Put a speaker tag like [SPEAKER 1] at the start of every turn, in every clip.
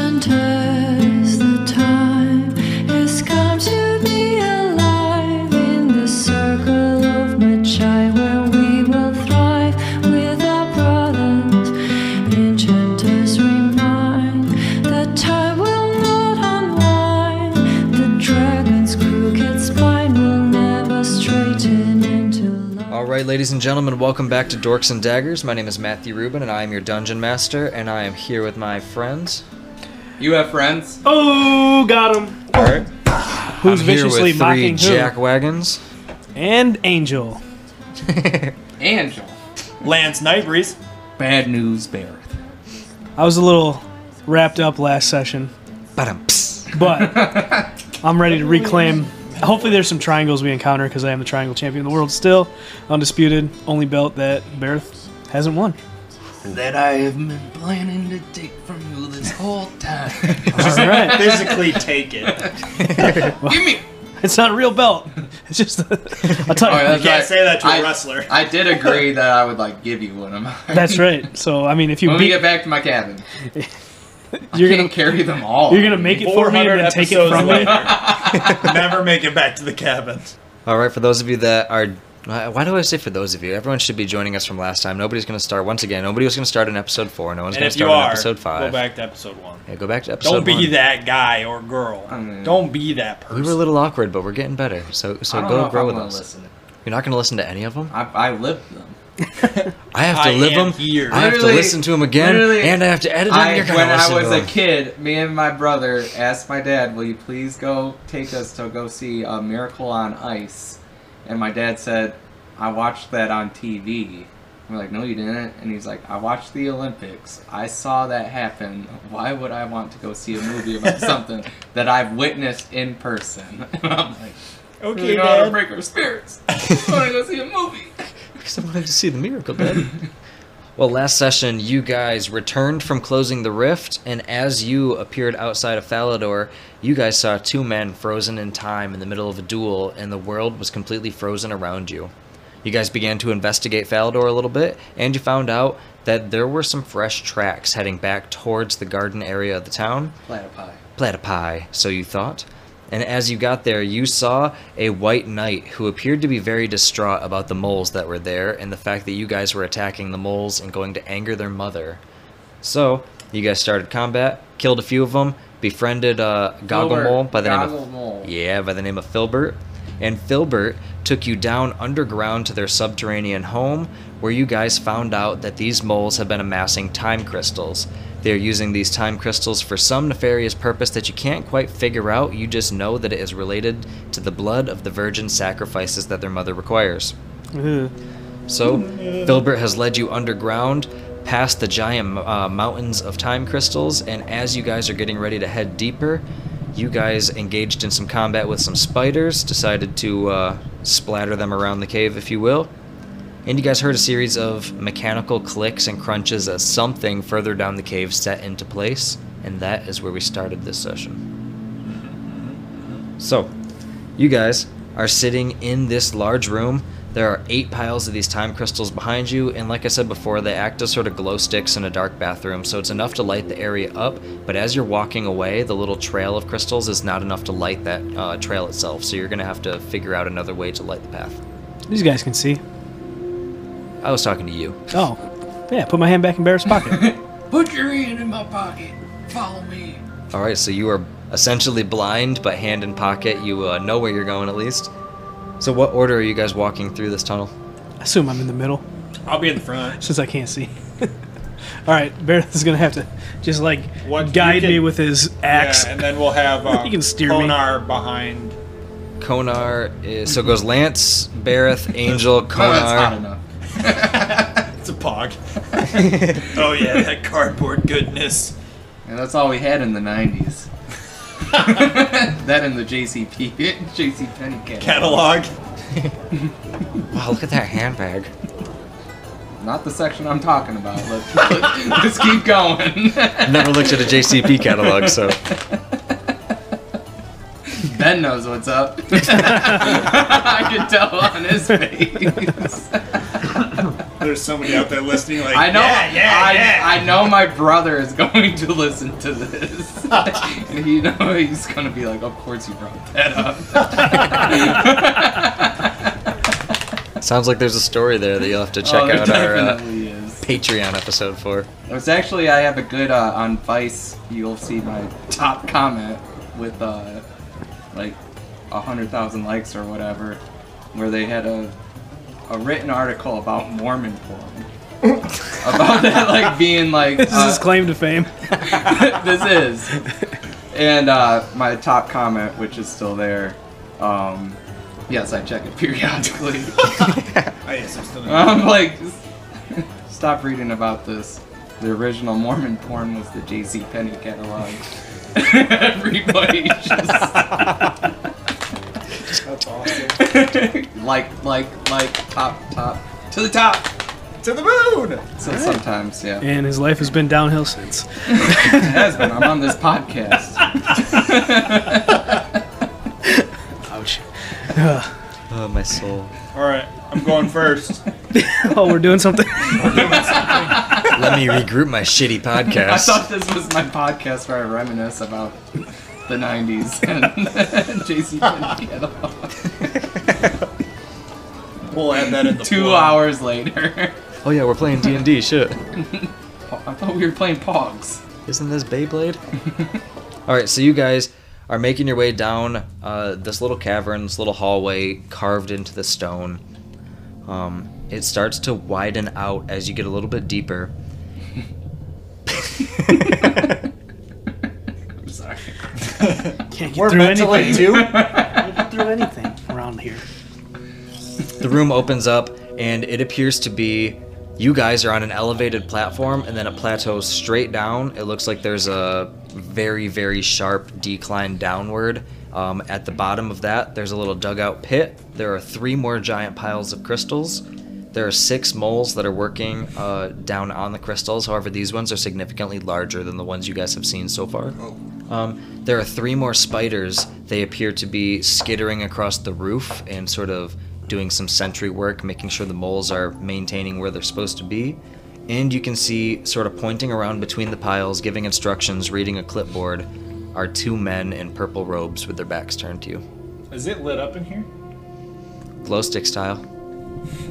[SPEAKER 1] enchanters, the time has come to be alive in the circle of Magi, where we will thrive with our brothers. Enchanters remind that time will not unwind, the dragon's crooked spine will never straighten into life.
[SPEAKER 2] All right, ladies and gentlemen, welcome back to Dorks and Daggers. My name is Matthew Rubin, and I am your dungeon master, and I am here with my friends.
[SPEAKER 3] You have friends?
[SPEAKER 4] Oh, got him.
[SPEAKER 2] All right,
[SPEAKER 4] Who's
[SPEAKER 2] I'm here
[SPEAKER 4] viciously
[SPEAKER 2] with three
[SPEAKER 4] mocking
[SPEAKER 2] jack wagons.
[SPEAKER 4] who? And Angel.
[SPEAKER 3] Angel.
[SPEAKER 5] Lance Nightbreeze.
[SPEAKER 3] Bad news beareth.
[SPEAKER 4] I was a little wrapped up last session,
[SPEAKER 2] Ba-dum, pss.
[SPEAKER 4] but I'm ready to reclaim. Hopefully, there's some triangles we encounter because I am the triangle champion of the world still, undisputed, only belt that Barth hasn't won.
[SPEAKER 3] That I have been planning to take from you this whole time.
[SPEAKER 4] All right,
[SPEAKER 5] Physically take it. You
[SPEAKER 3] Give me.
[SPEAKER 4] it's not a real belt. It's just a, a
[SPEAKER 3] All right,
[SPEAKER 4] title.
[SPEAKER 3] Oh, that's
[SPEAKER 5] can't
[SPEAKER 3] right.
[SPEAKER 5] say that to a
[SPEAKER 3] I-
[SPEAKER 5] wrestler.
[SPEAKER 3] I did agree that I would like give you one of mine.
[SPEAKER 4] That's right. So I mean, if you
[SPEAKER 3] When we
[SPEAKER 4] beat,
[SPEAKER 3] get back to my cabin, you
[SPEAKER 4] you're gonna
[SPEAKER 3] can carry them all.
[SPEAKER 4] you're gonna make it for me and then take it from me.
[SPEAKER 5] Never make it back to the cabin.
[SPEAKER 2] All right, for those of you that are. Why why do I say for those of you? Everyone should be joining us from last time. Nobody's going to start once again. Nobody was going to start in episode four. No one's
[SPEAKER 5] And
[SPEAKER 2] going to
[SPEAKER 5] if you
[SPEAKER 2] start in
[SPEAKER 5] are,
[SPEAKER 2] episode five.
[SPEAKER 5] go back to episode one.
[SPEAKER 2] Yeah, go back to episode.
[SPEAKER 5] Don't be
[SPEAKER 2] one.
[SPEAKER 5] that guy or girl.
[SPEAKER 3] mean-
[SPEAKER 5] Don't be that
[SPEAKER 2] We
[SPEAKER 5] person.
[SPEAKER 2] were a little awkward, but we're getting better. So so
[SPEAKER 3] I don't know
[SPEAKER 2] go
[SPEAKER 3] if
[SPEAKER 2] grow
[SPEAKER 3] I'm
[SPEAKER 2] with
[SPEAKER 3] gonna
[SPEAKER 2] us.
[SPEAKER 3] listen.
[SPEAKER 2] You're not going to listen to any of them.
[SPEAKER 3] I, I lived them.
[SPEAKER 2] I have to
[SPEAKER 5] I
[SPEAKER 2] live
[SPEAKER 5] am
[SPEAKER 2] them.
[SPEAKER 5] here.
[SPEAKER 2] I have to
[SPEAKER 3] Literally-
[SPEAKER 2] listen to them again,
[SPEAKER 3] literally,
[SPEAKER 2] and I have to edit them.
[SPEAKER 3] I,
[SPEAKER 2] You're going
[SPEAKER 3] when
[SPEAKER 2] to
[SPEAKER 3] I
[SPEAKER 2] listen to
[SPEAKER 3] was a
[SPEAKER 2] them.
[SPEAKER 3] kid, me and my brother asked my dad, "Will you please go take us to go see a Miracle on Ice?" And my dad said, "I watched that on TV." We're like, "No, you didn't." And he's like, "I watched the Olympics. I saw that happen. Why would I want to go see a movie about something that I've witnessed in person?" And I'm like, "Okay,
[SPEAKER 5] okay,
[SPEAKER 3] you know how to
[SPEAKER 5] Dad.
[SPEAKER 3] break our spirits. I want to go see a movie."
[SPEAKER 2] Because I wanted to see the miracle, Dad. well, last session, you guys returned from closing the rift, and as you appeared outside of Thalador, you guys saw two men frozen in time in the middle of a duel, and the world was completely frozen around you. You guys began to investigate Thalador a little bit, and you found out that there were some fresh tracks heading back towards the garden area of the town.
[SPEAKER 3] Platypie.
[SPEAKER 2] platypi, so you thought. And as you got there, you saw a white knight who appeared to be very distraught about the moles that were there and the fact that you guys were attacking the moles and going to anger their mother. So, you guys started combat, killed a few of them, befriended uh, Goggle
[SPEAKER 3] Filbert.
[SPEAKER 2] Mole by the name
[SPEAKER 3] Goggle
[SPEAKER 2] of
[SPEAKER 3] Mole.
[SPEAKER 2] yeah, by the name of Filbert. And Filbert took you down underground to their subterranean home, where you guys found out that these moles have been amassing time crystals. They are using these time crystals for some nefarious purpose that you can't quite figure out, you just know that it is related to the blood of the virgin sacrifices that their mother requires.
[SPEAKER 4] Ugh.
[SPEAKER 2] So, Filbert has led you underground, past the giant uh, mountains of time crystals, and as you guys are getting ready to head deeper, you guys engaged in some combat with some spiders, decided to uh, splatter them around the cave, if you will. And you guys heard a series of mechanical clicks and crunches as something further down the cave set into place, and that is where we started this session. So, you guys are sitting in this large room. There are eight piles of these time crystals behind you, and like I said before, they act as sort of glow sticks in a dark bathroom, so it's enough to light the area up. But as you're walking away, the little trail of crystals is not enough to light that uh, trail itself, so you're gonna have to figure out another way to light the path.
[SPEAKER 4] These guys can see.
[SPEAKER 2] I was talking to you.
[SPEAKER 4] Oh, yeah. Put my hand back in Barrett's pocket.
[SPEAKER 3] Put your hand in my pocket. Follow me.
[SPEAKER 2] All right, so you are essentially blind, but hand in pocket. You uh, know where you're going at least. So, what order are you guys walking through this tunnel?
[SPEAKER 4] I assume I'm in the middle.
[SPEAKER 5] I'll be in the front.
[SPEAKER 4] since I can't see. All right, Barrett is gonna have to just like
[SPEAKER 5] What- you
[SPEAKER 4] guide
[SPEAKER 5] can-
[SPEAKER 4] me with his axe.
[SPEAKER 5] Yeah, and then we'll have um,
[SPEAKER 4] You can steer me.
[SPEAKER 5] Konar behind.
[SPEAKER 2] Konar is so it goes Lance, Bareth, Angel,
[SPEAKER 3] Oh, that's not
[SPEAKER 2] Konar.
[SPEAKER 3] enough.
[SPEAKER 5] It's a pog. oh yeah, that cardboard goodness.
[SPEAKER 3] And that's all we had in the 90s. that and the JCP, JC Penny
[SPEAKER 5] Catalog.
[SPEAKER 2] Wow, look at that handbag.
[SPEAKER 3] Not the section I'm talking about. Let's, let's keep going.
[SPEAKER 2] Never looked at a JCP catalog, so
[SPEAKER 3] ben knows what's up. I can tell on his face.
[SPEAKER 5] There's somebody out there listening, like,
[SPEAKER 3] I know.
[SPEAKER 5] yeah, yeah,
[SPEAKER 3] I,
[SPEAKER 5] yeah.
[SPEAKER 3] I know my brother is going to listen to this. and you know he's gonna be like, "Of course you brought that up."
[SPEAKER 2] Sounds like there's a story there that you'll have to check
[SPEAKER 3] Oh, there
[SPEAKER 2] out our uh,
[SPEAKER 3] definitely is.
[SPEAKER 2] Patreon episode for.
[SPEAKER 3] It's actually I have a good uh, on Vice. You'll see my top comment with uh, like a hundred thousand likes or whatever, where they had a a written article about Mormon porn. about that like being like
[SPEAKER 4] This is
[SPEAKER 3] uh,
[SPEAKER 4] his claim to fame.
[SPEAKER 3] this is. And uh, my top comment, which is still there. Um, yes, I check it periodically.
[SPEAKER 5] Oh, yes, I'm still
[SPEAKER 2] Uh-huh.
[SPEAKER 3] I'm like, stop reading about this. The original Mormon porn was the J.C. Penney catalog. Everybody
[SPEAKER 5] That's awesome.
[SPEAKER 3] just like, like, like, top, top, to the top.
[SPEAKER 5] to the moon!
[SPEAKER 3] So sometimes, yeah, it
[SPEAKER 4] And his life has been downhill since.
[SPEAKER 3] has been. I'm on this podcast.
[SPEAKER 4] Ouch.
[SPEAKER 2] Oh, my soul.
[SPEAKER 5] Alright, I'm going first.
[SPEAKER 4] Oh, we're doing something.
[SPEAKER 2] Let me regroup my shitty
[SPEAKER 3] I
[SPEAKER 2] podcast.
[SPEAKER 3] thought this was my podcast where I reminisce about the '90s and J.C. Penney catalog.
[SPEAKER 5] We'll add that in the
[SPEAKER 3] Two
[SPEAKER 5] blog.
[SPEAKER 3] hours later.
[SPEAKER 2] oh yeah, we're playing D and D. Shit.
[SPEAKER 3] I thought we were playing Pogs.
[SPEAKER 2] Isn't this Beyblade? All right, so you guys are making your way down uh, this little cavern, this little hallway carved into the stone. Um, it starts to widen out as you get a little bit deeper.
[SPEAKER 3] I'm sorry.
[SPEAKER 4] Can't get
[SPEAKER 6] We're
[SPEAKER 4] through anything.
[SPEAKER 6] mentally too.
[SPEAKER 4] Can't get through anything around here.
[SPEAKER 2] The room opens up, and it appears to be you guys are on an elevated platform, and then it plateaus straight down. It looks like there's a very, very sharp decline downward. Um, at the bottom of that, there's a little dugout pit. There are three more giant piles of crystals. There are six moles that are working uh, down on the crystals. However, these ones are significantly larger than the ones you guys have seen so far. Um, there are three more spiders. They appear to be skittering across the roof and sort of doing some sentry work, making sure the moles are maintaining where they're supposed to be. And you can see, sort of pointing around between the piles, giving instructions, reading a clipboard, are two men in purple robes with their backs turned to you.
[SPEAKER 5] Is it lit up in here?
[SPEAKER 2] Glow stick style.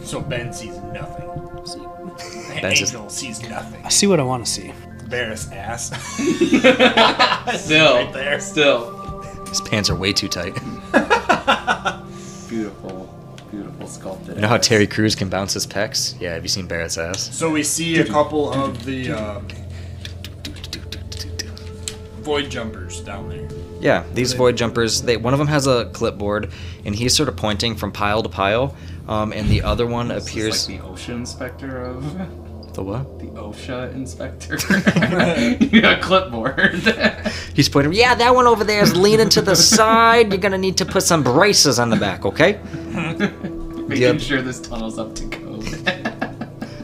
[SPEAKER 5] So Ben sees nothing. And
[SPEAKER 2] Ben's just-
[SPEAKER 5] Angel sees nothing.
[SPEAKER 4] I see what I want to see.
[SPEAKER 5] Barris ass.
[SPEAKER 3] Still,
[SPEAKER 5] Right there.
[SPEAKER 3] still.
[SPEAKER 2] His pants are way too tight.
[SPEAKER 3] Beautiful, beautiful sculpted.
[SPEAKER 2] You know how Terry Crews can bounce his pecs? Yeah, have you seen Barrett's ass?
[SPEAKER 5] So we see a couple of the um, void jumpers down there.
[SPEAKER 2] Yeah, these void jumpers. They one of them has a clipboard, and he's sort of pointing from pile to pile, um, and the other one
[SPEAKER 3] This is
[SPEAKER 2] appears.
[SPEAKER 3] like the OSHA inspector of
[SPEAKER 2] the what?
[SPEAKER 3] the OSHA inspector. you got a clipboard.
[SPEAKER 2] He's pointing. Yeah, that one over there is leaning to the side. You're gonna need to put some braces on the back, okay?
[SPEAKER 3] Making
[SPEAKER 2] Yep.
[SPEAKER 3] sure this tunnel's up to code.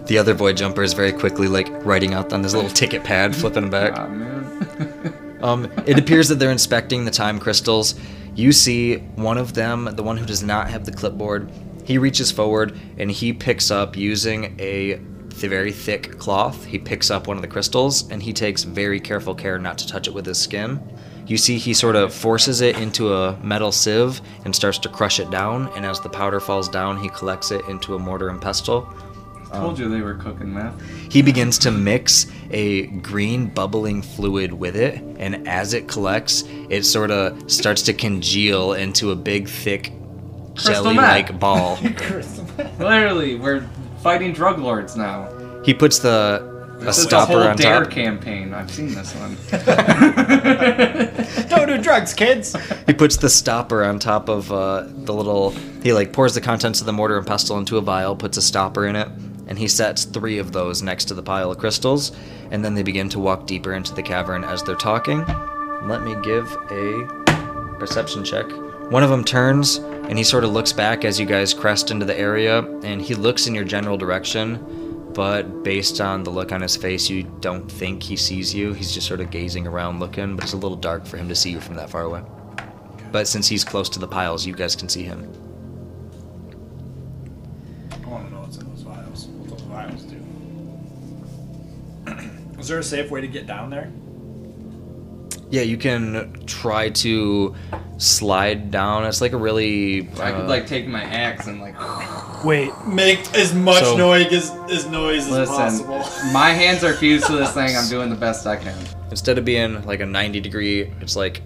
[SPEAKER 2] The other void jumper is very quickly like writing out on this little ticket pad, flipping them back.
[SPEAKER 3] Ah, man.
[SPEAKER 2] Um, it appears that they're inspecting the time crystals. You see one of them, the one who does not have the clipboard, he reaches forward and he picks up using a th- very thick cloth. He picks up one of the crystals and he takes very careful care not to touch it with his skin. You see, he sort of forces it into a metal sieve and starts to crush it down. And as the powder falls down, he collects it into a mortar and pestle.
[SPEAKER 3] Told you they were cooking meth.
[SPEAKER 2] He begins to mix a green bubbling fluid with it, and as it collects, it sort of starts to congeal into a big, thick,
[SPEAKER 3] Crystal
[SPEAKER 2] jelly like
[SPEAKER 3] meth.
[SPEAKER 2] ball.
[SPEAKER 3] Literally, we're fighting drug lords now.
[SPEAKER 2] he puts the a
[SPEAKER 3] This is
[SPEAKER 2] stopper
[SPEAKER 3] the whole
[SPEAKER 2] on
[SPEAKER 3] dare
[SPEAKER 2] top.
[SPEAKER 3] campaign. I've seen this one.
[SPEAKER 6] Don't do drugs, kids.
[SPEAKER 2] He puts the stopper on top of uh, the little. He like pours the contents of the mortar and pestle into a vial, puts a stopper in it, and he sets three of those next to the pile of crystals, and then they begin to walk deeper into the cavern as they're talking. Let me give a perception check. One of them turns and he sort of looks back as you guys crest into the area, and he looks in your general direction. But based on the look on his face, you don't think he sees you. He's just sort of gazing around looking, but it's a little dark for him to see you from that far away. But since he's close to the piles, you guys can see him.
[SPEAKER 5] I want to know what's in those vials. What those piles do. Is there a safe way to get down there?
[SPEAKER 2] Yeah, you can try to slide down. It's like a really.
[SPEAKER 3] I could
[SPEAKER 2] uh,
[SPEAKER 3] like take my axe and like.
[SPEAKER 4] Wait,
[SPEAKER 5] Make as much
[SPEAKER 2] So-
[SPEAKER 5] noise as, as noise as
[SPEAKER 3] Listen,
[SPEAKER 5] possible.
[SPEAKER 3] my hands are fused to this thing. I'm doing the best I can.
[SPEAKER 2] instead of being like a 90 degree it's like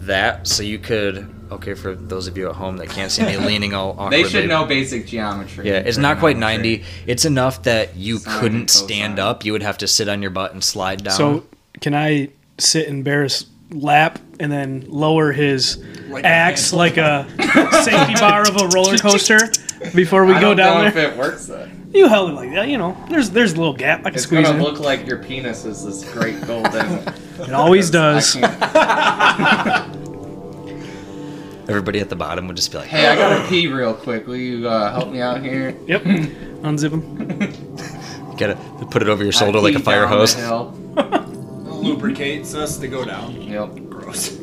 [SPEAKER 2] that so you could okay for those of you at home that can't see me leaning all awkwardly
[SPEAKER 3] They should know basic geometry.
[SPEAKER 2] yeah it's
[SPEAKER 3] or
[SPEAKER 2] not quite
[SPEAKER 3] geometry.
[SPEAKER 2] 90 it's enough that you
[SPEAKER 3] Sine and
[SPEAKER 2] couldn't stand
[SPEAKER 3] cosine.
[SPEAKER 2] up you would have to sit on your butt and slide down
[SPEAKER 4] so can I sit in Bear's lap and then lower his
[SPEAKER 5] Like a
[SPEAKER 4] axe
[SPEAKER 5] handle.
[SPEAKER 4] like a safety bar of a roller coaster before we
[SPEAKER 3] I
[SPEAKER 4] go
[SPEAKER 3] don't
[SPEAKER 4] down
[SPEAKER 3] know
[SPEAKER 4] there?
[SPEAKER 3] if it works. Though.
[SPEAKER 4] You held it like that, you know. There's there's a little gap I can
[SPEAKER 3] It's
[SPEAKER 4] squeeze
[SPEAKER 3] gonna
[SPEAKER 4] in.
[SPEAKER 3] look like your penis is this great golden.
[SPEAKER 4] it always does.
[SPEAKER 3] I can't-
[SPEAKER 2] everybody at the bottom would just be like
[SPEAKER 3] hey, I gotta pee real quick. Will you uh, help me out here?
[SPEAKER 4] Yep. Unzip him.
[SPEAKER 2] get it put it over your shoulder
[SPEAKER 3] I
[SPEAKER 2] like a
[SPEAKER 3] pee
[SPEAKER 2] fire
[SPEAKER 3] down the
[SPEAKER 2] hose
[SPEAKER 3] hill.
[SPEAKER 5] Lubricates us to go down.
[SPEAKER 3] Yep.
[SPEAKER 5] Gross.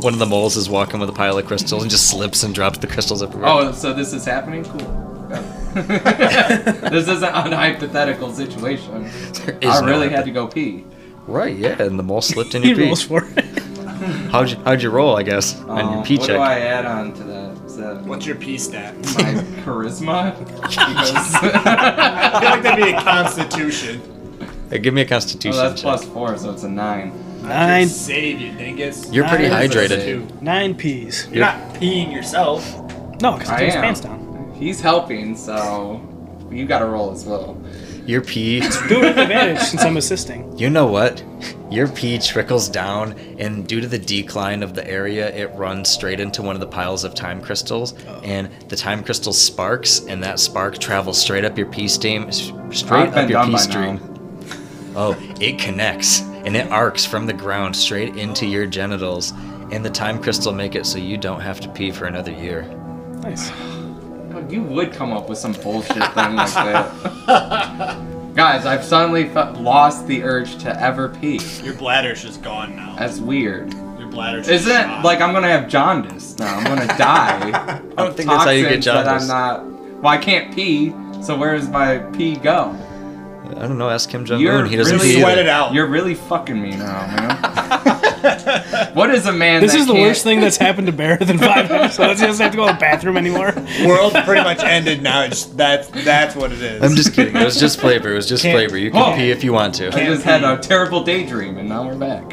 [SPEAKER 2] one of the moles is walking with a pile of crystals and just slips and drops the crystals everywhere
[SPEAKER 3] Oh, so this is happening? Cool. this isn't an hypothetical situation.
[SPEAKER 2] There is
[SPEAKER 3] I
[SPEAKER 2] no
[SPEAKER 3] really had
[SPEAKER 2] weapon.
[SPEAKER 3] to go pee.
[SPEAKER 2] right yeah and the mole slipped in
[SPEAKER 4] He
[SPEAKER 2] your
[SPEAKER 4] rolls
[SPEAKER 2] pee
[SPEAKER 4] for it.
[SPEAKER 2] how'd you, how'd you roll i guess on your
[SPEAKER 3] Um,
[SPEAKER 2] pee
[SPEAKER 3] what
[SPEAKER 2] check
[SPEAKER 3] do I add on to that? Is that
[SPEAKER 5] What's your pee stat?
[SPEAKER 3] my charisma? Because-
[SPEAKER 5] I feel like that'd be a constitution.
[SPEAKER 2] Hey, give me a constitution
[SPEAKER 3] well, Oh, that's
[SPEAKER 2] check.
[SPEAKER 3] plus four, so it's a nine.
[SPEAKER 4] Nine
[SPEAKER 5] Save you, dingus.
[SPEAKER 2] you're pretty
[SPEAKER 4] Nine is a
[SPEAKER 2] hydrated
[SPEAKER 5] Two.
[SPEAKER 4] nine peas.
[SPEAKER 5] You're not peeing yourself.
[SPEAKER 4] No, because he
[SPEAKER 3] I
[SPEAKER 4] took his
[SPEAKER 3] am.
[SPEAKER 4] pants down.
[SPEAKER 3] He's helping, so you got to roll as well.
[SPEAKER 2] Your pee,
[SPEAKER 4] Do it with advantage since I'm assisting.
[SPEAKER 2] you know what? Your pee trickles down, and due to the decline of the area, it runs straight into one of the piles of time crystals,
[SPEAKER 3] Oh.
[SPEAKER 2] and the time crystal sparks, and that spark travels straight up your pee stream, s- straight
[SPEAKER 3] I've been
[SPEAKER 2] up your
[SPEAKER 3] done
[SPEAKER 2] pee
[SPEAKER 3] by
[SPEAKER 2] stream. Oh, it connects, and it arcs from the ground straight into your genitals, and the time crystal make it so you don't have to pee for another year.
[SPEAKER 4] Nice.
[SPEAKER 3] God, You would come up with some bullshit thing like that. Guys, I've suddenly fe- lost the urge to ever pee.
[SPEAKER 5] Your bladder's just gone now.
[SPEAKER 3] That's weird.
[SPEAKER 5] Your bladder's just
[SPEAKER 3] Isn't
[SPEAKER 5] gone.
[SPEAKER 3] it like I'm gonna have jaundice now? I'm gonna die.
[SPEAKER 2] I don't think that's how you get
[SPEAKER 3] Toxins that
[SPEAKER 2] jaundice.
[SPEAKER 3] I'm not. Well, I can't pee, so where does my pee go?
[SPEAKER 2] I don't know. Ask Kim Jong
[SPEAKER 3] You're
[SPEAKER 2] Un. He doesn't
[SPEAKER 3] really
[SPEAKER 2] pee.
[SPEAKER 5] sweat
[SPEAKER 2] either.
[SPEAKER 5] it out?
[SPEAKER 3] You're really fucking me now, man. what is a man?
[SPEAKER 4] This
[SPEAKER 3] that
[SPEAKER 4] is the
[SPEAKER 3] can't-
[SPEAKER 4] worst thing that's happened to Bear in five episodes. He doesn't have to go to the bathroom anymore.
[SPEAKER 5] world pretty much ended now. It's, that's that's what it is.
[SPEAKER 2] I'm just kidding. It was just flavor. It was just
[SPEAKER 5] Can't-
[SPEAKER 2] flavor. You can
[SPEAKER 3] Oh.
[SPEAKER 2] pee if you want to.
[SPEAKER 3] I just had a terrible daydream, and now we're back.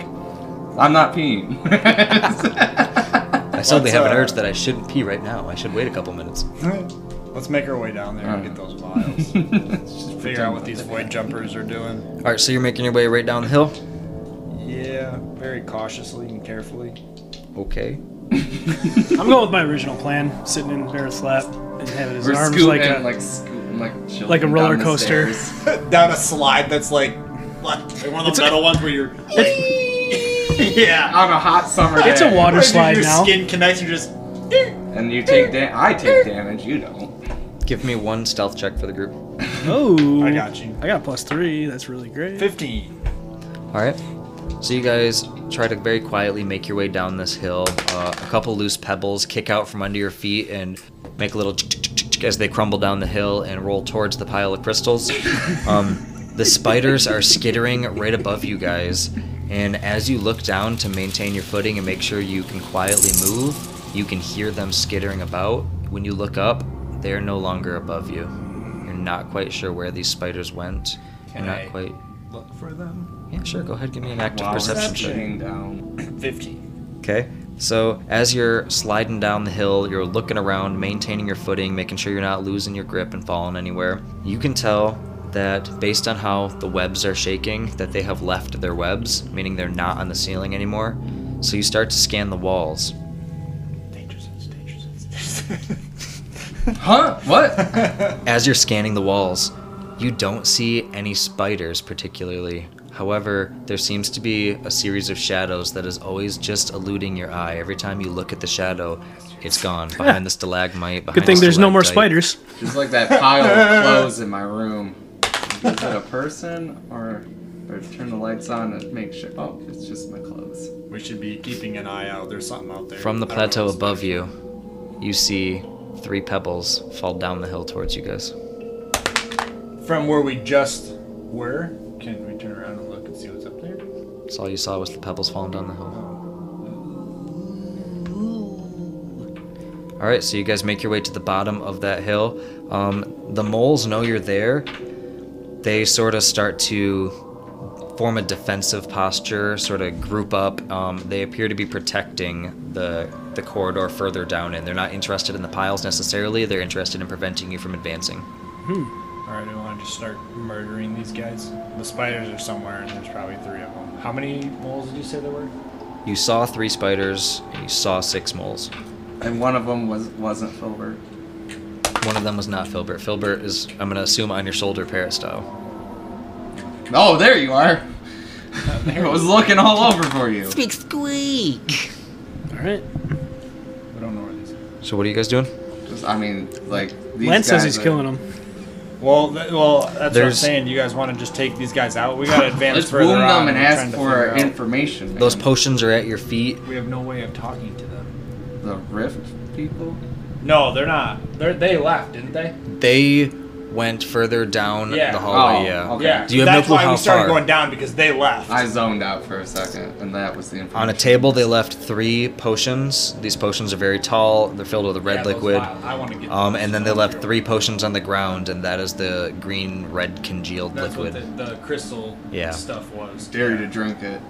[SPEAKER 3] I'm not peeing.
[SPEAKER 2] I suddenly
[SPEAKER 5] What's,
[SPEAKER 2] have an
[SPEAKER 5] uh,
[SPEAKER 2] urge that I shouldn't pee right now. I should wait a couple minutes.
[SPEAKER 5] Let's make our way down there and get those vials. just figure out what these void jumpers are doing.
[SPEAKER 2] All right, so you're making your way right down the hill.
[SPEAKER 5] Yeah, very cautiously and carefully.
[SPEAKER 2] Okay.
[SPEAKER 4] I'm going with my original plan, sitting in Bear's lap and having his
[SPEAKER 3] we're
[SPEAKER 4] arms
[SPEAKER 3] scooting,
[SPEAKER 4] like
[SPEAKER 3] like,
[SPEAKER 4] a.
[SPEAKER 3] scooting, like children
[SPEAKER 4] like a roller
[SPEAKER 3] down the
[SPEAKER 4] coaster.
[SPEAKER 3] stairs.
[SPEAKER 5] Down a slide that's like, like one of those metal ones where you're. yeah.
[SPEAKER 3] on a hot summer day.
[SPEAKER 4] It's a water
[SPEAKER 5] Right,
[SPEAKER 4] slide
[SPEAKER 5] your
[SPEAKER 4] now.
[SPEAKER 5] skin connects. You're just.
[SPEAKER 3] And you take damage. I take damage. You don't.
[SPEAKER 2] Give me one stealth check for the group.
[SPEAKER 4] Oh,
[SPEAKER 5] I got you.
[SPEAKER 4] I got plus three. That's really great.
[SPEAKER 5] Fifteen.
[SPEAKER 2] All right. So you guys try to very quietly make your way down this hill. Uh, a couple loose pebbles kick out from under your feet and make a little as they crumble down the hill and roll towards the pile of crystals. Um, the spiders are skittering right above you guys, and as you look down to maintain your footing and make sure you can quietly move, you can hear them skittering about. When you look up, they're no longer above you. You're not quite sure where these spiders went.
[SPEAKER 5] Can
[SPEAKER 2] You're
[SPEAKER 5] I-
[SPEAKER 2] not quite
[SPEAKER 5] Look for them.
[SPEAKER 2] yeah, sure. Go ahead. Give me an active
[SPEAKER 3] Wow, we're
[SPEAKER 2] perception check.
[SPEAKER 3] sitting down.
[SPEAKER 5] Fifteen.
[SPEAKER 2] Okay. So as you're sliding down the hill, you're looking around, maintaining your footing, making sure you're not losing your grip and falling anywhere. You can tell that based on how the webs are shaking, that they have left their webs, meaning they're not on the ceiling anymore. So you start to scan the walls.
[SPEAKER 5] Dangerous. Dangerous.
[SPEAKER 3] Huh? What?
[SPEAKER 2] As you're scanning the walls, you don't see any spiders particularly. However, there seems to be a series of shadows that is always just eluding your eye. Every time you look at the shadow, it's gone behind the stalagmite. Behind
[SPEAKER 4] Good thing
[SPEAKER 2] the
[SPEAKER 4] there's no more
[SPEAKER 2] stalactite.
[SPEAKER 4] spiders.
[SPEAKER 3] Just like that pile of clothes in my room. Is it a person or? Or turn the lights on and make sure. Oh, it's just my clothes.
[SPEAKER 5] We should be keeping an eye out. There's something out there.
[SPEAKER 2] From the
[SPEAKER 5] I don't know
[SPEAKER 2] plateau
[SPEAKER 5] what's
[SPEAKER 2] above
[SPEAKER 5] there.
[SPEAKER 2] you, you see three pebbles fall down the hill towards you guys.
[SPEAKER 5] from where we just were, can we turn around and look and see what's up there?
[SPEAKER 2] That's all you saw was the pebbles falling down the hill. All right, so you guys make your way to the bottom of that hill. Um, the moles know you're there. They sort of start to form a defensive posture, sort of group up. Um, they appear to be protecting the the corridor further down in. They're not interested in the piles necessarily. They're interested in preventing you from advancing.
[SPEAKER 5] All right, I want to just start murdering these guys. The spiders are somewhere, and there's probably three of them. How many moles did you say there were?
[SPEAKER 2] You saw three spiders. And you saw six moles.
[SPEAKER 3] And one of them was wasn't Filbert.
[SPEAKER 2] One of them was not Filbert. Filbert is, I'm gonna assume, on your shoulder, parrot style.
[SPEAKER 3] Oh, there you are. I was looking all over for you.
[SPEAKER 6] Big squeak.
[SPEAKER 4] All right.
[SPEAKER 5] I don't know where these. Are.
[SPEAKER 2] So what are you guys doing?
[SPEAKER 3] Just, I mean, like these
[SPEAKER 4] Lance says
[SPEAKER 3] guys
[SPEAKER 4] he's
[SPEAKER 3] are-
[SPEAKER 4] killing them.
[SPEAKER 5] Well, th- well, that's what I'm
[SPEAKER 2] There's-
[SPEAKER 5] saying. You guys want to just take these guys out? We gotta advance
[SPEAKER 3] Let's
[SPEAKER 5] further
[SPEAKER 3] wound
[SPEAKER 5] on.
[SPEAKER 3] them and
[SPEAKER 5] We're
[SPEAKER 3] ask
[SPEAKER 5] trying to
[SPEAKER 3] for
[SPEAKER 5] figure out-
[SPEAKER 3] information. man.
[SPEAKER 2] Those potions are at your feet.
[SPEAKER 5] We have no way of talking to them.
[SPEAKER 3] the rift people.
[SPEAKER 5] No, they're not. They're, they left, didn't they?
[SPEAKER 2] They went further down
[SPEAKER 5] Yeah.
[SPEAKER 2] the hallway.
[SPEAKER 3] Oh,
[SPEAKER 2] yeah.
[SPEAKER 3] okay.
[SPEAKER 5] Yeah.
[SPEAKER 2] Do you have no
[SPEAKER 5] that's
[SPEAKER 2] clue
[SPEAKER 5] why
[SPEAKER 2] how
[SPEAKER 5] we started
[SPEAKER 2] far?
[SPEAKER 5] going down because they left.
[SPEAKER 3] I zoned out for a second, and that was the information.
[SPEAKER 2] On a table, they left three potions. These potions are very tall. They're filled with a red
[SPEAKER 5] Yeah, those
[SPEAKER 2] liquid.
[SPEAKER 5] wild. I want to get.
[SPEAKER 2] Um,
[SPEAKER 5] those.
[SPEAKER 2] and then they
[SPEAKER 5] Those
[SPEAKER 2] left
[SPEAKER 5] are-
[SPEAKER 2] three potions on the ground, and that is the green, red congealed
[SPEAKER 5] That's
[SPEAKER 2] liquid.
[SPEAKER 5] what the, the crystal
[SPEAKER 2] Yeah.
[SPEAKER 5] stuff was.
[SPEAKER 3] Dare you to drink it,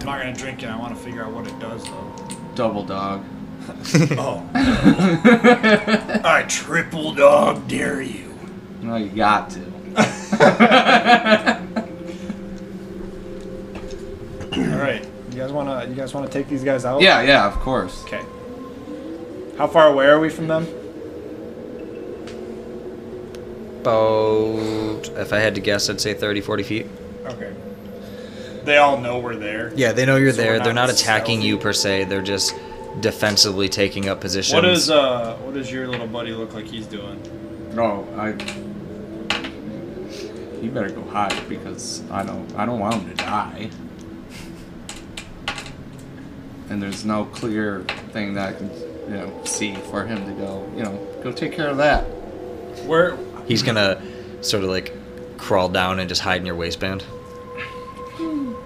[SPEAKER 5] I'm not gonna drink it. I want to figure out what it does though.
[SPEAKER 3] double dog.
[SPEAKER 5] Oh. I triple dog dare you.
[SPEAKER 3] No, you got to.
[SPEAKER 5] All right. You guys wanna you guys wanna take these guys out?
[SPEAKER 3] Yeah, yeah, of course.
[SPEAKER 5] Okay. How far away are we from them?
[SPEAKER 2] About, if I had to guess, I'd say 30, 40 feet.
[SPEAKER 5] Okay. They all know we're there.
[SPEAKER 2] Yeah, they know you're
[SPEAKER 5] So
[SPEAKER 2] there.
[SPEAKER 5] we're
[SPEAKER 2] They're
[SPEAKER 5] not
[SPEAKER 2] not attacking
[SPEAKER 5] stealthy.
[SPEAKER 2] you per se. They're just defensively taking up positions.
[SPEAKER 5] What does uh what does your little buddy look like he's doing?
[SPEAKER 3] No, I. You better go hide because I don't. I don't want him to die. And there's no clear thing that I can, you know, see for him to go. You know, go take care of that.
[SPEAKER 5] Where
[SPEAKER 2] He's gonna sort of like crawl down and just hide in your waistband.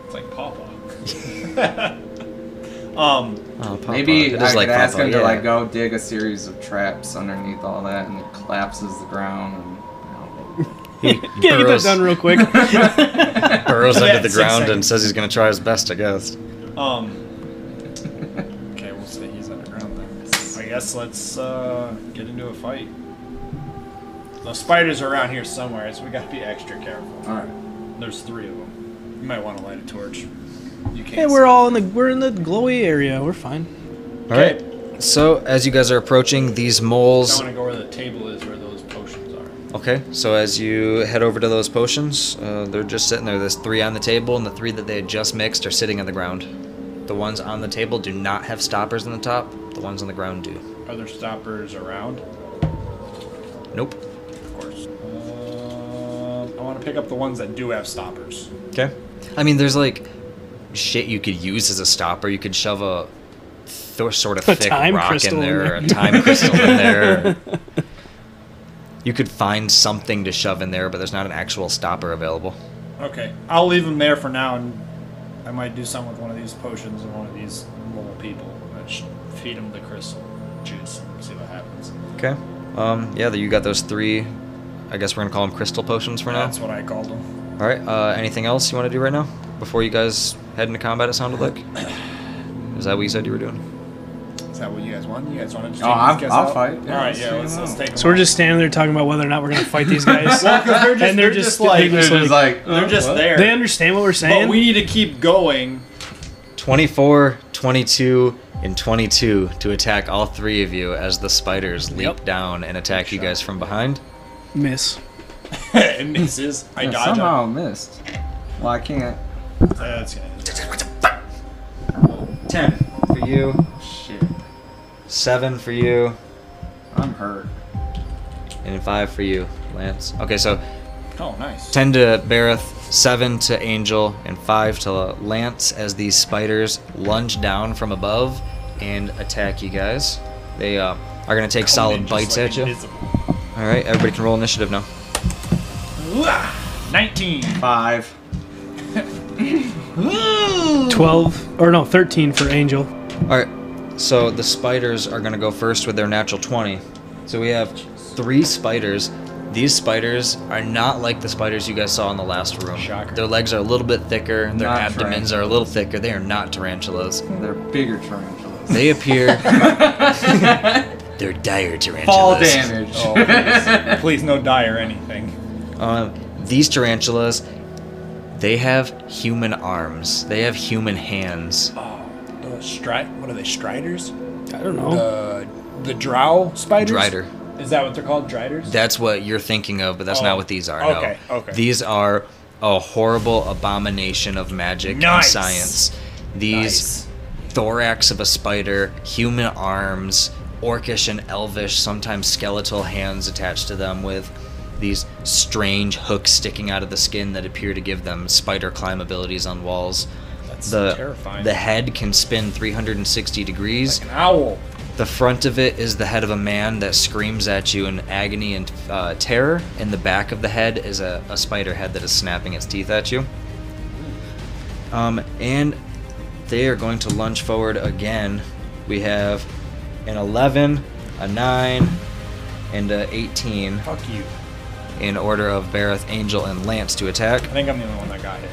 [SPEAKER 5] it's like Papa. um
[SPEAKER 2] Oh, Papa.
[SPEAKER 3] Maybe
[SPEAKER 2] It
[SPEAKER 3] I
[SPEAKER 2] is
[SPEAKER 3] could ask
[SPEAKER 2] Papa,
[SPEAKER 3] him to
[SPEAKER 2] yeah.
[SPEAKER 3] like go dig a series of traps underneath all that, and it collapses the ground. And, you know,
[SPEAKER 4] Yeah, get that
[SPEAKER 2] Burrows.
[SPEAKER 4] done real quick.
[SPEAKER 2] burrows
[SPEAKER 5] Yeah,
[SPEAKER 2] under the
[SPEAKER 5] six
[SPEAKER 2] ground and
[SPEAKER 5] seconds.
[SPEAKER 2] says he's gonna try his best, I guess.
[SPEAKER 5] um Okay, we'll say he's underground then. I guess let's uh get into a fight. The spiders are around here somewhere, so we gotta be extra careful.
[SPEAKER 3] all right.
[SPEAKER 5] There's three of them. You might want to light a torch. You can't.
[SPEAKER 4] hey, we're all in the we're in the glowy area. We're fine.
[SPEAKER 2] All right. So as you guys are approaching these
[SPEAKER 5] I
[SPEAKER 2] moles,
[SPEAKER 5] want to go where the table is, where those potions are.
[SPEAKER 2] okay. So as you head over to those potions, uh, they're just sitting there. There's three on the table, and the three that they had just mixed are sitting on the ground. The ones on the table do not have stoppers on the top. The ones on the ground do.
[SPEAKER 5] Are there stoppers around?
[SPEAKER 2] Nope.
[SPEAKER 5] Of course. Um, I want to pick up the ones that do have stoppers.
[SPEAKER 2] Okay. I mean, there's like shit you could use as a stopper. You could shove a th- sort of
[SPEAKER 4] A
[SPEAKER 2] thick
[SPEAKER 4] time
[SPEAKER 2] rock
[SPEAKER 4] crystal
[SPEAKER 2] in
[SPEAKER 4] in
[SPEAKER 2] there, or a
[SPEAKER 4] there.
[SPEAKER 2] time crystal in there. You could find something to shove in there, but there's not an actual stopper available.
[SPEAKER 5] Okay, I'll leave them there for now, and I might do something with one of these potions and one of these little people. I should feed them the crystal juice. and See what happens.
[SPEAKER 2] Okay. Um, yeah, you got those three. I guess we're gonna call them crystal potions for now.
[SPEAKER 5] That's what I called them.
[SPEAKER 2] All right. Uh, anything else you want to do right now before you guys head into combat? It sounded like. Is that what you said you were doing?
[SPEAKER 5] Is that what you guys want? You guys want to just
[SPEAKER 3] Oh,
[SPEAKER 5] take
[SPEAKER 3] I'll-
[SPEAKER 5] these guys
[SPEAKER 3] I'll
[SPEAKER 5] out?
[SPEAKER 3] fight.
[SPEAKER 5] All
[SPEAKER 3] Yeah,
[SPEAKER 5] right,
[SPEAKER 3] let's
[SPEAKER 5] yeah,
[SPEAKER 3] take
[SPEAKER 5] let's,
[SPEAKER 3] them
[SPEAKER 5] let's
[SPEAKER 3] out.
[SPEAKER 5] take them.
[SPEAKER 4] So we're just standing there talking about whether or not we're gonna fight these guys.
[SPEAKER 5] Well, 'cause they're just,
[SPEAKER 4] And they're just-
[SPEAKER 5] like
[SPEAKER 4] they
[SPEAKER 3] They're
[SPEAKER 4] just
[SPEAKER 3] just like
[SPEAKER 5] They're
[SPEAKER 3] uh,
[SPEAKER 5] just
[SPEAKER 3] what?
[SPEAKER 5] there.
[SPEAKER 4] they understand what we're saying.
[SPEAKER 5] but we need to keep going.
[SPEAKER 2] 24, 22, and 22 to attack all three of you as the spiders leap down and attack you guys from behind.
[SPEAKER 4] miss.
[SPEAKER 5] it misses. I
[SPEAKER 3] Yeah,
[SPEAKER 5] dodge.
[SPEAKER 3] somehow missed. Well, I can't.
[SPEAKER 5] it. That's gonna hit.
[SPEAKER 2] 10 for you,
[SPEAKER 3] Shit,
[SPEAKER 2] 7 for you,
[SPEAKER 3] I'm hurt.
[SPEAKER 2] and 5 for you, Lance. Okay, so
[SPEAKER 5] Oh, nice.
[SPEAKER 2] 10 to Bareth, 7 to Angel, and 5 to Lance as these spiders lunge down from above and attack you guys. They uh, are going to take solid
[SPEAKER 5] Ninja's
[SPEAKER 2] bites
[SPEAKER 5] like
[SPEAKER 2] at you.
[SPEAKER 5] invisible.
[SPEAKER 2] All right, everybody can roll initiative now.
[SPEAKER 5] Ooh, Wah! 19.
[SPEAKER 3] Five.
[SPEAKER 4] 12, or no, 13 for Angel.
[SPEAKER 2] All right. So the spiders are going to go first with their natural 20. So we have three spiders. These spiders are not like the spiders you guys saw in the last room.
[SPEAKER 5] Shocker.
[SPEAKER 2] Their legs are a little bit thicker, their
[SPEAKER 3] Not
[SPEAKER 2] abdomens are a little thicker. They are not tarantulas.
[SPEAKER 3] They're bigger tarantulas.
[SPEAKER 2] They appear. they're dire tarantulas.
[SPEAKER 3] Fall damage.
[SPEAKER 5] Oh, please. please, no die or anything.
[SPEAKER 2] Um, these tarantulas, they have human arms. They have human hands.
[SPEAKER 5] Oh, the stri- what are they, striders?
[SPEAKER 4] I don't know.
[SPEAKER 5] The, the drow spiders?
[SPEAKER 2] Drider.
[SPEAKER 5] Is that what they're called, driders?
[SPEAKER 2] That's what you're thinking of, but that's
[SPEAKER 5] Oh.
[SPEAKER 2] not what these are.
[SPEAKER 5] Okay,
[SPEAKER 2] no.
[SPEAKER 5] okay.
[SPEAKER 2] These are a horrible abomination of magic
[SPEAKER 5] Nice.
[SPEAKER 2] and science. These thorax of a spider, human arms, orcish and elvish, sometimes skeletal hands attached to them with these strange hooks sticking out of the skin that appear to give them spider climb abilities on walls.
[SPEAKER 5] That's
[SPEAKER 2] The,
[SPEAKER 5] terrifying.
[SPEAKER 2] the head can spin 360 degrees.
[SPEAKER 5] An owl.
[SPEAKER 2] The front of it is the head of a man that screams at you in agony and uh, terror, and the back of the head is a, a spider head that is snapping its teeth at you. Um, and they are going to lunge forward again. We have an 11, a 9, and a 18
[SPEAKER 5] Fuck you.
[SPEAKER 2] in order of Bareth, Angel, and Lance to attack.
[SPEAKER 5] I think I'm the only one that got hit.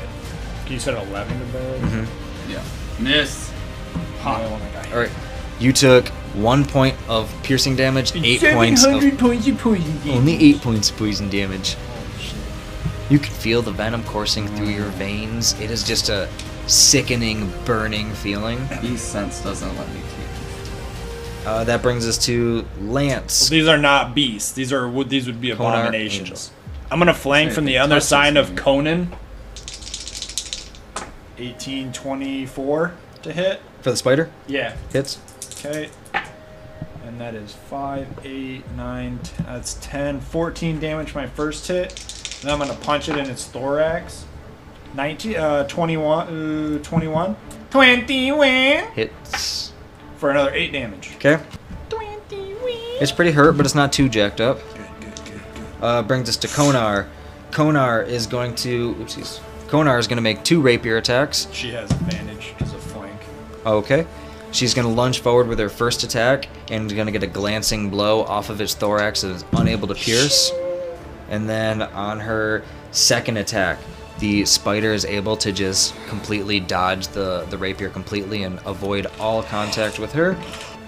[SPEAKER 5] You said 11 to Barrett?
[SPEAKER 2] Mhm.
[SPEAKER 3] Yeah. Miss.
[SPEAKER 5] I'm the only one that got hit.
[SPEAKER 2] All right, you took one point of piercing damage, eight points of
[SPEAKER 5] 700 points of poison damage.
[SPEAKER 2] Only eight points of poison damage. You can feel the venom coursing through your veins. It is just a sickening, burning feeling.
[SPEAKER 3] East sense doesn't let me teach.
[SPEAKER 2] Uh, that brings us to Lance.
[SPEAKER 5] These are not beasts. These are would these would be
[SPEAKER 2] Conar,
[SPEAKER 5] abominations. I'm gonna flank
[SPEAKER 3] Say,
[SPEAKER 5] from the
[SPEAKER 3] it
[SPEAKER 5] other
[SPEAKER 3] touches
[SPEAKER 5] side of
[SPEAKER 3] me.
[SPEAKER 5] Conan. 1824 to hit.
[SPEAKER 2] For the spider,
[SPEAKER 5] Yeah.
[SPEAKER 2] hits.
[SPEAKER 5] Okay. And that is 5, 8, 9, t- that's 10, 14 damage my first hit. Then I'm going to punch it in its thorax. 19, uh, 21, uh, 21. 21!
[SPEAKER 2] Hits.
[SPEAKER 5] For another 8 damage.
[SPEAKER 2] Okay. It's pretty hurt, but it's not too jacked up. Uh, brings us to Konar. Konar is going to. Oopsies. Konar is going to make two rapier attacks.
[SPEAKER 5] She has advantage because of flank.
[SPEAKER 2] Okay. She's going to lunge forward with her first attack and going to get a glancing blow off of its thorax that is unable to pierce. And then on her second attack, the spider is able to just completely dodge the, the rapier completely and avoid all contact with her.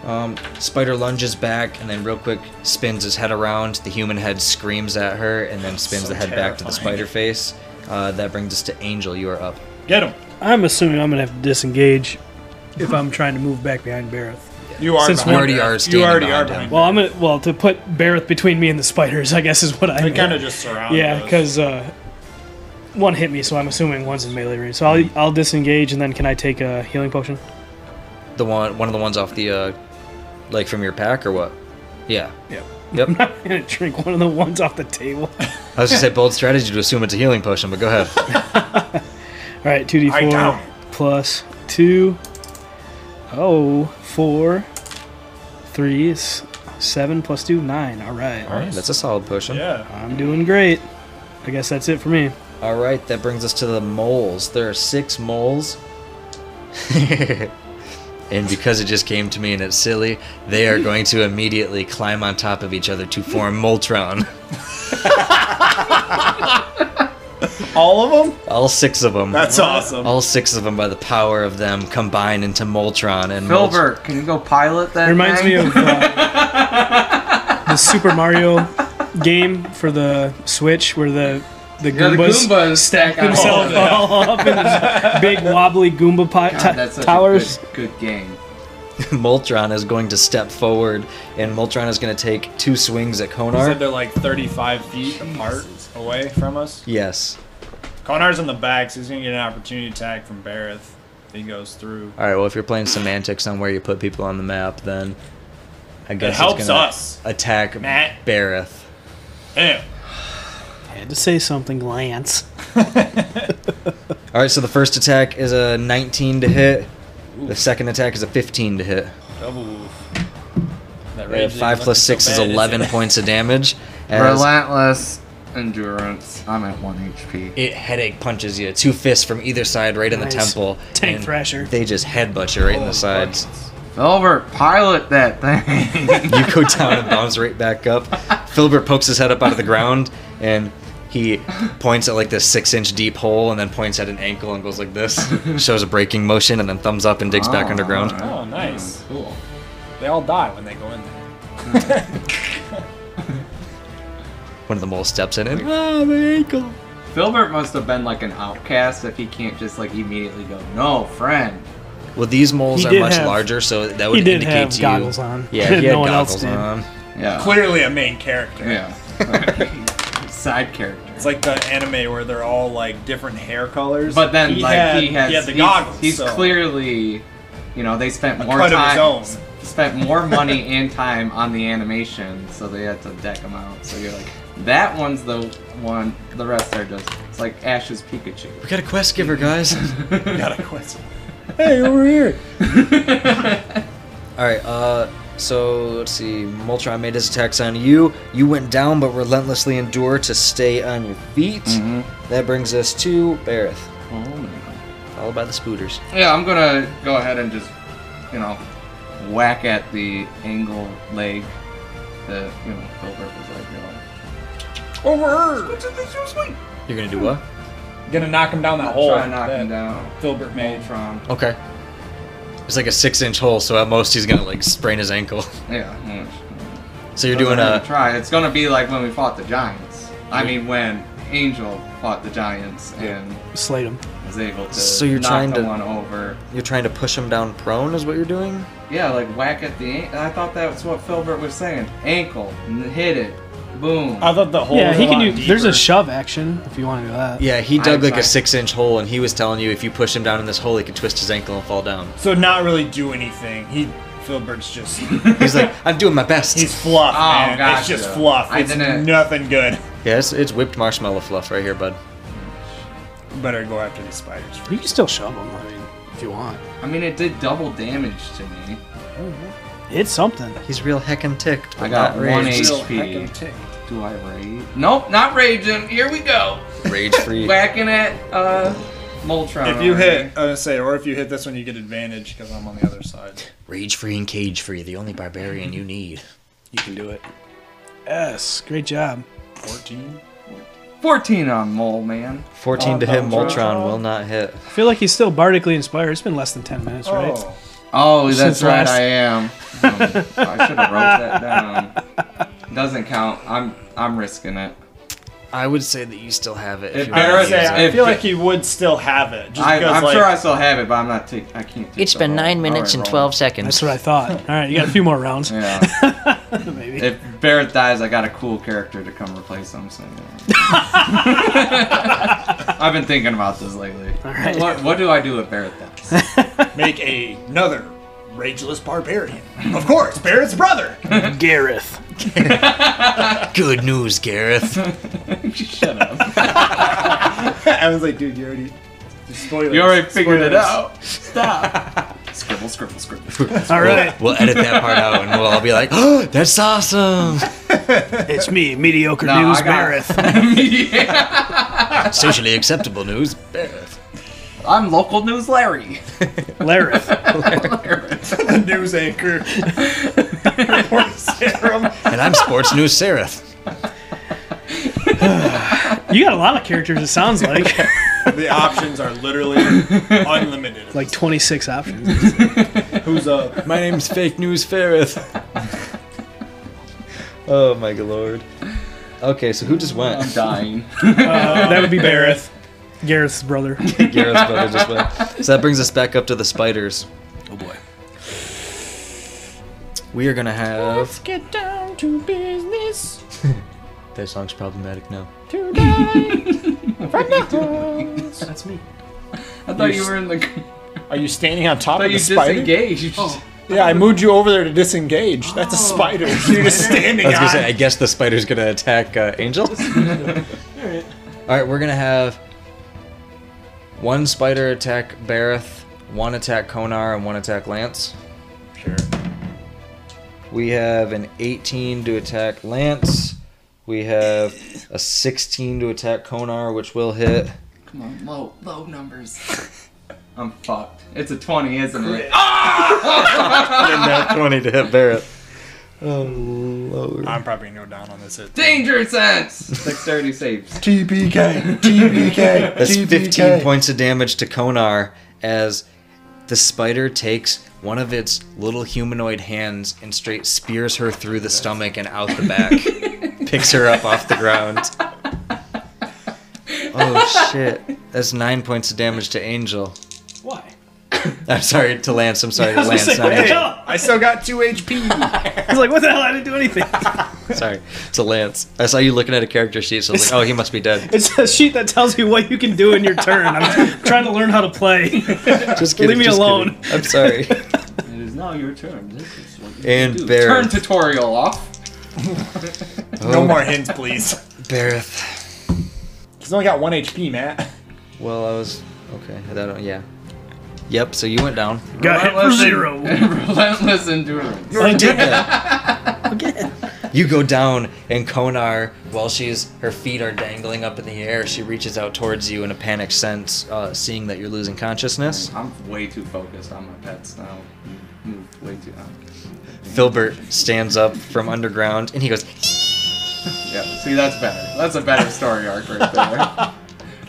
[SPEAKER 2] Um, spider lunges back and then, real quick, spins his head around. The human head screams at her and then spins
[SPEAKER 5] So
[SPEAKER 2] the head back to the
[SPEAKER 5] terrifying.
[SPEAKER 2] spider face. Uh, that brings us to Angel. You are up.
[SPEAKER 5] Get him!
[SPEAKER 4] I'm assuming I'm going to have to disengage if I'm trying to move back behind Barrett.
[SPEAKER 5] You are
[SPEAKER 4] Since
[SPEAKER 5] behind
[SPEAKER 4] we already
[SPEAKER 5] her.
[SPEAKER 2] are
[SPEAKER 5] You
[SPEAKER 2] standing
[SPEAKER 5] already are
[SPEAKER 2] behind
[SPEAKER 5] behind
[SPEAKER 2] him.
[SPEAKER 4] Well, I'm going to, well, to put Barrett between me and the spiders, I guess is what I
[SPEAKER 5] They kind of
[SPEAKER 4] meant.
[SPEAKER 5] just surround
[SPEAKER 4] Yeah,
[SPEAKER 5] us.
[SPEAKER 4] because uh, one hit me, so I'm assuming one's in melee range. So I'll, I'll disengage, and then can I take a healing potion?
[SPEAKER 2] The one, one of the ones off the, uh, like from your pack or what? Yeah.
[SPEAKER 4] Yep.
[SPEAKER 2] Yep.
[SPEAKER 4] I'm going to drink one of the ones off the table.
[SPEAKER 2] I was gonna say bold strategy to assume it's a healing potion, but go ahead.
[SPEAKER 4] All right,
[SPEAKER 5] I don't.
[SPEAKER 4] 2d4 plus 2. Oh, 4. 3 is 7 plus 2, 9. All right.
[SPEAKER 5] Alright.
[SPEAKER 2] That's a solid potion.
[SPEAKER 5] Yeah.
[SPEAKER 4] I'm doing great. I guess that's it for me.
[SPEAKER 2] All right, that brings us to the moles. There are six moles, and because it just came to me and it's silly, they are going to immediately climb on top of each other to form Moltron.
[SPEAKER 5] All of them?
[SPEAKER 2] All six of them.
[SPEAKER 5] That's awesome.
[SPEAKER 2] all six of them by the power of them combine into Moltron and Molt-
[SPEAKER 3] Filbert, can you go pilot that?
[SPEAKER 4] It reminds
[SPEAKER 3] thing?
[SPEAKER 4] me of uh, the Super Mario game for the Switch where the, the
[SPEAKER 3] Yeah, the
[SPEAKER 4] Goombas
[SPEAKER 3] Goombas stack on all of
[SPEAKER 4] themselves
[SPEAKER 3] them.
[SPEAKER 4] all up in these big wobbly Goomba pi-
[SPEAKER 3] God,
[SPEAKER 4] ta-
[SPEAKER 3] that's such
[SPEAKER 4] towers.
[SPEAKER 3] a good, good game.
[SPEAKER 2] Moltron is going to step forward, and Moltron is going to take two swings at
[SPEAKER 5] You said
[SPEAKER 2] Konar.
[SPEAKER 5] they're like 35 feet apart away from us.
[SPEAKER 2] Yes.
[SPEAKER 5] Conar's in the back, so he's gonna get an opportunity attack from Bareth. He goes through.
[SPEAKER 2] All right. Well, if you're playing semantics on where you put people on the map, then I guess
[SPEAKER 5] It
[SPEAKER 2] it's
[SPEAKER 5] helps
[SPEAKER 2] gonna
[SPEAKER 5] us.
[SPEAKER 2] attack
[SPEAKER 5] Matt.
[SPEAKER 2] Bareth.
[SPEAKER 5] Damn.
[SPEAKER 4] had to say something, Lance.
[SPEAKER 2] All right. So the first attack is a 19 to hit. The second attack is a 15 to hit.
[SPEAKER 5] Double wolf. That
[SPEAKER 2] Uh,
[SPEAKER 5] rage
[SPEAKER 2] Five
[SPEAKER 5] didn't
[SPEAKER 2] plus
[SPEAKER 5] look so
[SPEAKER 2] six is
[SPEAKER 5] bad, it?
[SPEAKER 2] 11 points of damage. As
[SPEAKER 3] Relentless. Endurance. I'm at 1 HP.
[SPEAKER 2] It headache punches you. Two fists from either side, right in the
[SPEAKER 4] Nice.
[SPEAKER 2] temple.
[SPEAKER 4] Tank
[SPEAKER 2] and
[SPEAKER 4] thrasher.
[SPEAKER 2] They just headbutt you right in the sides.
[SPEAKER 3] Filbert, pilot that thing.
[SPEAKER 2] You go down and bounce right back up. Filbert pokes his head up out of the ground and he points at like this six inch deep hole and then points at an ankle and goes like this. Shows a breaking motion and then thumbs up and digs back
[SPEAKER 3] Oh,
[SPEAKER 2] underground.
[SPEAKER 3] alright.
[SPEAKER 5] Oh, nice.
[SPEAKER 3] Mm, cool.
[SPEAKER 5] They all die when they go in there.
[SPEAKER 2] One of the mole steps in and ah, my ankle.
[SPEAKER 3] Filbert must have been like an outcast if he can't just like immediately go, no, friend.
[SPEAKER 2] Well, these moles
[SPEAKER 4] He
[SPEAKER 2] are
[SPEAKER 4] did
[SPEAKER 2] much
[SPEAKER 4] have-
[SPEAKER 2] larger, so that would
[SPEAKER 4] he did
[SPEAKER 2] indicate
[SPEAKER 4] have
[SPEAKER 2] to you.
[SPEAKER 4] goggles on.
[SPEAKER 2] Yeah, he had
[SPEAKER 4] No one
[SPEAKER 2] goggles
[SPEAKER 4] else did.
[SPEAKER 2] on.
[SPEAKER 3] Yeah.
[SPEAKER 5] Clearly a main character.
[SPEAKER 3] Yeah. Side character.
[SPEAKER 5] It's like the anime where they're all like different hair colors.
[SPEAKER 3] But then, like
[SPEAKER 5] had-
[SPEAKER 3] he has,
[SPEAKER 5] he had the
[SPEAKER 3] he's-
[SPEAKER 5] goggles.
[SPEAKER 3] He's
[SPEAKER 5] so-
[SPEAKER 3] clearly, you know, they spent more
[SPEAKER 5] cut of his
[SPEAKER 3] time,
[SPEAKER 5] own.
[SPEAKER 3] s- spent more money and time on the animation, so they had to deck him out. So you're like, that one's the one. The rest are just it's like Ash's Pikachu.
[SPEAKER 2] We got a quest giver, guys.
[SPEAKER 5] Got a question.
[SPEAKER 2] hey, over here. All right. Uh, so let's see. Moltron made his attacks on you. You went down, but relentlessly endure to stay on your feet.
[SPEAKER 3] Mhm.
[SPEAKER 2] That brings us to Barith,
[SPEAKER 3] Oh, no.
[SPEAKER 2] followed by the Spooters.
[SPEAKER 3] yeah, I'm gonna go ahead and just, you know, whack at the angle leg. The you know, Filbert was like, you know,
[SPEAKER 5] Over.
[SPEAKER 2] You're gonna do what?
[SPEAKER 5] Gonna knock him down that hole.
[SPEAKER 3] try to knock him
[SPEAKER 5] that
[SPEAKER 3] down.
[SPEAKER 5] Filbert made.
[SPEAKER 3] Ultron.
[SPEAKER 2] Okay. It's like a six-inch hole, so at most he's gonna like sprain his ankle.
[SPEAKER 3] Yeah. mm.
[SPEAKER 2] So you're doing uh,
[SPEAKER 3] Doesn't hurt to
[SPEAKER 2] a.
[SPEAKER 3] try. It's gonna be like when we fought the giants. I mean, when Angel fought the giants and
[SPEAKER 4] Slate him.
[SPEAKER 3] was able to
[SPEAKER 2] So you're
[SPEAKER 3] knock
[SPEAKER 2] trying
[SPEAKER 3] the
[SPEAKER 2] to-
[SPEAKER 3] one over.
[SPEAKER 2] You're trying to push him down prone, is what you're doing.
[SPEAKER 3] Yeah, like whack at the. an- I thought that's what Filbert was saying. Ankle, n- hit it, boom.
[SPEAKER 5] I thought the hole.
[SPEAKER 4] Yeah,
[SPEAKER 5] was
[SPEAKER 4] he
[SPEAKER 5] a
[SPEAKER 4] can
[SPEAKER 5] lot
[SPEAKER 4] do. There's a
[SPEAKER 5] deeper.
[SPEAKER 4] shove action if you want to do that.
[SPEAKER 2] Yeah, he dug
[SPEAKER 3] I'm
[SPEAKER 2] like a
[SPEAKER 3] fine.
[SPEAKER 2] six-inch hole, and he was telling you if you push him down in this hole, he could twist his ankle and fall down.
[SPEAKER 5] So not really do anything. He Filbert's just
[SPEAKER 2] He's like, I'm doing my best.
[SPEAKER 5] he's fluff.
[SPEAKER 3] Oh,
[SPEAKER 5] man.
[SPEAKER 3] gotcha.
[SPEAKER 5] It's just fluff.
[SPEAKER 3] I
[SPEAKER 5] it's
[SPEAKER 3] didn't-
[SPEAKER 5] nothing good.
[SPEAKER 2] Yeah, it's, it's whipped marshmallow fluff right here, bud.
[SPEAKER 5] Better go after these spiders.
[SPEAKER 4] You can still shove him. I mean, if you want.
[SPEAKER 3] I mean, it did double damage to me.
[SPEAKER 4] It's something.
[SPEAKER 2] He's real heckin' ticked.
[SPEAKER 3] I got
[SPEAKER 2] not
[SPEAKER 3] one
[SPEAKER 2] raged.
[SPEAKER 5] Still
[SPEAKER 3] HP.
[SPEAKER 5] heckin' ticked.
[SPEAKER 3] Do I rage? Nope, not raging. Here we go.
[SPEAKER 2] Rage free.
[SPEAKER 3] Whacking at uh, Moltron.
[SPEAKER 5] If you
[SPEAKER 3] over
[SPEAKER 5] hit,
[SPEAKER 3] here.
[SPEAKER 5] I was gonna say, or if you hit this one, you get advantage because I'm on the other side.
[SPEAKER 2] Rage free and cage free, the only barbarian you need.
[SPEAKER 4] You can do it. Yes, great job.
[SPEAKER 5] 14.
[SPEAKER 3] 14 on Mole Man.
[SPEAKER 2] 14 to
[SPEAKER 5] Oh,
[SPEAKER 2] hit,
[SPEAKER 5] Moltron.
[SPEAKER 2] Moltron will not hit.
[SPEAKER 4] I feel like he's still bardically inspired. It's been less than ten minutes, right?
[SPEAKER 5] Oh,
[SPEAKER 3] Oh, that's
[SPEAKER 4] Since
[SPEAKER 3] right,
[SPEAKER 4] last-
[SPEAKER 3] I am. Um, I should have wrote that down. Doesn't count. I'm I'm risking it.
[SPEAKER 2] I would say that you still have it.
[SPEAKER 3] If
[SPEAKER 2] you
[SPEAKER 3] I
[SPEAKER 2] wanna
[SPEAKER 3] would
[SPEAKER 2] use
[SPEAKER 3] say,
[SPEAKER 2] it.
[SPEAKER 5] I
[SPEAKER 3] If-
[SPEAKER 5] feel like he would still have it. Just
[SPEAKER 3] I,
[SPEAKER 5] because,
[SPEAKER 3] I'm
[SPEAKER 5] like,
[SPEAKER 3] sure I still have it, but I'm not. Take, I can't. Take
[SPEAKER 6] It's
[SPEAKER 3] the
[SPEAKER 6] been
[SPEAKER 3] whole-
[SPEAKER 6] nine
[SPEAKER 3] all
[SPEAKER 6] minutes
[SPEAKER 3] right,
[SPEAKER 6] and
[SPEAKER 3] roll.
[SPEAKER 6] 12 seconds.
[SPEAKER 4] That's what I thought. All right, you got a few more rounds,
[SPEAKER 3] Yeah.
[SPEAKER 4] maybe.
[SPEAKER 3] if Barrett dies, I got a cool character to come replace him. So. you know. I've been thinking about this lately.
[SPEAKER 4] right.
[SPEAKER 3] What What do I do if Barrett dies?
[SPEAKER 5] make a- another rageless barbarian. Of course, Barrett's brother.
[SPEAKER 4] Gareth.
[SPEAKER 2] Good news, Gareth.
[SPEAKER 3] Shut up.
[SPEAKER 5] I was like, dude, you already. Spoilers.
[SPEAKER 3] You already figured it
[SPEAKER 5] Spoilers.
[SPEAKER 3] out. Stop. scribble, scribble, scribble.
[SPEAKER 4] All right,
[SPEAKER 2] We'll edit that part out and we'll all be like, oh, that's awesome.
[SPEAKER 4] it's me, mediocre
[SPEAKER 3] No, I
[SPEAKER 4] news,
[SPEAKER 3] got-
[SPEAKER 4] Gareth.
[SPEAKER 3] yeah.
[SPEAKER 2] Socially acceptable news, Bareth.
[SPEAKER 3] I'm local news Larry.
[SPEAKER 4] Lareth.
[SPEAKER 5] News anchor. Or serum.
[SPEAKER 2] And I'm sports news, Sereth.
[SPEAKER 4] You got a lot of characters. It sounds like
[SPEAKER 5] the options are literally unlimited.
[SPEAKER 4] like 26 options.
[SPEAKER 5] who's up?
[SPEAKER 2] My name's Fake News Ferrith. oh my lord. Okay, so who just went?
[SPEAKER 3] I'm dying.
[SPEAKER 4] that would be Bareth, Gareth's brother.
[SPEAKER 2] Gareth's brother just went. So that brings us back up to the spiders. Oh boy. We are gonna have.
[SPEAKER 6] get down to business
[SPEAKER 2] That song's problematic now.
[SPEAKER 6] today.
[SPEAKER 4] That's me.
[SPEAKER 3] I thought you were in the.
[SPEAKER 5] Are you standing on top
[SPEAKER 3] I thought
[SPEAKER 5] of
[SPEAKER 3] you
[SPEAKER 5] the spider?
[SPEAKER 3] disengaged.
[SPEAKER 5] Yeah, I moved you over there to disengage. That's a
[SPEAKER 3] Oh.
[SPEAKER 5] spider. You're just standing
[SPEAKER 2] I was
[SPEAKER 5] on.
[SPEAKER 2] gonna say, I guess the spider's gonna attack uh, Angel. Alright, we're gonna have one spider attack Bareth, one attack Konar, and one attack Lance.
[SPEAKER 5] Sure.
[SPEAKER 2] We have an 18 to attack Lance, We have a 16 to attack Konar, which will hit.
[SPEAKER 3] Come on, low, low numbers. I'm fucked. It's a 20, isn't it?
[SPEAKER 2] And that 20 to hit Barrett. Oh, Lord.
[SPEAKER 5] I'm probably no down on this.
[SPEAKER 3] Danger sense! Dexterity saves.
[SPEAKER 5] TPK, TPK,
[SPEAKER 2] That's 15 points of damage to Konar as the spider takes one of its little humanoid hands and straight spears her through the stomach and out the back. Picks her up off the ground. Oh shit. That's 9 points of damage to Angel.
[SPEAKER 4] Why?
[SPEAKER 2] I'm sorry to Lance. I'm sorry
[SPEAKER 4] I
[SPEAKER 2] to
[SPEAKER 4] was gonna
[SPEAKER 2] Lance.
[SPEAKER 4] say,
[SPEAKER 2] not
[SPEAKER 4] what the
[SPEAKER 2] Angel.
[SPEAKER 4] hell?
[SPEAKER 5] I still got two HP.
[SPEAKER 4] I was like, what the hell? I didn't do anything.
[SPEAKER 2] Sorry to Lance. I saw you looking at a character sheet, so I was like, oh, he must be dead.
[SPEAKER 4] It's a sheet that tells you what you can do in your turn. I'm trying to learn how to play.
[SPEAKER 2] Just kidding.
[SPEAKER 4] me
[SPEAKER 2] just
[SPEAKER 4] alone.
[SPEAKER 2] kidding. I'm sorry.
[SPEAKER 3] It is now your turn. This is what you
[SPEAKER 2] And
[SPEAKER 3] do.
[SPEAKER 2] Barrett.
[SPEAKER 3] Turn tutorial off.
[SPEAKER 2] Oh,
[SPEAKER 5] no more hints, please.
[SPEAKER 2] Barrett.
[SPEAKER 5] He's only got one HP, Matt.
[SPEAKER 2] Well, I was okay. That yeah. Yep. So you went down.
[SPEAKER 4] Got hit for
[SPEAKER 3] Relentless en-
[SPEAKER 4] zero.
[SPEAKER 3] Relentless endurance.
[SPEAKER 2] I did that. You go down, and Konar, while she's her feet are dangling up in the air, she reaches out towards you in a panicked sense, uh, seeing that you're losing consciousness.
[SPEAKER 3] I'm way too focused on my pets now. Moved way too.
[SPEAKER 2] Filbert stands up from underground, and he goes,
[SPEAKER 3] Yeah, see, that's better. That's a better story arc right there.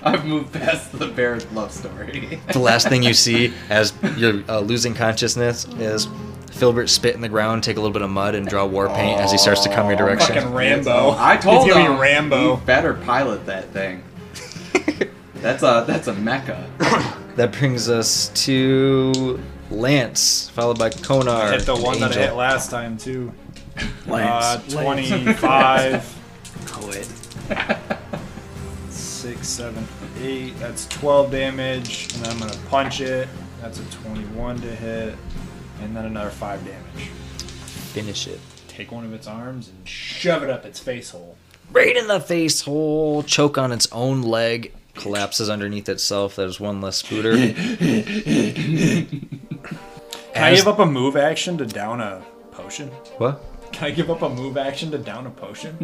[SPEAKER 3] I've moved past the bear love story.
[SPEAKER 2] the last thing you see as you're uh, losing consciousness is Filbert spit in the ground, take a little bit of mud, and draw war paint as he starts to come your direction.
[SPEAKER 5] Fucking Rambo.
[SPEAKER 3] I told
[SPEAKER 5] He's
[SPEAKER 3] you,
[SPEAKER 5] gonna be Rambo.
[SPEAKER 3] You better pilot that thing. That's a that's a mecca.
[SPEAKER 2] That brings us to Lance, followed by Konar.
[SPEAKER 5] Hit the
[SPEAKER 2] and
[SPEAKER 5] one that I
[SPEAKER 2] Angel.
[SPEAKER 5] hit last time too.
[SPEAKER 4] Lance,
[SPEAKER 5] uh, twenty-five,
[SPEAKER 4] Quit.
[SPEAKER 5] six, seven, eight. That's twelve damage, and then I'm gonna punch it. That's a twenty-one to hit, and then another five damage.
[SPEAKER 2] Finish it.
[SPEAKER 5] Take one of its arms and shove it up its face hole.
[SPEAKER 2] right in the face hole, choke on its own leg, collapses underneath itself. That is one less scooter.
[SPEAKER 5] Can I give up a move action to down a potion?
[SPEAKER 2] What?
[SPEAKER 5] Can I give up a move action to down a potion?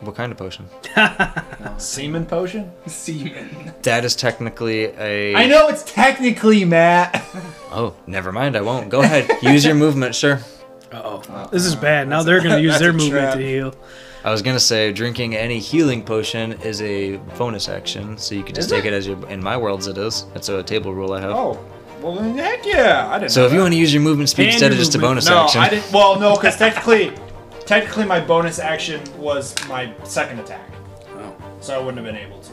[SPEAKER 2] What kind of potion?
[SPEAKER 5] Semen potion?
[SPEAKER 3] Seaman.
[SPEAKER 2] That is technically a.
[SPEAKER 5] I know it's technically Matt.
[SPEAKER 2] Oh, never mind. I won't. Go ahead. Use your movement, sure.
[SPEAKER 4] This is bad. Now they're going to use
[SPEAKER 5] That's
[SPEAKER 4] their
[SPEAKER 5] a
[SPEAKER 4] movement
[SPEAKER 5] trap.
[SPEAKER 4] to heal.
[SPEAKER 2] I was gonna say drinking any healing potion is a bonus action, so you could just
[SPEAKER 5] Is
[SPEAKER 2] take
[SPEAKER 5] it?
[SPEAKER 2] it as your. In my worlds, it is. That's a table rule I have.
[SPEAKER 5] Oh, well then heck yeah! I didn't.
[SPEAKER 2] So
[SPEAKER 5] know
[SPEAKER 2] if you want to use your movement speed
[SPEAKER 4] And
[SPEAKER 2] instead
[SPEAKER 4] your
[SPEAKER 2] of just a
[SPEAKER 4] movement.
[SPEAKER 2] bonus
[SPEAKER 5] No,
[SPEAKER 2] action,
[SPEAKER 5] I didn't. Well, no, because technically, technically my bonus action was my second attack, so I wouldn't have been able to.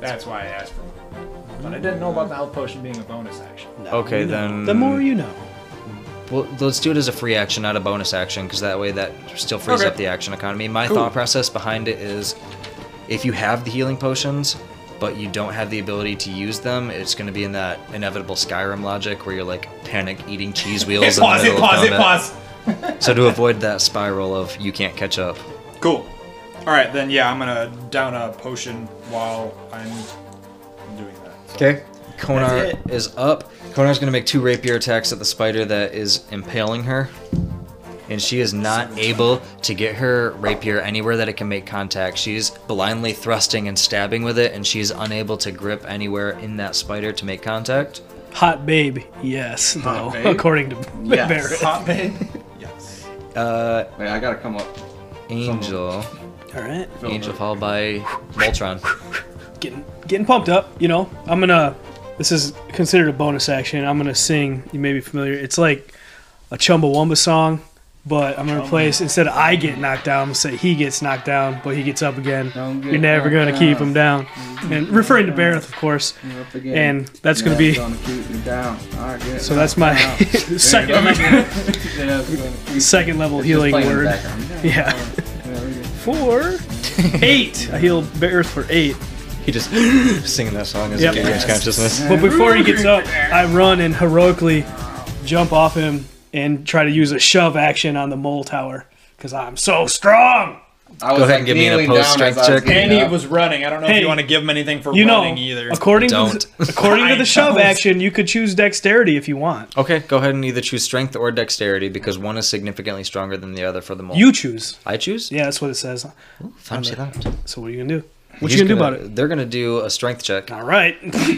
[SPEAKER 5] That's why I asked for it. But I didn't know about the health potion being a bonus action.
[SPEAKER 2] Okay,
[SPEAKER 4] You know.
[SPEAKER 2] then-
[SPEAKER 4] The more you know.
[SPEAKER 2] Well, let's do it as a free action, not a bonus action, because that way that still frees
[SPEAKER 5] Okay.
[SPEAKER 2] up the action economy. My
[SPEAKER 5] Cool.
[SPEAKER 2] thought process behind it is if you have the healing potions, but you don't have the ability to use them, it's going to be in that inevitable Skyrim logic where you're like panic eating cheese wheels. in the
[SPEAKER 5] pause! It
[SPEAKER 2] middle of
[SPEAKER 5] pause! It
[SPEAKER 2] combat.
[SPEAKER 5] pause!
[SPEAKER 2] So to avoid that spiral of you can't catch up.
[SPEAKER 5] Cool. All right, then yeah, I'm gonna down a potion while I'm doing that. So.
[SPEAKER 2] Okay.
[SPEAKER 5] That's
[SPEAKER 2] Konar is up. Konar's going to make two rapier attacks at the spider that is impaling her. And she is not able to get her rapier anywhere that it can make contact. She's blindly thrusting and stabbing with it, and she's unable to grip anywhere in that spider to make contact.
[SPEAKER 4] Hot babe. Yes. though,
[SPEAKER 3] babe?
[SPEAKER 4] According to
[SPEAKER 3] Yes.
[SPEAKER 4] Barrett.
[SPEAKER 5] Hot babe. yes.
[SPEAKER 2] Uh,
[SPEAKER 3] Wait, I gotta come up.
[SPEAKER 2] Angel.
[SPEAKER 4] All right.
[SPEAKER 2] Angel followed by Voltron.
[SPEAKER 4] Getting, getting pumped up. You know, I'm going to. This is considered a bonus action. I'm going to sing. You may be familiar. It's like a Chumbawamba song. But I'm gonna replace instead of I get knocked down, I'm gonna say he gets knocked down, but he gets up again.
[SPEAKER 3] Don't get
[SPEAKER 4] You're never
[SPEAKER 3] knocked
[SPEAKER 4] gonna keep
[SPEAKER 3] down.
[SPEAKER 4] him down. And referring to Barrett, of course.
[SPEAKER 3] Up again.
[SPEAKER 4] And that's gonna be
[SPEAKER 3] Gonna keep me down. All right, good.
[SPEAKER 4] so that's my second level,
[SPEAKER 3] Yeah, we're gonna keep-
[SPEAKER 4] second level
[SPEAKER 3] It's just
[SPEAKER 4] healing
[SPEAKER 3] playing in the
[SPEAKER 4] word.
[SPEAKER 3] background.
[SPEAKER 4] Yeah.
[SPEAKER 3] Yeah, we're good.
[SPEAKER 4] Four. Eight. I heal Barrett for eight.
[SPEAKER 2] He just singing that song as
[SPEAKER 4] Yep.
[SPEAKER 2] he gains consciousness.
[SPEAKER 4] But before he gets up, I run and heroically jump off him and try to use a shove action on the mole tower because I'm so strong.
[SPEAKER 3] I
[SPEAKER 2] ahead
[SPEAKER 3] was like,
[SPEAKER 2] and give me an
[SPEAKER 3] kneeling
[SPEAKER 2] opposed
[SPEAKER 3] down as
[SPEAKER 2] strength
[SPEAKER 3] I was
[SPEAKER 2] check.
[SPEAKER 3] getting
[SPEAKER 5] And he
[SPEAKER 3] up.
[SPEAKER 5] was running. I don't know if
[SPEAKER 4] Hey,
[SPEAKER 5] you want to give him anything for
[SPEAKER 4] You know,
[SPEAKER 5] running either.
[SPEAKER 4] according
[SPEAKER 2] Don't.
[SPEAKER 4] to the, according to
[SPEAKER 5] I
[SPEAKER 4] the shove
[SPEAKER 5] don't.
[SPEAKER 4] action, you could choose dexterity if you want.
[SPEAKER 2] Okay, go ahead and either choose strength or dexterity because one is significantly stronger than the other for the mole.
[SPEAKER 4] You choose.
[SPEAKER 2] I choose.
[SPEAKER 4] Yeah, that's what it says.
[SPEAKER 2] Fancy that.
[SPEAKER 4] So what are you gonna do? What
[SPEAKER 2] He's
[SPEAKER 4] you gonna do about it?
[SPEAKER 2] They're gonna do a strength check,
[SPEAKER 4] All right,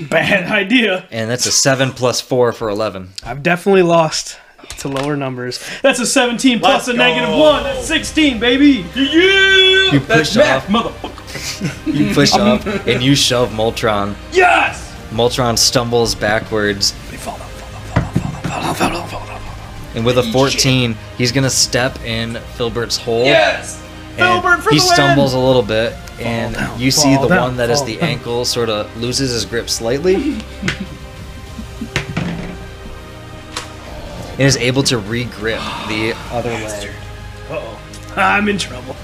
[SPEAKER 4] bad idea.
[SPEAKER 2] and that's a seven plus four for eleven.
[SPEAKER 4] I've definitely lost to lower numbers. That's a 17 plus
[SPEAKER 5] Let's
[SPEAKER 4] a negative
[SPEAKER 5] go.
[SPEAKER 4] one. That's 16, baby.
[SPEAKER 5] Yeah!
[SPEAKER 2] You push
[SPEAKER 4] Math,
[SPEAKER 2] off,
[SPEAKER 4] motherfucker.
[SPEAKER 2] you push off, and you shove Moltron.
[SPEAKER 4] Yes.
[SPEAKER 2] Moltron stumbles backwards,
[SPEAKER 4] They fall down, fall down, fall down, fall down, fall down, fall down, fall down.
[SPEAKER 2] and with a fourteen, he's gonna step in Philbert's hole.
[SPEAKER 5] Yes!
[SPEAKER 2] and
[SPEAKER 5] Filbert for
[SPEAKER 2] he
[SPEAKER 5] the win!
[SPEAKER 2] stumbles a little bit, and
[SPEAKER 4] down,
[SPEAKER 2] you see
[SPEAKER 4] fall
[SPEAKER 2] the
[SPEAKER 4] down,
[SPEAKER 2] one that is
[SPEAKER 4] fall
[SPEAKER 2] the
[SPEAKER 4] down.
[SPEAKER 2] ankle sort of loses his grip slightly, and is able to re-grip the other leg.
[SPEAKER 4] Uh-oh. I'm in trouble.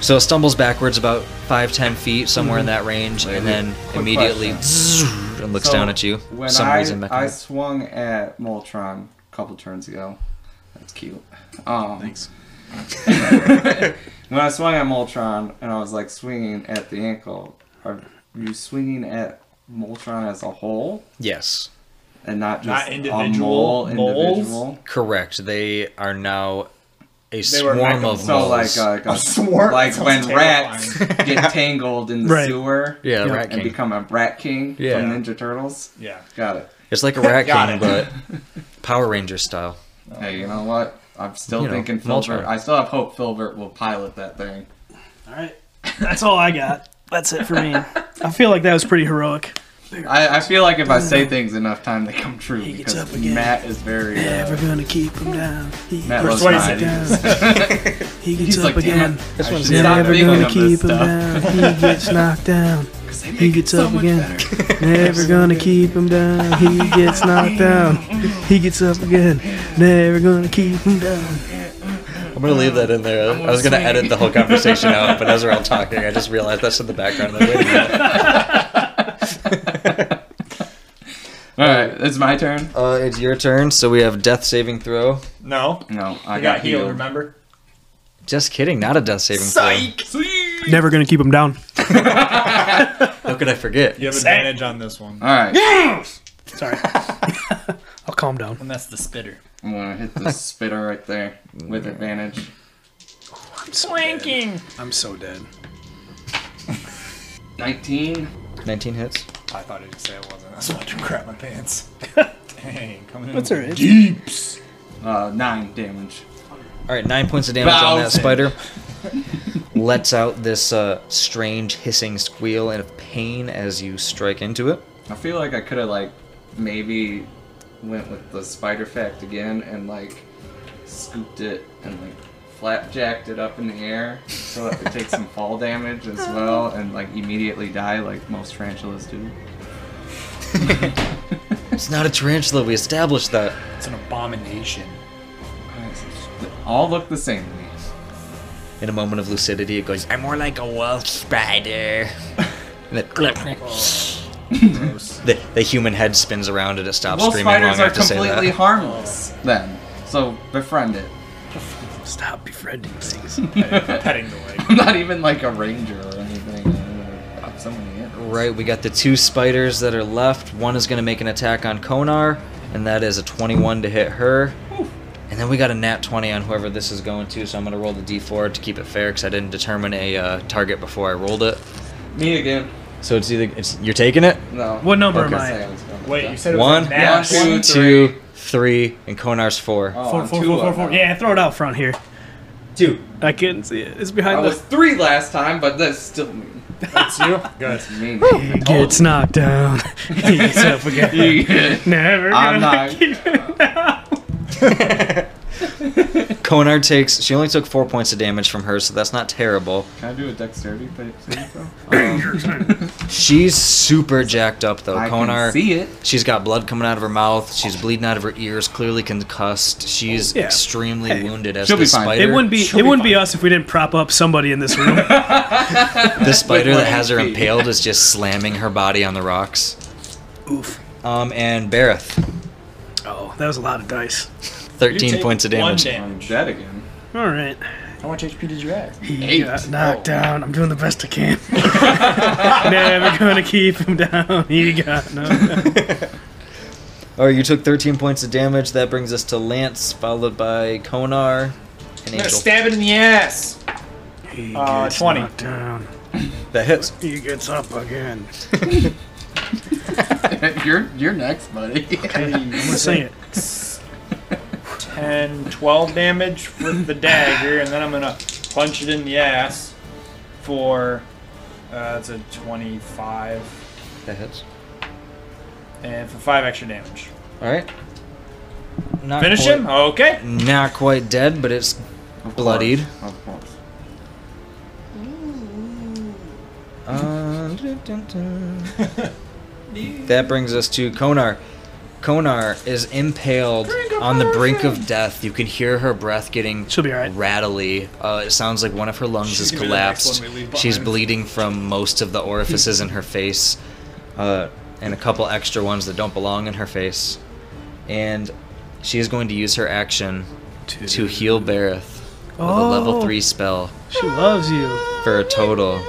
[SPEAKER 2] So it stumbles backwards about five, ten feet, somewhere
[SPEAKER 3] Mm-hmm.
[SPEAKER 2] in that range, and then immediately zzz, and looks
[SPEAKER 3] So,
[SPEAKER 2] down at you.
[SPEAKER 3] When
[SPEAKER 2] Some
[SPEAKER 3] I,
[SPEAKER 2] reason
[SPEAKER 3] I
[SPEAKER 2] mechanism.
[SPEAKER 3] swung at Moltron a couple turns ago. That's cute. Um, Thanks. when I swung at Moltron and I was like swinging at the ankle, are you swinging at Moltron as a whole
[SPEAKER 2] Yes,
[SPEAKER 3] and not just
[SPEAKER 5] Not
[SPEAKER 3] a mole
[SPEAKER 5] individual moles?
[SPEAKER 3] individual?
[SPEAKER 2] correct. They are now a
[SPEAKER 5] They were
[SPEAKER 2] swarm of
[SPEAKER 5] mechanisms.
[SPEAKER 3] So
[SPEAKER 2] moles.
[SPEAKER 3] like, uh, like a,
[SPEAKER 5] A swarm?
[SPEAKER 3] like
[SPEAKER 5] That
[SPEAKER 3] when
[SPEAKER 5] sounds
[SPEAKER 3] rats get tangled in the
[SPEAKER 4] Right.
[SPEAKER 3] sewer
[SPEAKER 2] yeah,
[SPEAKER 4] Yeah.
[SPEAKER 2] rat
[SPEAKER 3] and
[SPEAKER 2] king.
[SPEAKER 3] become a rat king
[SPEAKER 2] Yeah.
[SPEAKER 3] from Ninja Turtles.
[SPEAKER 5] Yeah.
[SPEAKER 3] Got it.
[SPEAKER 2] it's like a rat
[SPEAKER 5] Got
[SPEAKER 2] king,
[SPEAKER 5] it.
[SPEAKER 2] but Power Ranger style.
[SPEAKER 3] Hey, you know what? I'm still
[SPEAKER 2] You know,
[SPEAKER 3] thinking Filbert.
[SPEAKER 2] Voltron.
[SPEAKER 3] I still have hope Filbert will pilot that thing.
[SPEAKER 4] All right, that's all I got. That's it for me. I feel like that was pretty heroic.
[SPEAKER 3] I, I feel like if I say things enough time, they come true
[SPEAKER 4] He gets
[SPEAKER 3] because
[SPEAKER 4] up again.
[SPEAKER 3] Matt is very.
[SPEAKER 4] Never
[SPEAKER 3] Uh,
[SPEAKER 4] gonna keep him down. He
[SPEAKER 3] Matt
[SPEAKER 4] gets
[SPEAKER 3] loves
[SPEAKER 4] up
[SPEAKER 5] Persuasive.
[SPEAKER 4] down. He gets
[SPEAKER 3] He's
[SPEAKER 4] up
[SPEAKER 3] like, damn
[SPEAKER 4] again.
[SPEAKER 3] it. This
[SPEAKER 2] one's
[SPEAKER 3] one's
[SPEAKER 4] Never gonna keep him
[SPEAKER 3] stuff.
[SPEAKER 4] down. He gets knocked down.
[SPEAKER 3] 'Cause they
[SPEAKER 4] He
[SPEAKER 3] make it
[SPEAKER 4] gets
[SPEAKER 3] so
[SPEAKER 4] up
[SPEAKER 3] much
[SPEAKER 4] again.
[SPEAKER 3] better.
[SPEAKER 4] Never gonna keep him down. He gets knocked down. He gets up again. Never gonna keep him down.
[SPEAKER 2] I'm gonna leave that in there. I was gonna edit the whole conversation out, but as we're all talking, I just realized that's in the background. I'm like, Wait a minute.
[SPEAKER 3] All right, it's my turn.
[SPEAKER 2] Uh, it's your turn. So we have death saving throw.
[SPEAKER 5] No.
[SPEAKER 3] No, I
[SPEAKER 5] I
[SPEAKER 3] got,
[SPEAKER 5] got
[SPEAKER 3] healed.
[SPEAKER 5] healed, remember?
[SPEAKER 2] Just kidding. Not a death saving
[SPEAKER 4] Never gonna keep him down.
[SPEAKER 2] throw. How could I forget?
[SPEAKER 5] You have advantage on this one.
[SPEAKER 3] All right,
[SPEAKER 4] Sorry. I'll calm down.
[SPEAKER 5] And that's the spitter.
[SPEAKER 3] I'm gonna hit the spitter right there with advantage.
[SPEAKER 5] Swanking!
[SPEAKER 4] I'm so dead.
[SPEAKER 3] 19.
[SPEAKER 2] 19 hits.
[SPEAKER 5] I thought he'd say it wasn't. I was watching crap my pants. Dang, coming in.
[SPEAKER 4] That's all right.
[SPEAKER 5] Deeps.
[SPEAKER 3] Uh, nine damage.
[SPEAKER 2] All right, nine points of damage on that
[SPEAKER 3] Thousand.
[SPEAKER 2] spider. Lets out this uh, strange hissing squeal and of pain as you strike into it.
[SPEAKER 3] I feel like I could have like maybe went with the spider fact again and like scooped it and like flapjacked it up in the air so it would take some fall damage
[SPEAKER 4] Oh.
[SPEAKER 3] as well and like immediately die like most tarantulas do.
[SPEAKER 2] It's not a tarantula. We established that.
[SPEAKER 5] It's an abomination.
[SPEAKER 3] They all look the same to me.
[SPEAKER 2] In a moment of lucidity, it goes, I'm more like a wolf spider. And it,
[SPEAKER 5] Gross.
[SPEAKER 2] the, the human head spins around and it stops
[SPEAKER 3] Most
[SPEAKER 2] screaming long
[SPEAKER 3] spiders are
[SPEAKER 2] enough to say
[SPEAKER 3] completely
[SPEAKER 2] that.
[SPEAKER 3] harmless then, so befriend it.
[SPEAKER 4] Stop befriending things.
[SPEAKER 5] Petting the leg.
[SPEAKER 3] I'm not even like a ranger or anything. I pop someone in. the
[SPEAKER 2] Right, we got the two spiders that are left. One is going to make an attack on Konar, and that is a 21 to hit her. And then we got a nat 20 on whoever this is going to, so I'm going to roll the d4 to keep it fair because I didn't determine a uh, target before I rolled it.
[SPEAKER 3] air. Me again.
[SPEAKER 2] So it's either it's you're taking it.
[SPEAKER 3] No.
[SPEAKER 4] What number
[SPEAKER 2] Okay.
[SPEAKER 4] am I?
[SPEAKER 3] I was gonna-
[SPEAKER 5] Wait, you said it was
[SPEAKER 2] One,
[SPEAKER 5] a nat
[SPEAKER 3] Yeah,
[SPEAKER 2] two,
[SPEAKER 3] one,
[SPEAKER 5] one?
[SPEAKER 2] two,
[SPEAKER 3] three.
[SPEAKER 2] three, and Konar's four.
[SPEAKER 3] Oh,
[SPEAKER 4] Four,
[SPEAKER 3] I'm
[SPEAKER 4] four,
[SPEAKER 3] two
[SPEAKER 4] four,
[SPEAKER 3] up
[SPEAKER 4] four, four.
[SPEAKER 3] now.
[SPEAKER 4] Yeah, throw it out front here.
[SPEAKER 2] Two.
[SPEAKER 4] I couldn't see it. It's
[SPEAKER 3] I
[SPEAKER 4] behind
[SPEAKER 3] was
[SPEAKER 4] the.
[SPEAKER 3] three last time, but that's still me.
[SPEAKER 5] That's you? Good.
[SPEAKER 3] Me.
[SPEAKER 4] He gets knocked down. he gets up again. Never.
[SPEAKER 3] I'm
[SPEAKER 4] gonna
[SPEAKER 3] not-
[SPEAKER 4] keep him down.
[SPEAKER 2] Konar takes. She only took four points of damage from her, so that's not terrible.
[SPEAKER 3] Can I do a dexterity play?
[SPEAKER 2] She's super jacked up though.
[SPEAKER 3] I
[SPEAKER 2] Konar.
[SPEAKER 3] can see it.
[SPEAKER 2] She's got blood coming out of her mouth. She's bleeding out of her ears. Clearly concussed. She's
[SPEAKER 4] Yeah.
[SPEAKER 2] extremely wounded as
[SPEAKER 3] she'll
[SPEAKER 2] the
[SPEAKER 3] be fine.
[SPEAKER 2] spider.
[SPEAKER 4] It wouldn't be.
[SPEAKER 5] She'll
[SPEAKER 4] it
[SPEAKER 5] be
[SPEAKER 4] wouldn't be
[SPEAKER 5] fine.
[SPEAKER 4] us if we didn't prop up somebody in this room.
[SPEAKER 2] the spider that has her
[SPEAKER 3] With my
[SPEAKER 2] impaled is just slamming her body on the rocks.
[SPEAKER 4] Oof.
[SPEAKER 2] Um, and Bareth,
[SPEAKER 4] Oh, that was a lot of dice.
[SPEAKER 5] You
[SPEAKER 2] 13
[SPEAKER 5] take
[SPEAKER 2] points of damage.
[SPEAKER 5] One
[SPEAKER 3] I'm
[SPEAKER 5] damage.
[SPEAKER 3] dead again.
[SPEAKER 4] All right.
[SPEAKER 5] How much HP did you add?
[SPEAKER 3] Eight.
[SPEAKER 4] Got knocked down. I'm doing the best I can. Never gonna keep him down. He got no.
[SPEAKER 2] All right, you took 13 points of damage. That brings us to Lance, followed by Konar and
[SPEAKER 5] I'm gonna
[SPEAKER 2] Angel.
[SPEAKER 5] stab it in the ass.
[SPEAKER 4] He
[SPEAKER 5] Uh, 20.
[SPEAKER 4] knocked down.
[SPEAKER 2] That hits.
[SPEAKER 4] He gets up again.
[SPEAKER 3] you're you're next, buddy.
[SPEAKER 4] I'm gonna sing it.
[SPEAKER 5] 10, 12 damage with the dagger, and then I'm gonna punch it in the ass for uh, it's a 25
[SPEAKER 2] That hits.
[SPEAKER 5] and for five extra damage.
[SPEAKER 2] All right. Not
[SPEAKER 5] Finish
[SPEAKER 2] quite,
[SPEAKER 5] him. Okay.
[SPEAKER 2] Not quite dead, but it's bloodied.
[SPEAKER 3] Of course.
[SPEAKER 2] Uh, dun, dun, dun. that brings us to Konar. Konar is impaled on the brink of death. You can hear her breath getting
[SPEAKER 4] She'll be all right.
[SPEAKER 2] rattly. Uh, it sounds like one of her lungs
[SPEAKER 5] She's
[SPEAKER 2] is
[SPEAKER 5] gonna be the next
[SPEAKER 2] collapsed.
[SPEAKER 5] one we leave
[SPEAKER 2] She's
[SPEAKER 5] behind.
[SPEAKER 2] bleeding from most of the orifices in her face, uh, and a couple extra ones that don't belong in her face. And she is going to use her action to heal Bareth with a level
[SPEAKER 4] Oh.
[SPEAKER 2] three spell
[SPEAKER 4] She loves you.
[SPEAKER 2] for a total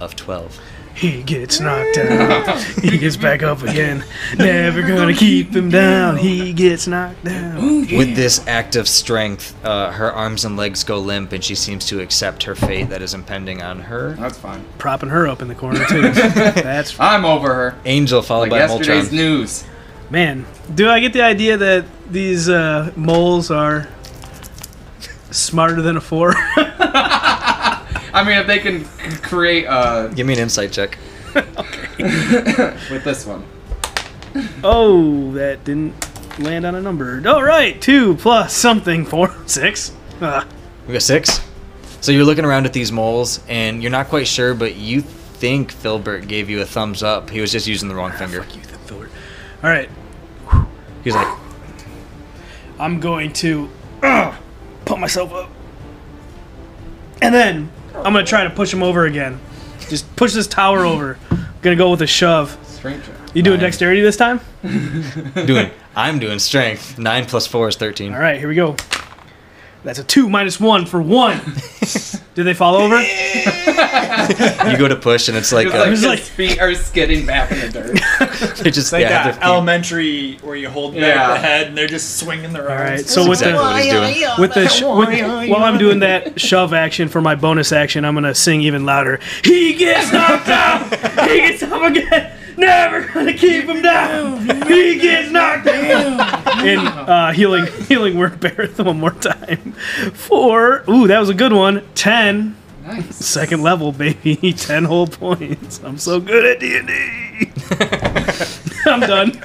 [SPEAKER 2] of twelve.
[SPEAKER 4] He gets knocked down. he gets back up again. Never gonna keep him down. He gets knocked down.
[SPEAKER 2] With this act of strength, uh, her arms and legs go limp, and she seems to accept her fate that is impending on her.
[SPEAKER 3] That's fine.
[SPEAKER 4] Propping her up in the corner too. That's
[SPEAKER 3] I'm over her.
[SPEAKER 2] Angel followed
[SPEAKER 3] Like
[SPEAKER 2] by
[SPEAKER 3] yesterday's
[SPEAKER 2] Moltron.
[SPEAKER 3] news.
[SPEAKER 4] man. Do I get the idea that these uh, moles are smarter than a four?
[SPEAKER 3] I mean, if they can c- create uh
[SPEAKER 2] Give me an insight check.
[SPEAKER 3] with this one.
[SPEAKER 4] oh, that didn't land on a number. All right, two plus something four six. Ah,
[SPEAKER 2] We got six. So you're looking around at these moles, and you're not quite sure, but you think Filbert gave you a thumbs up. He was just using the wrong finger.
[SPEAKER 4] Ah, you the filler. All right,
[SPEAKER 2] He's like,
[SPEAKER 4] I'm going to uh, put myself up. And then I'm going to try to push him over again. Just push this tower over. going to go with a shove.
[SPEAKER 3] Stranger.
[SPEAKER 4] You doing
[SPEAKER 2] Fine.
[SPEAKER 4] dexterity this time?
[SPEAKER 2] doing. I'm doing strength. Nine plus four is thirteen.
[SPEAKER 4] All right, here we go. That's a two minus one for one. Did they fall over?
[SPEAKER 2] You go to push, and it's like,
[SPEAKER 3] It's
[SPEAKER 2] uh,
[SPEAKER 3] like
[SPEAKER 4] was
[SPEAKER 3] his
[SPEAKER 4] like-
[SPEAKER 3] feet are skidding back in the dirt.
[SPEAKER 2] they just
[SPEAKER 5] It's like
[SPEAKER 2] yeah,
[SPEAKER 5] that
[SPEAKER 2] their feet-
[SPEAKER 5] elementary where you hold back
[SPEAKER 3] Yeah.
[SPEAKER 5] the head and they're just swinging their arms.
[SPEAKER 4] All right, so with
[SPEAKER 2] exactly
[SPEAKER 4] the
[SPEAKER 2] what he's doing.
[SPEAKER 4] with the sh- with, while I'm doing that shove action for my bonus action, I'm gonna sing even louder. He gets knocked down. He gets up again. Never gonna keep him down. He gets knocked down. And uh, healing healing word Barrett one more time. Four. Ooh, that was a good one. Ten.
[SPEAKER 3] Nice.
[SPEAKER 4] Second level, baby. Ten whole points. I'm so good at D and D. I'm done.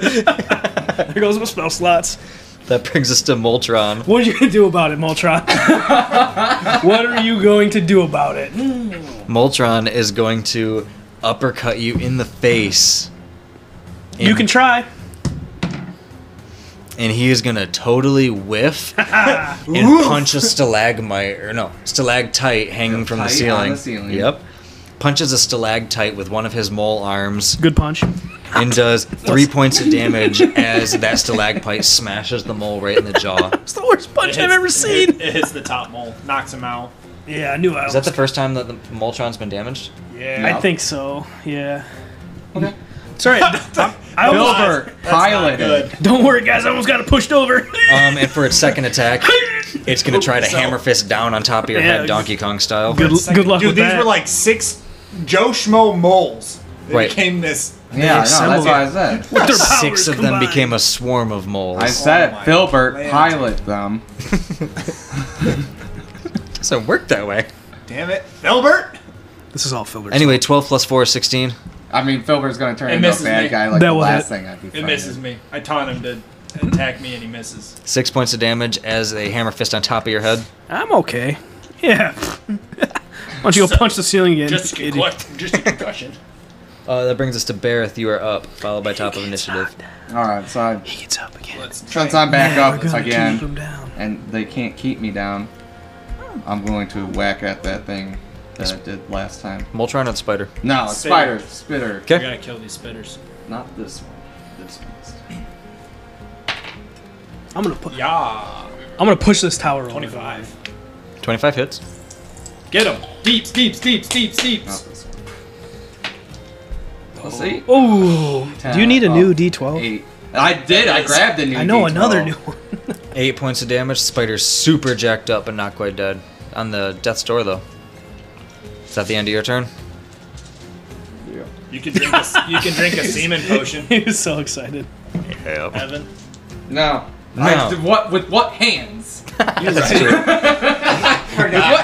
[SPEAKER 4] there goes my spell slots.
[SPEAKER 2] That brings us to Moltron.
[SPEAKER 4] What are you gonna do about it, Moltron? what are you going to do about it?
[SPEAKER 2] Moltron is going to uppercut you in the face.
[SPEAKER 4] You can try.
[SPEAKER 2] and he is gonna totally whiff and punch a stalagmite or no stalactite hanging from the
[SPEAKER 3] Stalactite
[SPEAKER 2] ceiling.
[SPEAKER 3] on the ceiling.
[SPEAKER 2] Yep. Punches a stalactite with one of his mole arms
[SPEAKER 4] Good punch.
[SPEAKER 2] and does three points of damage as that stalagmite smashes the mole right in the jaw.
[SPEAKER 4] It's the worst punch
[SPEAKER 5] It
[SPEAKER 4] I've
[SPEAKER 5] hits-
[SPEAKER 4] ever
[SPEAKER 5] It,
[SPEAKER 4] seen.
[SPEAKER 5] hit- it hits the top mole, knocks him out.
[SPEAKER 4] Yeah, I knew I
[SPEAKER 2] Is
[SPEAKER 4] was.
[SPEAKER 2] that the first time that the Moltron's been damaged?
[SPEAKER 5] Yeah.
[SPEAKER 4] I think so. Yeah.
[SPEAKER 3] Okay.
[SPEAKER 4] Sorry. I almost,
[SPEAKER 3] Silver
[SPEAKER 5] Good.
[SPEAKER 3] pilot.
[SPEAKER 4] don't worry, guys. I almost got it pushed over.
[SPEAKER 2] Um, and for its second attack, it's gonna try to hammer fist down on top of your
[SPEAKER 4] Yeah,
[SPEAKER 2] head, Donkey Kong style.
[SPEAKER 4] Good, good luck
[SPEAKER 5] Dude,
[SPEAKER 4] with
[SPEAKER 5] these
[SPEAKER 4] that.
[SPEAKER 5] were like six Joe Schmo moles. They
[SPEAKER 2] Right.
[SPEAKER 5] became this.
[SPEAKER 3] Yeah, I know,
[SPEAKER 4] assembled
[SPEAKER 3] that's what I said.
[SPEAKER 4] With their
[SPEAKER 2] Six
[SPEAKER 4] powers
[SPEAKER 2] of them
[SPEAKER 4] combined.
[SPEAKER 2] became a swarm of moles.
[SPEAKER 3] I said,
[SPEAKER 5] my
[SPEAKER 3] Filbert,
[SPEAKER 5] land.
[SPEAKER 3] pilot them.
[SPEAKER 2] so it worked that way.
[SPEAKER 5] Damn it, Filbert!
[SPEAKER 4] This is all filler.
[SPEAKER 2] Anyway, 12 plus 4 is 16.
[SPEAKER 3] I mean, Filbert's gonna turn
[SPEAKER 5] It
[SPEAKER 3] into a
[SPEAKER 5] misses
[SPEAKER 3] bad
[SPEAKER 5] me.
[SPEAKER 3] guy like
[SPEAKER 4] That
[SPEAKER 3] the
[SPEAKER 4] was
[SPEAKER 3] last
[SPEAKER 4] it.
[SPEAKER 3] thing I'd be
[SPEAKER 5] It misses me. I taunt him to attack me and he misses.
[SPEAKER 2] Six points of damage as a hammer fist on top of your head.
[SPEAKER 4] I'm okay. Yeah. Why don't you go punch the ceiling again?
[SPEAKER 5] Just a,
[SPEAKER 4] idiot.
[SPEAKER 5] concu- just a concussion.
[SPEAKER 2] Uh, that brings us to Bareth. You are up, followed by top of initiative.
[SPEAKER 3] Alright, so I,
[SPEAKER 4] He gets up again.
[SPEAKER 5] Let's
[SPEAKER 3] since I'm back
[SPEAKER 4] Never
[SPEAKER 3] up
[SPEAKER 4] gonna
[SPEAKER 3] again,
[SPEAKER 4] Keep him down.
[SPEAKER 3] and they can't keep me down, I'm going to whack at that thing that I did last time.
[SPEAKER 2] Moltron or the spider?
[SPEAKER 3] No,
[SPEAKER 5] Spitter.
[SPEAKER 3] spider, spitter,
[SPEAKER 5] We
[SPEAKER 2] Okay.
[SPEAKER 5] gotta kill these spitters.
[SPEAKER 3] not this one. This one.
[SPEAKER 4] I'm gonna put.
[SPEAKER 5] Yeah.
[SPEAKER 4] I'm gonna push this tower over.
[SPEAKER 5] 25.
[SPEAKER 2] 25 hits.
[SPEAKER 5] Get him. Deeps, deeps, deeps, deeps,
[SPEAKER 3] Not
[SPEAKER 5] deeps.
[SPEAKER 3] this one. Let's see.
[SPEAKER 4] Oh, do you need a new D12?
[SPEAKER 3] Eight. I did. I grabbed a new.
[SPEAKER 4] I know
[SPEAKER 3] D12.
[SPEAKER 4] another new one.
[SPEAKER 2] Eight points of damage. Spider's super jacked up, but not quite dead. On the death's door, though. Is that the end of your turn?
[SPEAKER 5] You can drink. A, you can drink a semen potion,
[SPEAKER 4] he was so excited.
[SPEAKER 2] Yeah.
[SPEAKER 5] Evan.
[SPEAKER 3] No.
[SPEAKER 2] No.
[SPEAKER 3] I, did what with what hands? With what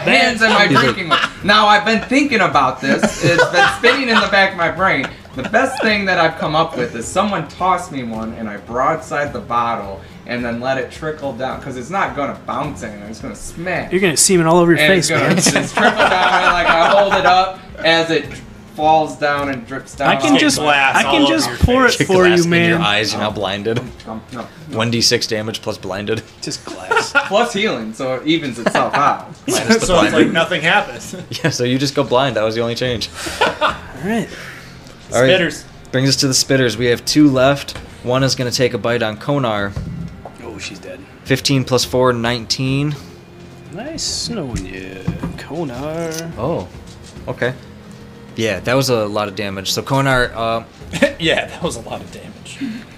[SPEAKER 3] hands am I
[SPEAKER 2] He's right.
[SPEAKER 3] drinking with? Now I've been thinking about this. It's been spinning in the back of my brain. The best thing that I've come up with is someone tossed me one and I broadside the bottle and then let it trickle down because it's not gonna bounce anywhere. It's gonna smash.
[SPEAKER 4] You're gonna semen all over your
[SPEAKER 3] and
[SPEAKER 4] face,
[SPEAKER 3] it's gonna
[SPEAKER 4] man.
[SPEAKER 3] just trickle down. And, like I hold it up as it falls down and drips down.
[SPEAKER 4] I can
[SPEAKER 5] Get
[SPEAKER 4] just,
[SPEAKER 5] glass
[SPEAKER 4] I
[SPEAKER 5] all
[SPEAKER 4] can
[SPEAKER 5] over
[SPEAKER 4] just
[SPEAKER 5] your
[SPEAKER 4] pour it
[SPEAKER 2] Kick
[SPEAKER 4] for
[SPEAKER 2] glass
[SPEAKER 4] you,
[SPEAKER 2] in your
[SPEAKER 4] man.
[SPEAKER 2] eyes, you're now blinded.
[SPEAKER 3] Um, no.
[SPEAKER 2] 1d6 damage plus blinded.
[SPEAKER 4] Just glass.
[SPEAKER 3] Plus healing, so it evens itself out.
[SPEAKER 2] Minus the
[SPEAKER 5] So it's like
[SPEAKER 2] blinded.
[SPEAKER 5] nothing happens.
[SPEAKER 2] yeah, so you just go blind. That was the only change.
[SPEAKER 4] all right.
[SPEAKER 2] All right.
[SPEAKER 5] Spitters.
[SPEAKER 2] Brings us to the spitters. We have two left. One is going to take a bite on Konar.
[SPEAKER 4] Oh, she's dead.
[SPEAKER 2] 15 plus 4, 19.
[SPEAKER 4] Nice snowing you, Konar.
[SPEAKER 2] Oh, okay. Yeah, that was a lot of damage. So Konar, uh,
[SPEAKER 5] yeah, that was a lot of damage.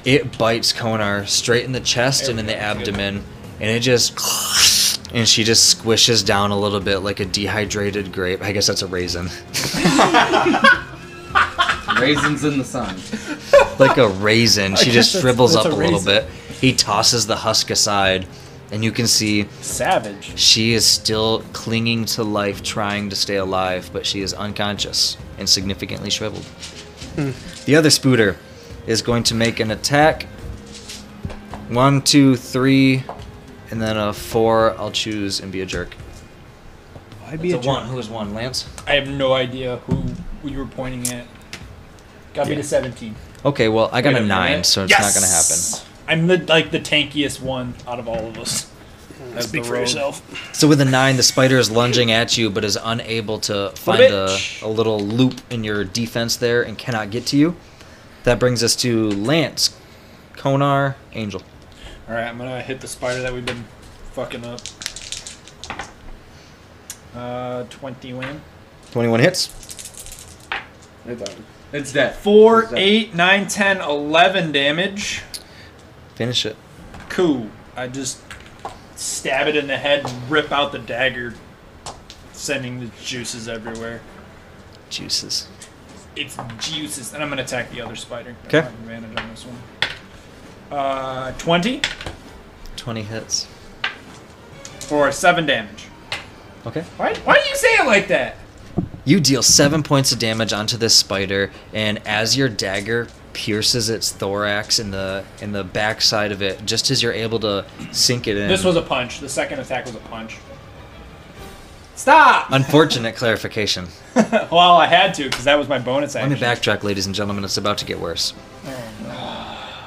[SPEAKER 2] it bites Konar straight in the chest and in the abdomen, and it just and she just squishes down a little bit like a dehydrated grape. I guess that's a raisin,
[SPEAKER 3] Raisins in the sun.
[SPEAKER 2] like a raisin. She
[SPEAKER 5] guess
[SPEAKER 2] just
[SPEAKER 5] that's-
[SPEAKER 2] shrivels
[SPEAKER 5] that's
[SPEAKER 2] up a,
[SPEAKER 5] a
[SPEAKER 2] little bit.
[SPEAKER 5] raisin.
[SPEAKER 2] He tosses the husk aside, and you can see
[SPEAKER 5] Savage.
[SPEAKER 2] she is still clinging to life, trying to stay alive, but she is unconscious and significantly shriveled. The other spooter is going to make an attack. One, two, three, and then a four. I'll choose and be a jerk.
[SPEAKER 4] Why be a jerk?
[SPEAKER 2] Who is one? Lance.
[SPEAKER 5] I have no idea who, who you were pointing at. Got me to 17.
[SPEAKER 2] Okay, well I got
[SPEAKER 5] Wait
[SPEAKER 2] a
[SPEAKER 5] a
[SPEAKER 2] nine,
[SPEAKER 5] minute.
[SPEAKER 2] so it's not gonna happen.
[SPEAKER 5] I'm the like the tankiest one out of all of us. As
[SPEAKER 4] Speak
[SPEAKER 5] the
[SPEAKER 4] for
[SPEAKER 5] rogue.
[SPEAKER 4] yourself.
[SPEAKER 2] So with a nine, the spider is lunging at you, but is unable to find a,
[SPEAKER 5] bitch.
[SPEAKER 2] a little loop in your defense there and cannot get to you. That brings us to Lance, Konar, Angel.
[SPEAKER 5] All right, I'm gonna hit the spider that we've been fucking up. Uh, 21.
[SPEAKER 2] 21 hits.
[SPEAKER 3] It's over. It's dead.
[SPEAKER 5] Four,
[SPEAKER 3] Exactly.
[SPEAKER 5] eight, nine, ten, eleven damage.
[SPEAKER 2] Finish it.
[SPEAKER 5] Cool. I just stab it in the head and rip out the dagger, sending the juices everywhere.
[SPEAKER 2] Juices.
[SPEAKER 5] It's juices, and I'm gonna attack the other spider. I
[SPEAKER 2] Okay.
[SPEAKER 5] have advantage on this one. Uh, 20
[SPEAKER 2] 20 hits.
[SPEAKER 5] for seven damage.
[SPEAKER 2] Okay.
[SPEAKER 5] Why? Why do you say it like that?
[SPEAKER 2] You deal seven points of damage onto this spider, and as your dagger pierces its thorax in the in the backside of it, just as you're able to sink it in.
[SPEAKER 5] This was a punch. The second attack was a punch. Stop!
[SPEAKER 2] unfortunate clarification.
[SPEAKER 5] well, I had to because that was my bonus
[SPEAKER 2] Let
[SPEAKER 5] action.
[SPEAKER 2] me backtrack, ladies and gentlemen. It's about to get worse.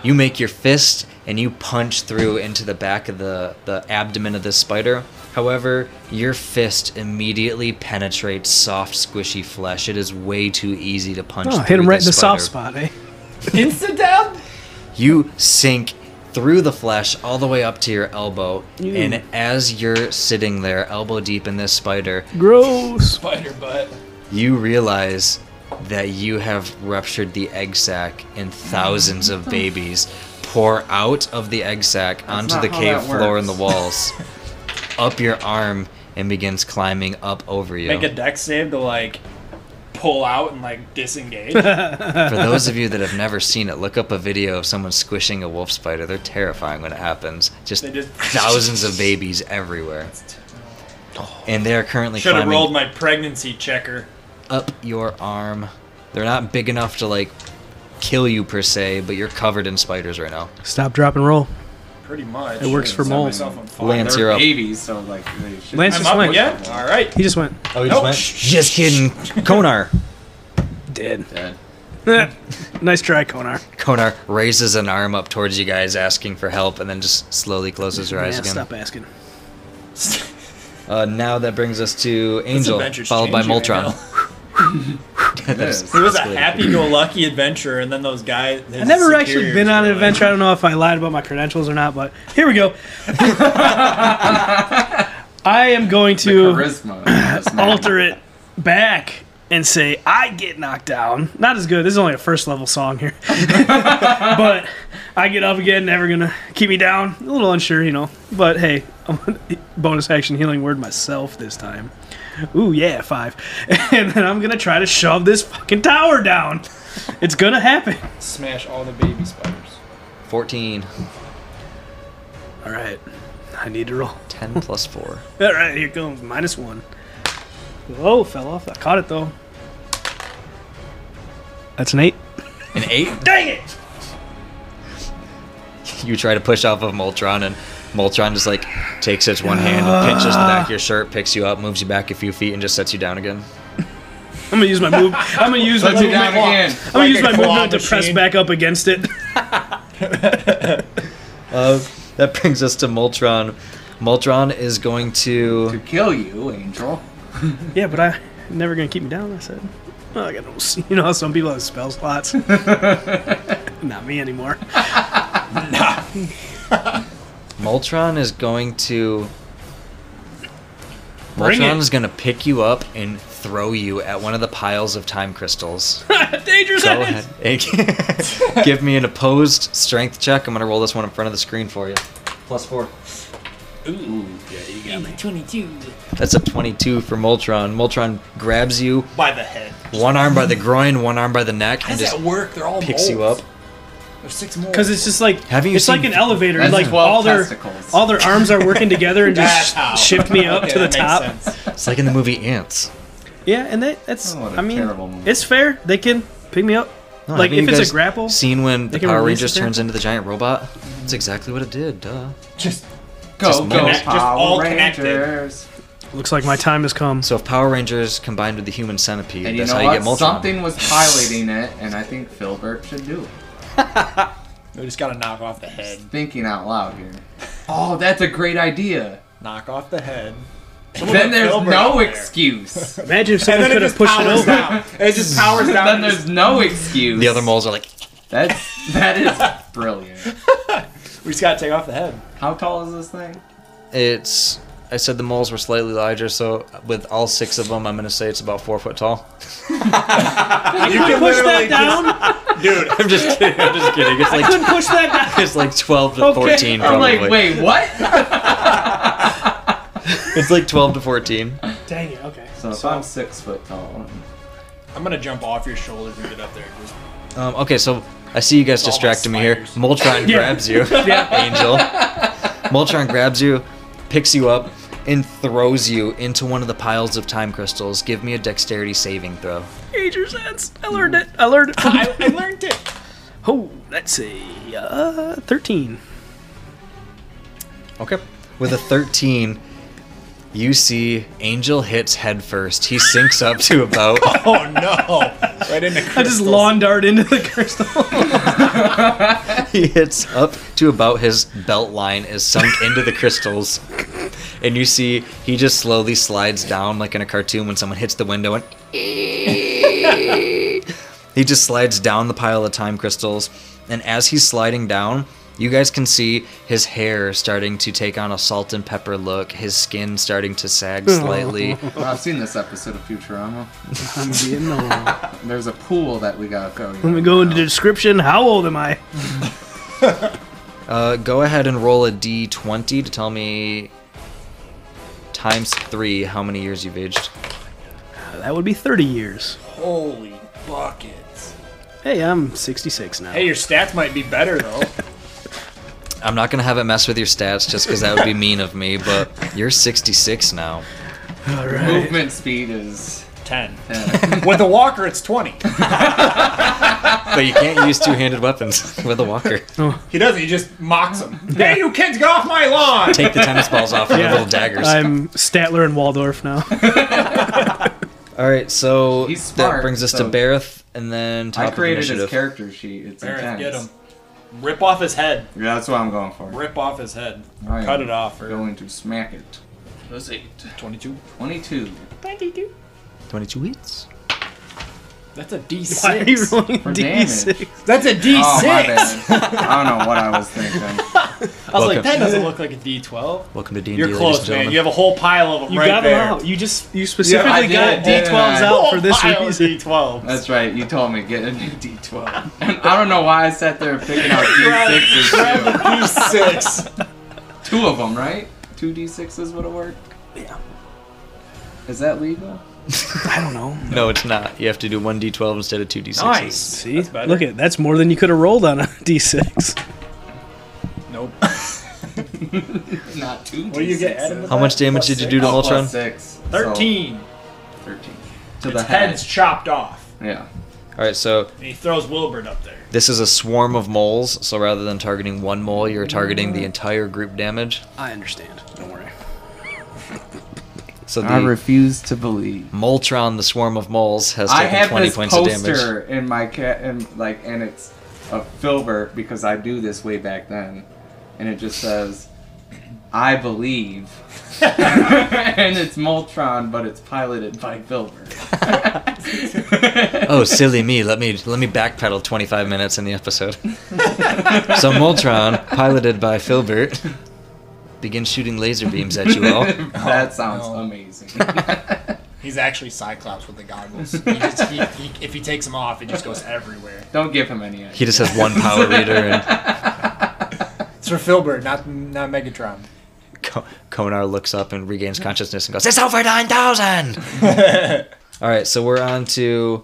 [SPEAKER 2] You make your fist and you punch through into the back of the, the abdomen of this spider. However, your fist immediately penetrates soft, squishy flesh. It is way too easy to punch.
[SPEAKER 4] Oh,
[SPEAKER 2] through
[SPEAKER 4] hit him right in
[SPEAKER 2] this
[SPEAKER 4] the soft
[SPEAKER 2] spider.
[SPEAKER 4] spot, eh?
[SPEAKER 5] Insta dab.
[SPEAKER 2] You sink through the flesh all the way up to your elbow, and as you're sitting there, elbow deep in this spider,
[SPEAKER 4] Gross.
[SPEAKER 5] Spider butt.
[SPEAKER 2] you realize that you have ruptured the egg sac and thousands
[SPEAKER 3] Mm.
[SPEAKER 2] of babies pour out of the egg sac onto
[SPEAKER 3] not
[SPEAKER 2] the
[SPEAKER 3] how
[SPEAKER 2] cave
[SPEAKER 3] that
[SPEAKER 2] floor
[SPEAKER 3] works.
[SPEAKER 2] and the walls up your arm and begins climbing up over you
[SPEAKER 5] Make a deck save to like pull out and like disengage.
[SPEAKER 2] for those of you that have never seen it look up a video of someone squishing a wolf spider they're terrifying when it happens just,
[SPEAKER 5] They just-
[SPEAKER 2] thousands of babies everywhere and they are currently
[SPEAKER 5] Should have
[SPEAKER 2] climbing
[SPEAKER 5] rolled my pregnancy checker.
[SPEAKER 2] up your arm they're not big enough to like kill you per se but you're covered in spiders right now
[SPEAKER 4] Stop, drop, and roll.
[SPEAKER 5] Pretty much.
[SPEAKER 4] It works for
[SPEAKER 5] Set
[SPEAKER 4] moles.
[SPEAKER 5] myself on fire.
[SPEAKER 2] Lance,
[SPEAKER 3] They're
[SPEAKER 2] you're up.
[SPEAKER 3] babies, so like they should.
[SPEAKER 4] Lance-
[SPEAKER 5] I'm
[SPEAKER 4] just
[SPEAKER 5] up
[SPEAKER 4] went.
[SPEAKER 5] again. All right.
[SPEAKER 4] He just went
[SPEAKER 2] Oh, he
[SPEAKER 5] just Nope. went?
[SPEAKER 2] Just kidding. Konar.
[SPEAKER 4] dead.
[SPEAKER 3] dead.
[SPEAKER 4] nice try, Konar.
[SPEAKER 2] Konar raises an arm up towards you guys, asking for help, and then just slowly closes her eyes
[SPEAKER 4] Yeah,
[SPEAKER 2] again.
[SPEAKER 4] stop asking.
[SPEAKER 2] Uh, now that brings us to Angel,
[SPEAKER 5] adventure's
[SPEAKER 2] followed by
[SPEAKER 5] changing right
[SPEAKER 2] Moltron. That
[SPEAKER 3] It
[SPEAKER 2] is-
[SPEAKER 3] is.
[SPEAKER 5] It was a
[SPEAKER 2] escalated.
[SPEAKER 5] happy-go-lucky adventure, and then those guys.
[SPEAKER 4] I've never actually been on an adventure. I don't know if I lied about my credentials or not, but here we go. I am going
[SPEAKER 3] The
[SPEAKER 4] to
[SPEAKER 3] charisma. of this man.
[SPEAKER 4] alter it back and say I get knocked down. Not as good. This is only a first level song here, but I get up again. Never gonna keep me down. A little unsure, you know. But hey, I'm gonna bonus action healing word myself this time. Ooh yeah, five. And then I'm gonna try to shove this fucking tower down. It's gonna happen.
[SPEAKER 5] Smash all the baby spiders.
[SPEAKER 2] 14.
[SPEAKER 4] All right, I need to roll.
[SPEAKER 2] 10 plus 4.
[SPEAKER 4] All right, here comes minus one. Whoa, fell off. I caught it though. That's an eight.
[SPEAKER 2] An 8?
[SPEAKER 4] Dang it!
[SPEAKER 2] You try to push off of Moltron, and Moltron just like takes its one hand
[SPEAKER 5] Ah.
[SPEAKER 2] and pinches the back of your shirt, picks you up, moves you back a few feet, and just sets you down again.
[SPEAKER 4] I'm gonna use my move. I'm gonna use my
[SPEAKER 3] Let's do
[SPEAKER 4] movement.
[SPEAKER 3] that
[SPEAKER 4] I'm
[SPEAKER 3] again.
[SPEAKER 4] gonna
[SPEAKER 5] Like
[SPEAKER 4] use
[SPEAKER 5] a
[SPEAKER 4] my
[SPEAKER 5] claw
[SPEAKER 4] movement to press
[SPEAKER 5] machine.
[SPEAKER 4] back up against it.
[SPEAKER 2] Uh, that brings us to Moltron. Moltron is going to.
[SPEAKER 3] To kill you, Angel.
[SPEAKER 4] yeah, but I never gonna keep me down. I said. Oh, I got no. s- You know how some people have spell slots. Not me anymore.
[SPEAKER 2] Moltron is going to.
[SPEAKER 4] Bring
[SPEAKER 2] Moltron
[SPEAKER 4] it.
[SPEAKER 2] is going to pick you up and throw you at one of the piles of time crystals.
[SPEAKER 4] Dangerous.
[SPEAKER 2] Go ahead. and Give me an opposed strength check. I'm going to roll this one in front of the screen for you. Plus four.
[SPEAKER 6] Twenty-two.
[SPEAKER 2] That's a 22 for Moltron. Moltron grabs you,
[SPEAKER 5] By the head.
[SPEAKER 2] one arm by the groin, one arm by the neck,
[SPEAKER 5] How
[SPEAKER 2] and
[SPEAKER 5] does
[SPEAKER 2] just
[SPEAKER 5] that work? They're all
[SPEAKER 2] picks you up.
[SPEAKER 5] moles. There's six more.
[SPEAKER 4] Because it's just like
[SPEAKER 2] Have you
[SPEAKER 4] it's like
[SPEAKER 2] seen-
[SPEAKER 4] an elevator.
[SPEAKER 3] That's
[SPEAKER 4] Like
[SPEAKER 3] 12
[SPEAKER 4] all their
[SPEAKER 3] testicles.
[SPEAKER 4] all their arms are working together and
[SPEAKER 5] That's
[SPEAKER 4] just
[SPEAKER 5] how.
[SPEAKER 4] sh- shift me up
[SPEAKER 5] Okay,
[SPEAKER 4] to the
[SPEAKER 5] that makes
[SPEAKER 4] top.
[SPEAKER 5] sense.
[SPEAKER 2] It's like in the movie Ants.
[SPEAKER 4] Yeah, and that, that's
[SPEAKER 3] Oh, what a
[SPEAKER 4] I mean
[SPEAKER 3] terrible move.
[SPEAKER 4] it's fair. They can pick me up.
[SPEAKER 2] No,
[SPEAKER 4] like
[SPEAKER 2] haven't you
[SPEAKER 4] if it's
[SPEAKER 2] guys
[SPEAKER 4] a grapple.
[SPEAKER 2] Seen when the
[SPEAKER 4] can
[SPEAKER 2] Power
[SPEAKER 4] release
[SPEAKER 2] Rangers
[SPEAKER 4] it there?
[SPEAKER 2] turns into the giant robot? That's exactly what it did. Duh.
[SPEAKER 5] Just
[SPEAKER 3] Go,
[SPEAKER 2] Just
[SPEAKER 3] go,
[SPEAKER 2] connect-
[SPEAKER 5] just all
[SPEAKER 3] Power
[SPEAKER 5] connected.
[SPEAKER 3] Rangers.
[SPEAKER 4] Looks like my time has come.
[SPEAKER 2] So if Power Rangers combined with the Human Centipede,
[SPEAKER 3] And you
[SPEAKER 2] that's
[SPEAKER 3] know
[SPEAKER 2] how you
[SPEAKER 3] what?
[SPEAKER 2] get Moltron.
[SPEAKER 3] Something was piloting it, and I think Philbert should do it.
[SPEAKER 5] we just gotta knock off the head.
[SPEAKER 3] Thinking out loud here. Oh, that's a great idea.
[SPEAKER 5] Knock off the head.
[SPEAKER 3] Then there's
[SPEAKER 5] Philbert
[SPEAKER 3] no
[SPEAKER 5] out there.
[SPEAKER 3] excuse.
[SPEAKER 4] Imagine if someone could have pushed it over.
[SPEAKER 5] down. It just powers down.
[SPEAKER 3] then there's no excuse.
[SPEAKER 2] The other moles are like,
[SPEAKER 3] That's that is brilliant.
[SPEAKER 5] we just gotta take off the head.
[SPEAKER 3] How tall is this thing?
[SPEAKER 2] it's. I said the moles were slightly larger, so with all six of them, I'm going to say it's about four foot tall.
[SPEAKER 5] I you
[SPEAKER 4] Push that down.
[SPEAKER 5] dude.
[SPEAKER 2] I'm just kidding. I'm just kidding. It's like,
[SPEAKER 4] Couldn't push that down.
[SPEAKER 2] it's like 12 to
[SPEAKER 4] Okay.
[SPEAKER 2] 14,
[SPEAKER 3] I'm
[SPEAKER 2] probably.
[SPEAKER 3] like, wait, what?
[SPEAKER 2] It's like 12 to 14.
[SPEAKER 4] Dang it. Okay.
[SPEAKER 3] So if I'm six foot tall,
[SPEAKER 5] I'm gonna jump off your shoulders and get up there. and Just
[SPEAKER 2] Um, okay, so I see you guys
[SPEAKER 5] all my
[SPEAKER 2] distracting me here.
[SPEAKER 5] spiders.
[SPEAKER 2] Moltron grabs you, Angel. Moltron grabs you, picks you up, and throws you into one of the piles of time crystals. Give me a dexterity saving throw.
[SPEAKER 4] Major sense. I learned it. I learned it. From-
[SPEAKER 5] I, I learned it.
[SPEAKER 4] oh, that's a uh, thirteen.
[SPEAKER 2] Okay. With a 13, you see Angel hits head first. He sinks up to about.
[SPEAKER 5] Oh no! Right into crystals.
[SPEAKER 4] I just lawn dart into the crystal.
[SPEAKER 2] he hits up to about his belt line is sunk into the crystals and you see he just slowly slides down like in a cartoon when someone hits the window and he just slides down the pile of time crystals and as he's sliding down you guys can see his hair starting to take on a salt and pepper look his skin starting to sag slightly
[SPEAKER 3] well, I've seen this episode of Futurama.
[SPEAKER 4] I'm being long.
[SPEAKER 5] uh,
[SPEAKER 3] There's a pool that we gotta go.
[SPEAKER 4] Let me go into the description. How old am I?
[SPEAKER 2] uh, go ahead and roll a d20 to tell me times three how many years you've aged
[SPEAKER 4] That would be thirty years.
[SPEAKER 5] Holy buckets!
[SPEAKER 4] Hey, I'm sixty-six now.
[SPEAKER 5] Hey, your stats might be better though.
[SPEAKER 2] I'm not gonna have it mess with your stats just because that would be mean of me, but you're 66 now.
[SPEAKER 4] All right.
[SPEAKER 3] Movement speed is.
[SPEAKER 5] Ten.
[SPEAKER 3] Yeah.
[SPEAKER 5] With a walker, it's twenty.
[SPEAKER 2] But you can't use two-handed weapons with a walker.
[SPEAKER 5] He doesn't. He just mocks them. Hey, you kids, get off my lawn!
[SPEAKER 2] Take the tennis balls off with
[SPEAKER 4] Yeah.
[SPEAKER 2] little daggers.
[SPEAKER 4] I'm Statler and Waldorf now.
[SPEAKER 2] All right, so
[SPEAKER 3] He's
[SPEAKER 2] that
[SPEAKER 3] smart,
[SPEAKER 2] brings us
[SPEAKER 3] so-
[SPEAKER 2] to Bareth, and then top
[SPEAKER 3] I
[SPEAKER 2] of
[SPEAKER 3] created his
[SPEAKER 2] initiative.
[SPEAKER 3] character sheet. It's intense.
[SPEAKER 5] Barrett, get him. Rip off his head.
[SPEAKER 3] Yeah, that's what I'm going for.
[SPEAKER 5] Rip off his head.
[SPEAKER 3] I am
[SPEAKER 5] Cut it off. Or
[SPEAKER 3] Going to smack it. Plus eight.
[SPEAKER 5] Twenty-two.
[SPEAKER 3] Twenty-two.
[SPEAKER 2] 22 hits.
[SPEAKER 5] That's a D
[SPEAKER 4] Why are you
[SPEAKER 5] six.
[SPEAKER 4] rolling
[SPEAKER 3] For
[SPEAKER 4] D6?
[SPEAKER 5] That's a D
[SPEAKER 3] Oh my
[SPEAKER 5] six.
[SPEAKER 3] bad. I don't know what I was thinking.
[SPEAKER 7] I was like,
[SPEAKER 2] Welcome.
[SPEAKER 7] that doesn't look like a D12.
[SPEAKER 2] Welcome to D and D,
[SPEAKER 7] You're
[SPEAKER 2] ladies and
[SPEAKER 7] close, man.
[SPEAKER 2] gentlemen.
[SPEAKER 7] You have a whole pile of them
[SPEAKER 4] You
[SPEAKER 7] right
[SPEAKER 4] got
[SPEAKER 7] there.
[SPEAKER 4] them out. You just you specifically
[SPEAKER 3] did,
[SPEAKER 4] got
[SPEAKER 3] didn't
[SPEAKER 4] D12s
[SPEAKER 3] I?
[SPEAKER 4] out for this
[SPEAKER 7] Whole pile of
[SPEAKER 4] reason.
[SPEAKER 7] D12s.
[SPEAKER 3] That's right. You told me get a new D12. And I don't know why I sat there picking out D6s. too.
[SPEAKER 7] D6.
[SPEAKER 3] Two of them, right? Two D6s would have worked.
[SPEAKER 4] Yeah.
[SPEAKER 3] Is that legal?
[SPEAKER 4] I don't know.
[SPEAKER 2] No, it's not. You have to do one d12 instead of two d6s.
[SPEAKER 7] Nice.
[SPEAKER 4] See,
[SPEAKER 7] That's better.
[SPEAKER 4] look at that's more than you could have rolled on a D6.
[SPEAKER 5] Nope.
[SPEAKER 3] Not two.
[SPEAKER 5] What do you get,
[SPEAKER 3] D6s.
[SPEAKER 5] Adam?
[SPEAKER 2] How much damage
[SPEAKER 5] Plus
[SPEAKER 2] did you
[SPEAKER 5] six.
[SPEAKER 2] do to
[SPEAKER 3] Oh, plus
[SPEAKER 2] Ultron?
[SPEAKER 3] Six. so
[SPEAKER 7] 13.
[SPEAKER 3] Thirteen. To
[SPEAKER 7] Its
[SPEAKER 3] the head.
[SPEAKER 7] head's chopped off.
[SPEAKER 3] Yeah.
[SPEAKER 2] All right, so
[SPEAKER 7] And he throws Wilbert up there.
[SPEAKER 2] this is a swarm of moles. So rather than targeting one mole, you're targeting the entire group damage.
[SPEAKER 4] I understand. Don't worry.
[SPEAKER 2] So the
[SPEAKER 3] I refuse to believe.
[SPEAKER 2] Moltron, the swarm of moles, has
[SPEAKER 3] I
[SPEAKER 2] taken
[SPEAKER 3] have
[SPEAKER 2] 20
[SPEAKER 3] this
[SPEAKER 2] points of damage.
[SPEAKER 3] poster in my cat, and like, and it's a Filbert because I do this way back then, and it just says, "I believe," and it's Moltron, but it's piloted by Filbert.
[SPEAKER 2] Oh, silly me! Let me let me backpedal 25 minutes in the episode. so Moltron, piloted by Filbert, begins shooting laser beams at you all.
[SPEAKER 3] that sounds
[SPEAKER 7] no.
[SPEAKER 3] amazing.
[SPEAKER 7] He's actually Cyclops with the goggles. He just, he, he, if he takes them off, it just goes everywhere.
[SPEAKER 3] Don't give him any.
[SPEAKER 2] He
[SPEAKER 3] ideas.
[SPEAKER 2] just has one power reader and.
[SPEAKER 7] It's for Filbert, not not Megatron.
[SPEAKER 2] Co- Konar looks up and regains consciousness and goes, "It's over nine thousand. All right, so we're on to.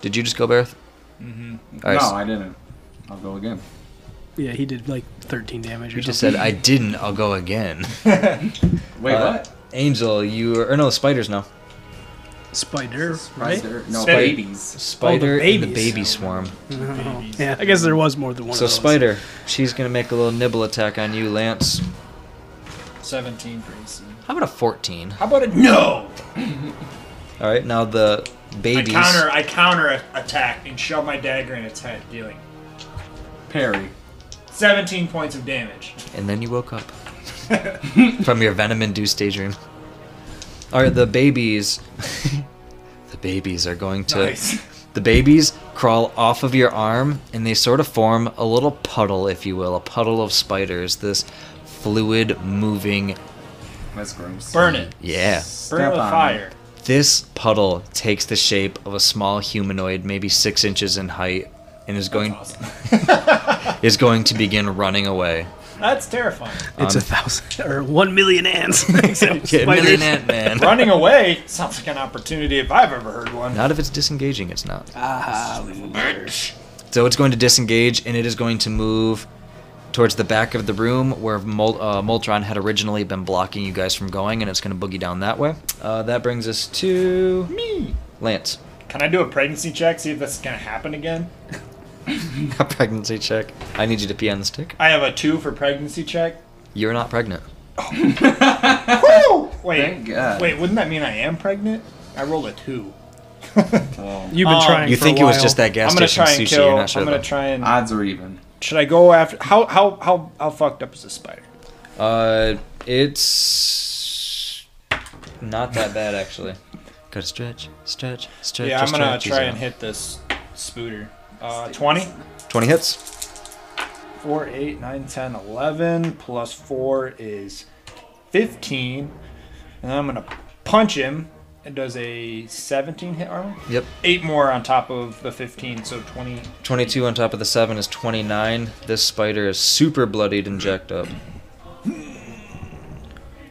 [SPEAKER 2] Did you just go, Barth? Mm-hmm. All right,
[SPEAKER 3] no,
[SPEAKER 2] so
[SPEAKER 3] I didn't. I'll go again.
[SPEAKER 4] Yeah, he did like 13 damage. Or
[SPEAKER 2] you just
[SPEAKER 4] something.
[SPEAKER 2] said I didn't. I'll go again.
[SPEAKER 3] Wait,
[SPEAKER 2] Uh,
[SPEAKER 3] what?
[SPEAKER 2] Angel, you or no spiders now.
[SPEAKER 4] uh, spider, right?
[SPEAKER 3] Spider? No,
[SPEAKER 7] Spider.
[SPEAKER 3] babies.
[SPEAKER 2] Spider and the
[SPEAKER 4] babies.
[SPEAKER 2] baby swarm.
[SPEAKER 4] Oh, yeah, I guess there was more than one.
[SPEAKER 2] So
[SPEAKER 4] of those.
[SPEAKER 2] spider, she's gonna make a little nibble attack on you, Lance.
[SPEAKER 7] 17 for AC.
[SPEAKER 2] How about a fourteen?
[SPEAKER 7] How about a no?
[SPEAKER 2] All right, now the
[SPEAKER 7] I
[SPEAKER 2] babies.
[SPEAKER 7] counter, I counter a- attack and shove my dagger in its head, dealing
[SPEAKER 3] Perry.
[SPEAKER 7] 17 points of damage.
[SPEAKER 2] And then you woke up from your venom induced daydream. All right, the babies. the babies are going to.
[SPEAKER 7] Nice.
[SPEAKER 2] The babies crawl off of your arm and they sort of form a little puddle, if you will, a puddle of spiders. This fluid moving.
[SPEAKER 3] That's gross.
[SPEAKER 7] Burn it.
[SPEAKER 2] Yeah.
[SPEAKER 7] Burn it with
[SPEAKER 3] on
[SPEAKER 7] fire.
[SPEAKER 2] This puddle takes the shape of a small humanoid, maybe six inches in height, and is going
[SPEAKER 7] Awesome.
[SPEAKER 2] is going to begin running away.
[SPEAKER 7] That's terrifying.
[SPEAKER 4] it's a thousand or one million ants. Except
[SPEAKER 2] um, Yeah,
[SPEAKER 4] spiders.
[SPEAKER 2] million ant man.
[SPEAKER 7] Running away sounds like an opportunity if I've ever heard one.
[SPEAKER 2] Not if it's disengaging, it's not.
[SPEAKER 4] Ah,
[SPEAKER 2] So it's going to disengage and it is going to move towards the back of the room where Mol- uh, Moltron had originally been blocking you guys from going, and it's going to boogie down that way. Uh, that brings us to
[SPEAKER 7] Me.
[SPEAKER 2] Lance.
[SPEAKER 7] Can I do a pregnancy check? See if this is gonna happen again.
[SPEAKER 2] A pregnancy check. I need you to pee on the stick.
[SPEAKER 7] I have a two for pregnancy check.
[SPEAKER 2] You're not pregnant.
[SPEAKER 7] Woo! Wait,
[SPEAKER 3] Thank God.
[SPEAKER 7] wait, wouldn't that mean I am pregnant? I rolled a two.
[SPEAKER 3] Well,
[SPEAKER 4] you've been
[SPEAKER 7] Um,
[SPEAKER 4] trying.
[SPEAKER 2] Oh. You
[SPEAKER 4] for
[SPEAKER 2] think
[SPEAKER 4] a
[SPEAKER 2] it
[SPEAKER 4] while.
[SPEAKER 2] was just that gas
[SPEAKER 7] I'm gonna
[SPEAKER 2] station
[SPEAKER 7] try and
[SPEAKER 2] sushi?
[SPEAKER 7] kill.
[SPEAKER 2] You're
[SPEAKER 7] I'm
[SPEAKER 2] not sure.
[SPEAKER 7] gonna
[SPEAKER 2] though.
[SPEAKER 7] try and.
[SPEAKER 3] odds are even.
[SPEAKER 7] should I go after? How how how how fucked up is this spider?
[SPEAKER 2] Uh, it's not that bad actually. Gotta stretch, stretch, stretch.
[SPEAKER 7] yeah, I'm gonna
[SPEAKER 2] stretch.
[SPEAKER 7] try and hit this spooter. Uh, 20?
[SPEAKER 2] Twenty hits.
[SPEAKER 5] 4, 8, 9, 10, 11, plus 4 is 15. And then I'm going to punch him. It does a 17 hit armor.
[SPEAKER 2] Yep.
[SPEAKER 5] 8 more on top of the 15, so 20.
[SPEAKER 2] 22 on top of the 7 is 29. This spider is super bloodied and jacked up.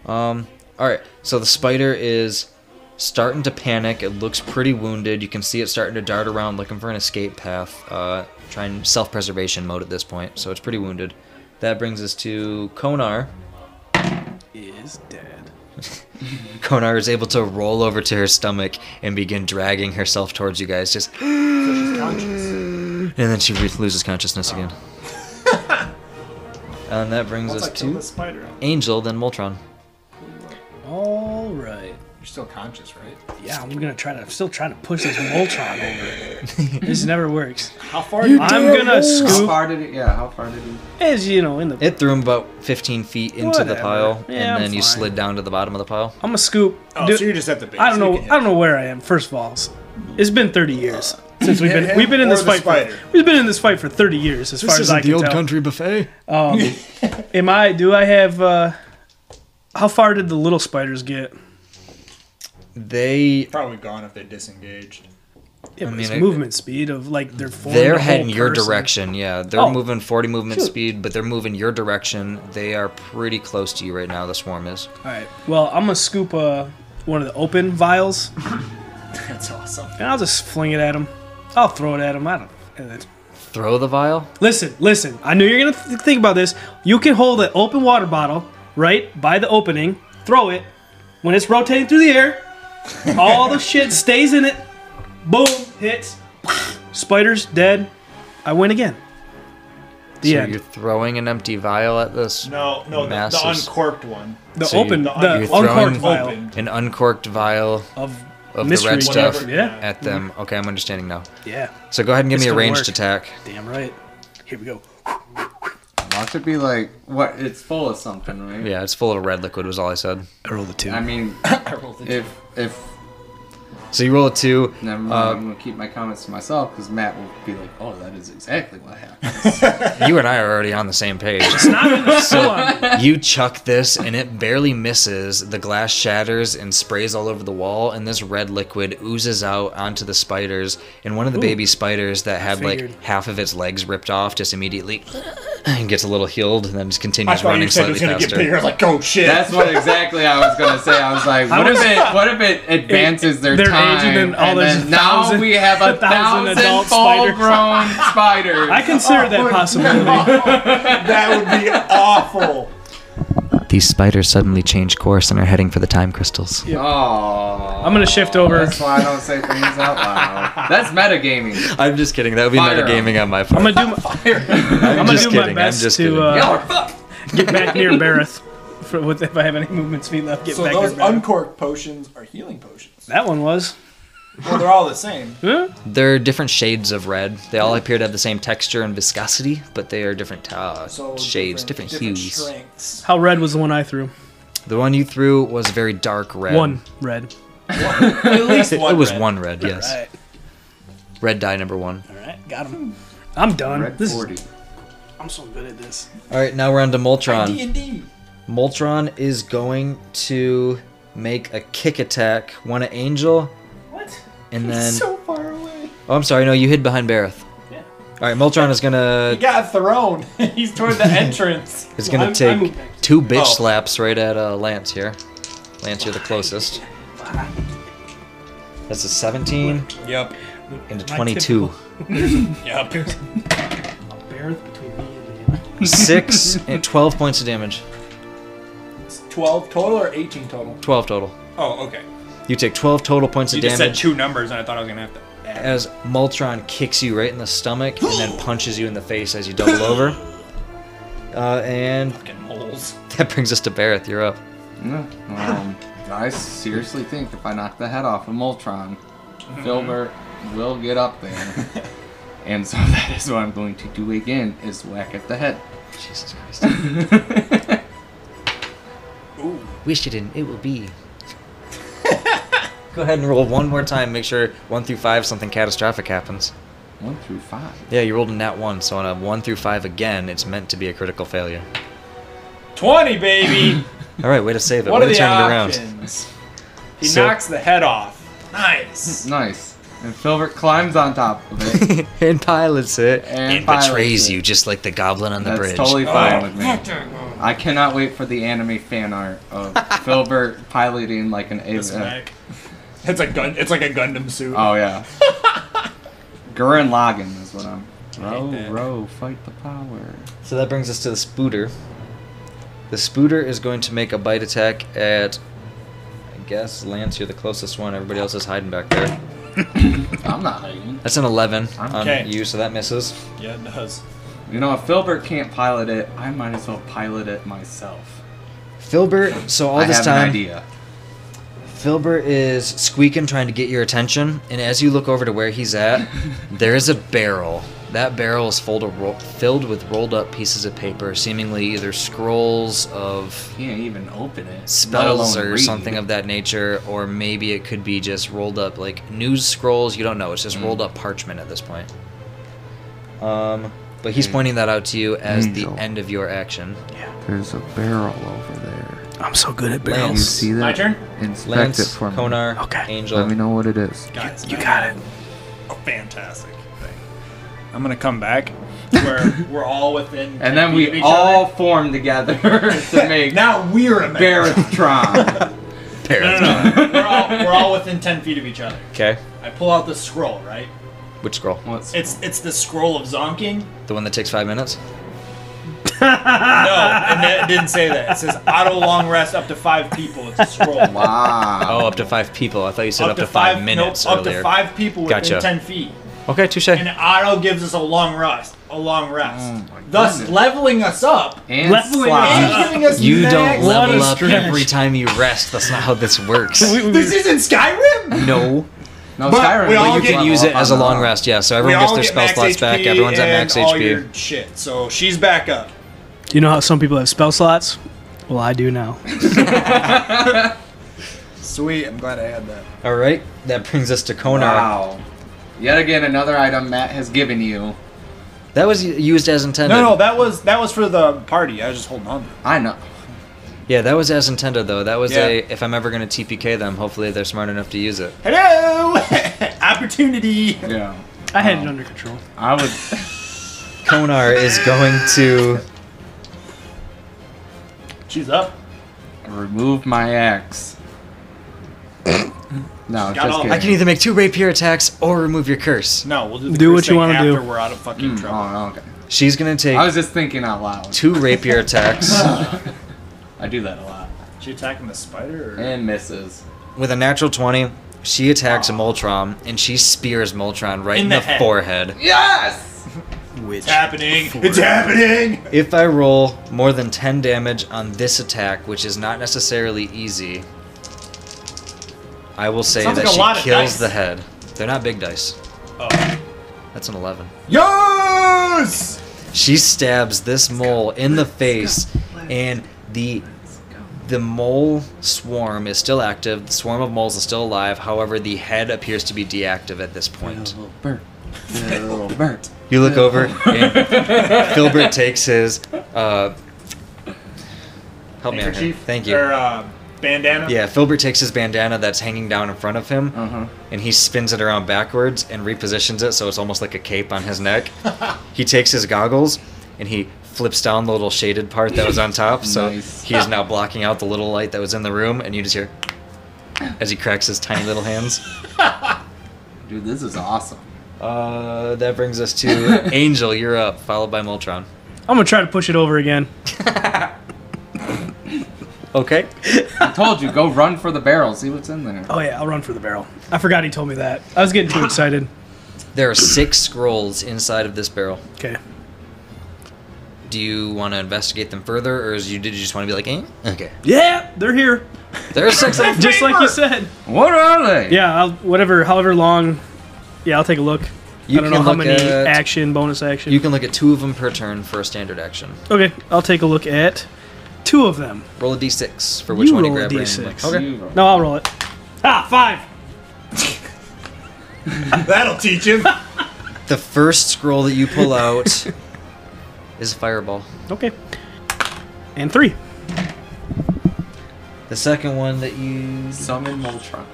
[SPEAKER 2] Um, alright, so the spider is starting to panic. It looks pretty wounded. You can see it starting to dart around looking for an escape path. Uh, trying self preservation mode at this point, so it's pretty wounded. That brings us to Konar.
[SPEAKER 4] is dead.
[SPEAKER 2] Konar is able to roll over to her stomach and begin dragging herself towards you guys, just. And then she re- loses consciousness again. and that brings
[SPEAKER 7] Once I
[SPEAKER 2] us
[SPEAKER 7] kill
[SPEAKER 2] to
[SPEAKER 7] this spider,
[SPEAKER 2] Angel, then Moltron.
[SPEAKER 4] All right.
[SPEAKER 7] you're still conscious, right?
[SPEAKER 4] Yeah, I'm gonna try to still trying to push this Moltron over. this never works.
[SPEAKER 7] How far? You
[SPEAKER 4] I'm gonna
[SPEAKER 3] How
[SPEAKER 4] scoop
[SPEAKER 3] far did it? Yeah, how far did he?
[SPEAKER 4] as you know in the.
[SPEAKER 2] It threw him about 15 feet into the
[SPEAKER 4] Whatever.
[SPEAKER 2] pile,
[SPEAKER 4] Yeah,
[SPEAKER 2] and
[SPEAKER 4] I'm
[SPEAKER 2] then you
[SPEAKER 4] fine.
[SPEAKER 2] slid down to the bottom of the pile.
[SPEAKER 4] I'm gonna scoop.
[SPEAKER 7] Oh,
[SPEAKER 4] do-
[SPEAKER 7] so you're just at the base.
[SPEAKER 4] I don't
[SPEAKER 7] You
[SPEAKER 4] know.
[SPEAKER 7] can hit
[SPEAKER 4] I don't know where I am. First of all, it's been 30 years. since we've
[SPEAKER 5] Hit
[SPEAKER 4] been
[SPEAKER 5] him
[SPEAKER 4] we've been in
[SPEAKER 5] or
[SPEAKER 4] this
[SPEAKER 5] the
[SPEAKER 4] fight.
[SPEAKER 5] spider?
[SPEAKER 4] For, we've been in this fight for thirty years, as far as I can tell. Um,
[SPEAKER 2] buffet.
[SPEAKER 4] Am I? Do I have? uh How far did the little spiders get?
[SPEAKER 2] They
[SPEAKER 5] Probably gone if they disengaged.
[SPEAKER 4] Yeah, but
[SPEAKER 2] mean,
[SPEAKER 4] it's
[SPEAKER 2] I-
[SPEAKER 4] movement speed of like their form.
[SPEAKER 2] they're
[SPEAKER 4] the whole
[SPEAKER 2] heading your
[SPEAKER 4] person.
[SPEAKER 2] direction. Yeah, they're
[SPEAKER 4] Oh,
[SPEAKER 2] moving 40 movement
[SPEAKER 4] shoot.
[SPEAKER 2] speed, but they're moving your direction. They are pretty close to you right now. The swarm is.
[SPEAKER 4] All right. Well, I'm gonna scoop uh, one of the open vials
[SPEAKER 7] That's awesome.
[SPEAKER 4] and I'll just fling it at him. I'll throw it at him. I don't. eh, and then-
[SPEAKER 2] Throw the vial.
[SPEAKER 4] Listen, listen. I know you're gonna th- think about this. You can hold an open water bottle right by the opening. Throw it. When it's rotating through the air, all the shit stays in it. Boom! Hits. Spiders dead. I win again. The
[SPEAKER 2] so
[SPEAKER 4] end.
[SPEAKER 2] you're throwing an empty vial at this.
[SPEAKER 5] No, no, the, the
[SPEAKER 2] Massive.
[SPEAKER 5] uncorked one.
[SPEAKER 4] The
[SPEAKER 2] So you-
[SPEAKER 4] open,
[SPEAKER 5] the-
[SPEAKER 4] the
[SPEAKER 2] you're
[SPEAKER 4] uncorked
[SPEAKER 2] throwing-
[SPEAKER 4] vial
[SPEAKER 5] Open.
[SPEAKER 2] An uncorked vial
[SPEAKER 4] of
[SPEAKER 2] of
[SPEAKER 4] mystery
[SPEAKER 2] the red stuff
[SPEAKER 4] whatever. Yeah,
[SPEAKER 2] at them. Okay, I'm understanding now.
[SPEAKER 4] yeah.
[SPEAKER 2] So go ahead and give
[SPEAKER 4] It's
[SPEAKER 2] me a
[SPEAKER 4] gonna
[SPEAKER 2] ranged
[SPEAKER 4] work.
[SPEAKER 2] attack.
[SPEAKER 4] Damn right. Here we go.
[SPEAKER 3] Watch it be like what? It's full of something, right?
[SPEAKER 2] Yeah, it's full of red liquid. Was all I said.
[SPEAKER 4] I rolled a two.
[SPEAKER 3] I mean,
[SPEAKER 7] I rolled it.
[SPEAKER 3] if if
[SPEAKER 2] So you roll a two.
[SPEAKER 3] never mind,
[SPEAKER 2] Uh,
[SPEAKER 3] I'm gonna keep my comments to myself because Matt will be like, "Oh, that is exactly what happened."
[SPEAKER 2] you and I are already on the same page. so you chuck this, and it barely misses. The glass shatters and sprays all over the wall, and this red liquid oozes out onto the spiders. And one of the baby spiders that had like
[SPEAKER 4] Figured.
[SPEAKER 2] half of its legs ripped off just immediately and gets a little healed, and then just
[SPEAKER 7] I
[SPEAKER 2] continues
[SPEAKER 7] thought
[SPEAKER 2] running
[SPEAKER 7] you said it was
[SPEAKER 2] slightly
[SPEAKER 7] gonna
[SPEAKER 2] faster.
[SPEAKER 7] get bigger. I was like, oh shit.
[SPEAKER 3] That's what exactly I was gonna say. I was like,
[SPEAKER 4] How
[SPEAKER 3] "What if
[SPEAKER 4] does-
[SPEAKER 3] it? What if it advances their,
[SPEAKER 4] their age
[SPEAKER 3] time?"
[SPEAKER 4] and then all there's a
[SPEAKER 3] now
[SPEAKER 4] thousand-
[SPEAKER 3] we have a
[SPEAKER 4] a thousand
[SPEAKER 3] thousand,
[SPEAKER 4] adult
[SPEAKER 3] full-grown spiders.
[SPEAKER 4] I consider that possibility.
[SPEAKER 5] That would be awful.
[SPEAKER 2] These spiders suddenly change course and are heading for the time crystals.
[SPEAKER 3] Aw.
[SPEAKER 4] I'm gonna shift over.
[SPEAKER 3] That's why I don't say things out loud. That's metagaming.
[SPEAKER 2] I'm just kidding. That would be
[SPEAKER 3] Fire
[SPEAKER 2] metagaming gaming on my
[SPEAKER 4] I'm
[SPEAKER 2] part.
[SPEAKER 4] gonna do my,
[SPEAKER 2] I'm,
[SPEAKER 4] I'm gonna
[SPEAKER 2] just
[SPEAKER 4] do
[SPEAKER 2] kidding.
[SPEAKER 4] my best
[SPEAKER 2] I'm just
[SPEAKER 4] to
[SPEAKER 2] kidding.
[SPEAKER 4] uh,
[SPEAKER 3] Y'all are fucked.
[SPEAKER 4] get back near Barrett. For, with, if I have any movement speed left, get
[SPEAKER 5] So
[SPEAKER 4] back
[SPEAKER 5] those
[SPEAKER 4] near Barrett.
[SPEAKER 5] uncorked potions are healing potions.
[SPEAKER 4] that one was.
[SPEAKER 5] Well, they're all the same.
[SPEAKER 4] Huh?
[SPEAKER 2] They're different shades of red. They all appear to have the same texture and viscosity, but they are different uh,
[SPEAKER 5] So
[SPEAKER 2] shades, different, hues.
[SPEAKER 5] strengths.
[SPEAKER 4] How red was the one I threw?
[SPEAKER 2] The one you threw was very dark red.
[SPEAKER 4] One red.
[SPEAKER 5] At least
[SPEAKER 2] It,
[SPEAKER 5] one.
[SPEAKER 2] it was
[SPEAKER 5] red.
[SPEAKER 2] one red, yes.
[SPEAKER 4] Alright,
[SPEAKER 2] Red dye number one.
[SPEAKER 4] alright, got him. I'm done.
[SPEAKER 3] Red
[SPEAKER 4] this
[SPEAKER 3] forty.
[SPEAKER 4] is, I'm so good at this.
[SPEAKER 2] All right, now we're on to Moltron.
[SPEAKER 5] D&D.
[SPEAKER 2] Moltron is going to make a kick attack. One at Angel,
[SPEAKER 4] What?
[SPEAKER 2] and then.
[SPEAKER 5] So far away.
[SPEAKER 2] Oh, I'm sorry. No, you hid behind Bareth.
[SPEAKER 4] Yeah.
[SPEAKER 2] All right, Moltron is gonna
[SPEAKER 5] He got thrown. He's toward the entrance.
[SPEAKER 2] It's gonna
[SPEAKER 4] I'm- I
[SPEAKER 2] take
[SPEAKER 4] moved back.
[SPEAKER 2] two bitch
[SPEAKER 5] Oh.
[SPEAKER 2] slaps right at uh, Lance here. Lance, you're the closest. That's a 17
[SPEAKER 5] Yep.
[SPEAKER 2] and a
[SPEAKER 4] My
[SPEAKER 2] 22.
[SPEAKER 5] Yep.
[SPEAKER 4] Barrett between me and the
[SPEAKER 2] Six and 12 points of damage.
[SPEAKER 5] It's 12 total or 18 total?
[SPEAKER 2] 12 total.
[SPEAKER 5] Oh, okay.
[SPEAKER 2] You take 12 total points
[SPEAKER 5] You
[SPEAKER 2] of
[SPEAKER 5] just said
[SPEAKER 2] damage
[SPEAKER 5] two numbers and I thought I was gonna have to. add.
[SPEAKER 2] as Moltron kicks you right in the stomach and then punches you in the face as you double over. Uh, and
[SPEAKER 5] Fucking holes.
[SPEAKER 2] that brings us to Barrett. You're up.
[SPEAKER 3] Yeah, Um, I seriously think if I knock the head off of Moltron, Filbert will get up there. and so that is what I'm going to do again: is whack at the head.
[SPEAKER 2] Jesus Christ. Wish it and it will be. Go ahead and roll one more time. Make sure one through five something catastrophic happens.
[SPEAKER 3] One through five.
[SPEAKER 2] Yeah, you rolled a nat one, so on a one through five again, it's meant to be a critical failure.
[SPEAKER 5] 20, baby!
[SPEAKER 2] All right, way to save it.
[SPEAKER 5] what
[SPEAKER 2] way
[SPEAKER 5] are
[SPEAKER 2] to
[SPEAKER 5] the
[SPEAKER 2] turn it around.
[SPEAKER 5] options? He
[SPEAKER 2] So-
[SPEAKER 5] knocks the head off. Nice.
[SPEAKER 3] Nice. And Filbert climbs on top of it.
[SPEAKER 2] and pilots it.
[SPEAKER 3] And
[SPEAKER 2] it betrays
[SPEAKER 3] pilots it.
[SPEAKER 2] you, just like the goblin on the
[SPEAKER 3] That's
[SPEAKER 2] bridge.
[SPEAKER 3] totally fine
[SPEAKER 5] Oh.
[SPEAKER 3] with me. I cannot wait for the anime fan art of Filbert piloting like an
[SPEAKER 5] This
[SPEAKER 3] alien.
[SPEAKER 5] guy. It's a gun. It's like a Gundam suit.
[SPEAKER 3] Oh yeah. Gurren Lagann is what I'm. Row,
[SPEAKER 5] that.
[SPEAKER 3] row, fight the power.
[SPEAKER 2] So that brings us to the Spooter. The Spooter is going to make a bite attack at, I guess, Lance, you're the closest one. Everybody else is hiding back there.
[SPEAKER 3] I'm not hiding.
[SPEAKER 2] That's an 11
[SPEAKER 5] Okay.
[SPEAKER 2] on you, so that misses.
[SPEAKER 5] Yeah, it does.
[SPEAKER 3] You know, if Filbert can't pilot it, I might as well pilot it myself.
[SPEAKER 2] Filbert, so all
[SPEAKER 3] I
[SPEAKER 2] this
[SPEAKER 3] have
[SPEAKER 2] time,
[SPEAKER 3] an idea.
[SPEAKER 2] Filbert is squeaking, trying to get your attention, and as you look over to where he's at, there is a barrel That barrel is full of ro- filled with rolled up pieces of paper, seemingly either scrolls of
[SPEAKER 3] Can't even open it.
[SPEAKER 2] spells
[SPEAKER 3] let alone
[SPEAKER 2] or
[SPEAKER 3] read.
[SPEAKER 2] something of that nature, or maybe it could be just rolled up like news scrolls. You don't know. It's just
[SPEAKER 8] Hmm.
[SPEAKER 2] rolled up parchment at this point. Um, but he's pointing that out to you as
[SPEAKER 8] Hmm. Angel.
[SPEAKER 2] the end of your action.
[SPEAKER 8] There's a barrel over there.
[SPEAKER 4] I'm so good at
[SPEAKER 8] Do you
[SPEAKER 2] Lance.
[SPEAKER 4] barrels.
[SPEAKER 8] see that?
[SPEAKER 7] My turn?
[SPEAKER 8] Inspect it
[SPEAKER 2] Lance,
[SPEAKER 8] for me.
[SPEAKER 2] Konar,
[SPEAKER 4] Okay.
[SPEAKER 2] Angel.
[SPEAKER 8] Let me know what it is.
[SPEAKER 7] Guys,
[SPEAKER 4] You got it.
[SPEAKER 7] a fantastic thing.
[SPEAKER 5] I'm gonna come back.
[SPEAKER 7] Where we're all within.
[SPEAKER 3] And then
[SPEAKER 7] 10 feet of
[SPEAKER 3] we
[SPEAKER 7] each
[SPEAKER 3] all
[SPEAKER 7] other.
[SPEAKER 3] form together to make
[SPEAKER 7] Now we're a marathon.
[SPEAKER 3] Barretron.
[SPEAKER 7] No, no, no. we're, all, we're all within 10 feet of each other.
[SPEAKER 2] Okay.
[SPEAKER 7] I pull out the scroll, right?
[SPEAKER 2] Which scroll?
[SPEAKER 3] What's
[SPEAKER 7] It's it's the scroll of zonking.
[SPEAKER 2] The one that takes five minutes?
[SPEAKER 7] No, and that- it didn't say that. It says auto long rest up to five people. It's a scroll.
[SPEAKER 3] wow?
[SPEAKER 2] Oh, up to five people. I thought you said up, to five, minutes
[SPEAKER 7] nope,
[SPEAKER 2] earlier.
[SPEAKER 7] Up to five people within
[SPEAKER 2] Gotcha.
[SPEAKER 7] ten feet.
[SPEAKER 2] Okay, touche.
[SPEAKER 7] And auto gives us a long rest. A long rest.
[SPEAKER 3] Oh my
[SPEAKER 7] Thus
[SPEAKER 3] goodness.
[SPEAKER 7] leveling us
[SPEAKER 2] Oh.
[SPEAKER 7] up
[SPEAKER 3] And
[SPEAKER 4] Let's-
[SPEAKER 7] and
[SPEAKER 3] slime.
[SPEAKER 7] giving us
[SPEAKER 2] You
[SPEAKER 7] max-
[SPEAKER 2] don't level
[SPEAKER 4] of
[SPEAKER 2] up
[SPEAKER 4] stretch.
[SPEAKER 2] every time you rest. That's not how this works.
[SPEAKER 7] This isn't Skyrim?
[SPEAKER 2] no.
[SPEAKER 3] No,
[SPEAKER 7] But
[SPEAKER 3] Skyrim.
[SPEAKER 7] we all
[SPEAKER 2] But you
[SPEAKER 7] get-
[SPEAKER 2] can
[SPEAKER 3] level
[SPEAKER 2] use it
[SPEAKER 3] up on
[SPEAKER 2] as a
[SPEAKER 3] the-
[SPEAKER 2] long rest, yeah. So
[SPEAKER 7] We
[SPEAKER 2] everyone gets
[SPEAKER 7] all
[SPEAKER 2] their
[SPEAKER 7] get
[SPEAKER 2] spell
[SPEAKER 7] max
[SPEAKER 2] slots back.
[SPEAKER 7] HP
[SPEAKER 2] Everyone's at
[SPEAKER 7] and
[SPEAKER 2] max
[SPEAKER 7] all
[SPEAKER 2] HP.
[SPEAKER 7] your shit. So she's back up.
[SPEAKER 4] You know how some people have spell slots? Well, I do now.
[SPEAKER 5] Sweet. I'm glad I had that.
[SPEAKER 2] All right. That brings us to Konar.
[SPEAKER 3] Wow. Yet again, another item Matt has given you.
[SPEAKER 2] That was used as intended.
[SPEAKER 5] No, no, that was that was for the party. I was just holding on. to it.
[SPEAKER 3] I know.
[SPEAKER 2] Yeah, that was as intended, though. That was
[SPEAKER 5] Yeah.
[SPEAKER 2] a, if I'm ever going to TPK them, hopefully they're smart enough to use it.
[SPEAKER 7] Hello! Opportunity!
[SPEAKER 3] Yeah.
[SPEAKER 4] I had it under control.
[SPEAKER 3] I would.
[SPEAKER 2] Konar is going to.
[SPEAKER 7] She's up.
[SPEAKER 3] Remove my axe. no,
[SPEAKER 7] Got all-
[SPEAKER 3] just
[SPEAKER 7] I
[SPEAKER 2] I can
[SPEAKER 3] kidding.
[SPEAKER 2] either make two rapier attacks or remove your curse.
[SPEAKER 5] No, we'll do the
[SPEAKER 4] Do
[SPEAKER 5] first
[SPEAKER 4] what you
[SPEAKER 5] thing
[SPEAKER 4] wanna
[SPEAKER 5] after
[SPEAKER 4] do.
[SPEAKER 5] We're out of fucking
[SPEAKER 3] Mm,
[SPEAKER 5] trouble.
[SPEAKER 3] oh, okay.
[SPEAKER 2] She's going to take
[SPEAKER 3] I was just thinking out loud.
[SPEAKER 2] two rapier attacks
[SPEAKER 3] I do that a lot.
[SPEAKER 5] She attacking the spider? Or?
[SPEAKER 3] And misses.
[SPEAKER 2] with a natural 20. She attacks Moltron and she spears Moltron right in,
[SPEAKER 7] In
[SPEAKER 2] the,
[SPEAKER 7] the head.
[SPEAKER 2] forehead.
[SPEAKER 3] Yes!
[SPEAKER 4] Which?
[SPEAKER 7] It's happening. It's happening.
[SPEAKER 2] If I roll more than 10 damage on this attack, which is not necessarily easy, I will say
[SPEAKER 7] Sounds
[SPEAKER 2] that
[SPEAKER 7] like a lot
[SPEAKER 2] she
[SPEAKER 7] of
[SPEAKER 2] kills
[SPEAKER 7] dice.
[SPEAKER 2] the head. They're not big dice.
[SPEAKER 7] Oh.
[SPEAKER 2] That's an 11.
[SPEAKER 7] Yes!
[SPEAKER 2] She stabs this mole in the face, and the the mole swarm is still active. The swarm of moles is still alive. However, the head appears to be deactive at this point.
[SPEAKER 3] Bert. Little Bert.
[SPEAKER 2] You look over, and Filbert takes his. Uh, help me out here.
[SPEAKER 7] Handkerchief?
[SPEAKER 2] Thank you.
[SPEAKER 7] Or uh, bandana?
[SPEAKER 2] Yeah, Filbert takes his bandana that's hanging down in front of him,
[SPEAKER 7] Oh.
[SPEAKER 3] Uh huh.
[SPEAKER 2] and he spins it around backwards and repositions it so it's almost like a cape on his neck. he takes his goggles and he flips down the little shaded part that was on top, so
[SPEAKER 3] Nice.
[SPEAKER 2] he is now blocking out the little light that was in the room, and you just hear as he cracks his tiny little hands.
[SPEAKER 3] Dude, this is awesome.
[SPEAKER 2] Uh, that brings us to Angel. You're up, followed by Moltron.
[SPEAKER 4] I'm gonna try to push it over again.
[SPEAKER 2] Okay.
[SPEAKER 3] I told you, go run for the barrel, see what's in there.
[SPEAKER 4] Oh yeah, I'll run for the barrel. I forgot he told me that. I was getting too excited.
[SPEAKER 2] There are six scrolls inside of this barrel.
[SPEAKER 4] Okay.
[SPEAKER 2] Do you want to investigate them further, or is you did you just want to be like, eh? Okay.
[SPEAKER 4] Yeah, they're here,
[SPEAKER 2] There are six. of-
[SPEAKER 4] just like you said.
[SPEAKER 3] What are they?
[SPEAKER 4] Yeah, I'll, whatever, however long. Yeah, I'll take a look.
[SPEAKER 2] You
[SPEAKER 4] I don't know
[SPEAKER 2] can
[SPEAKER 4] how
[SPEAKER 2] look
[SPEAKER 4] many
[SPEAKER 2] at-
[SPEAKER 4] action, bonus action.
[SPEAKER 2] You can look at two of them per turn for a standard action.
[SPEAKER 4] okay, I'll take a look at two of them.
[SPEAKER 2] Roll a d6 for which
[SPEAKER 4] You
[SPEAKER 2] one you
[SPEAKER 4] roll a
[SPEAKER 2] grab.
[SPEAKER 4] d6.
[SPEAKER 2] randomly. Okay.
[SPEAKER 3] You roll.
[SPEAKER 4] No, I'll roll it. Ah, five.
[SPEAKER 7] That'll teach him.
[SPEAKER 2] The first scroll that you pull out is a fireball.
[SPEAKER 4] Okay. And three.
[SPEAKER 2] The second one that you
[SPEAKER 3] Summon Moltron.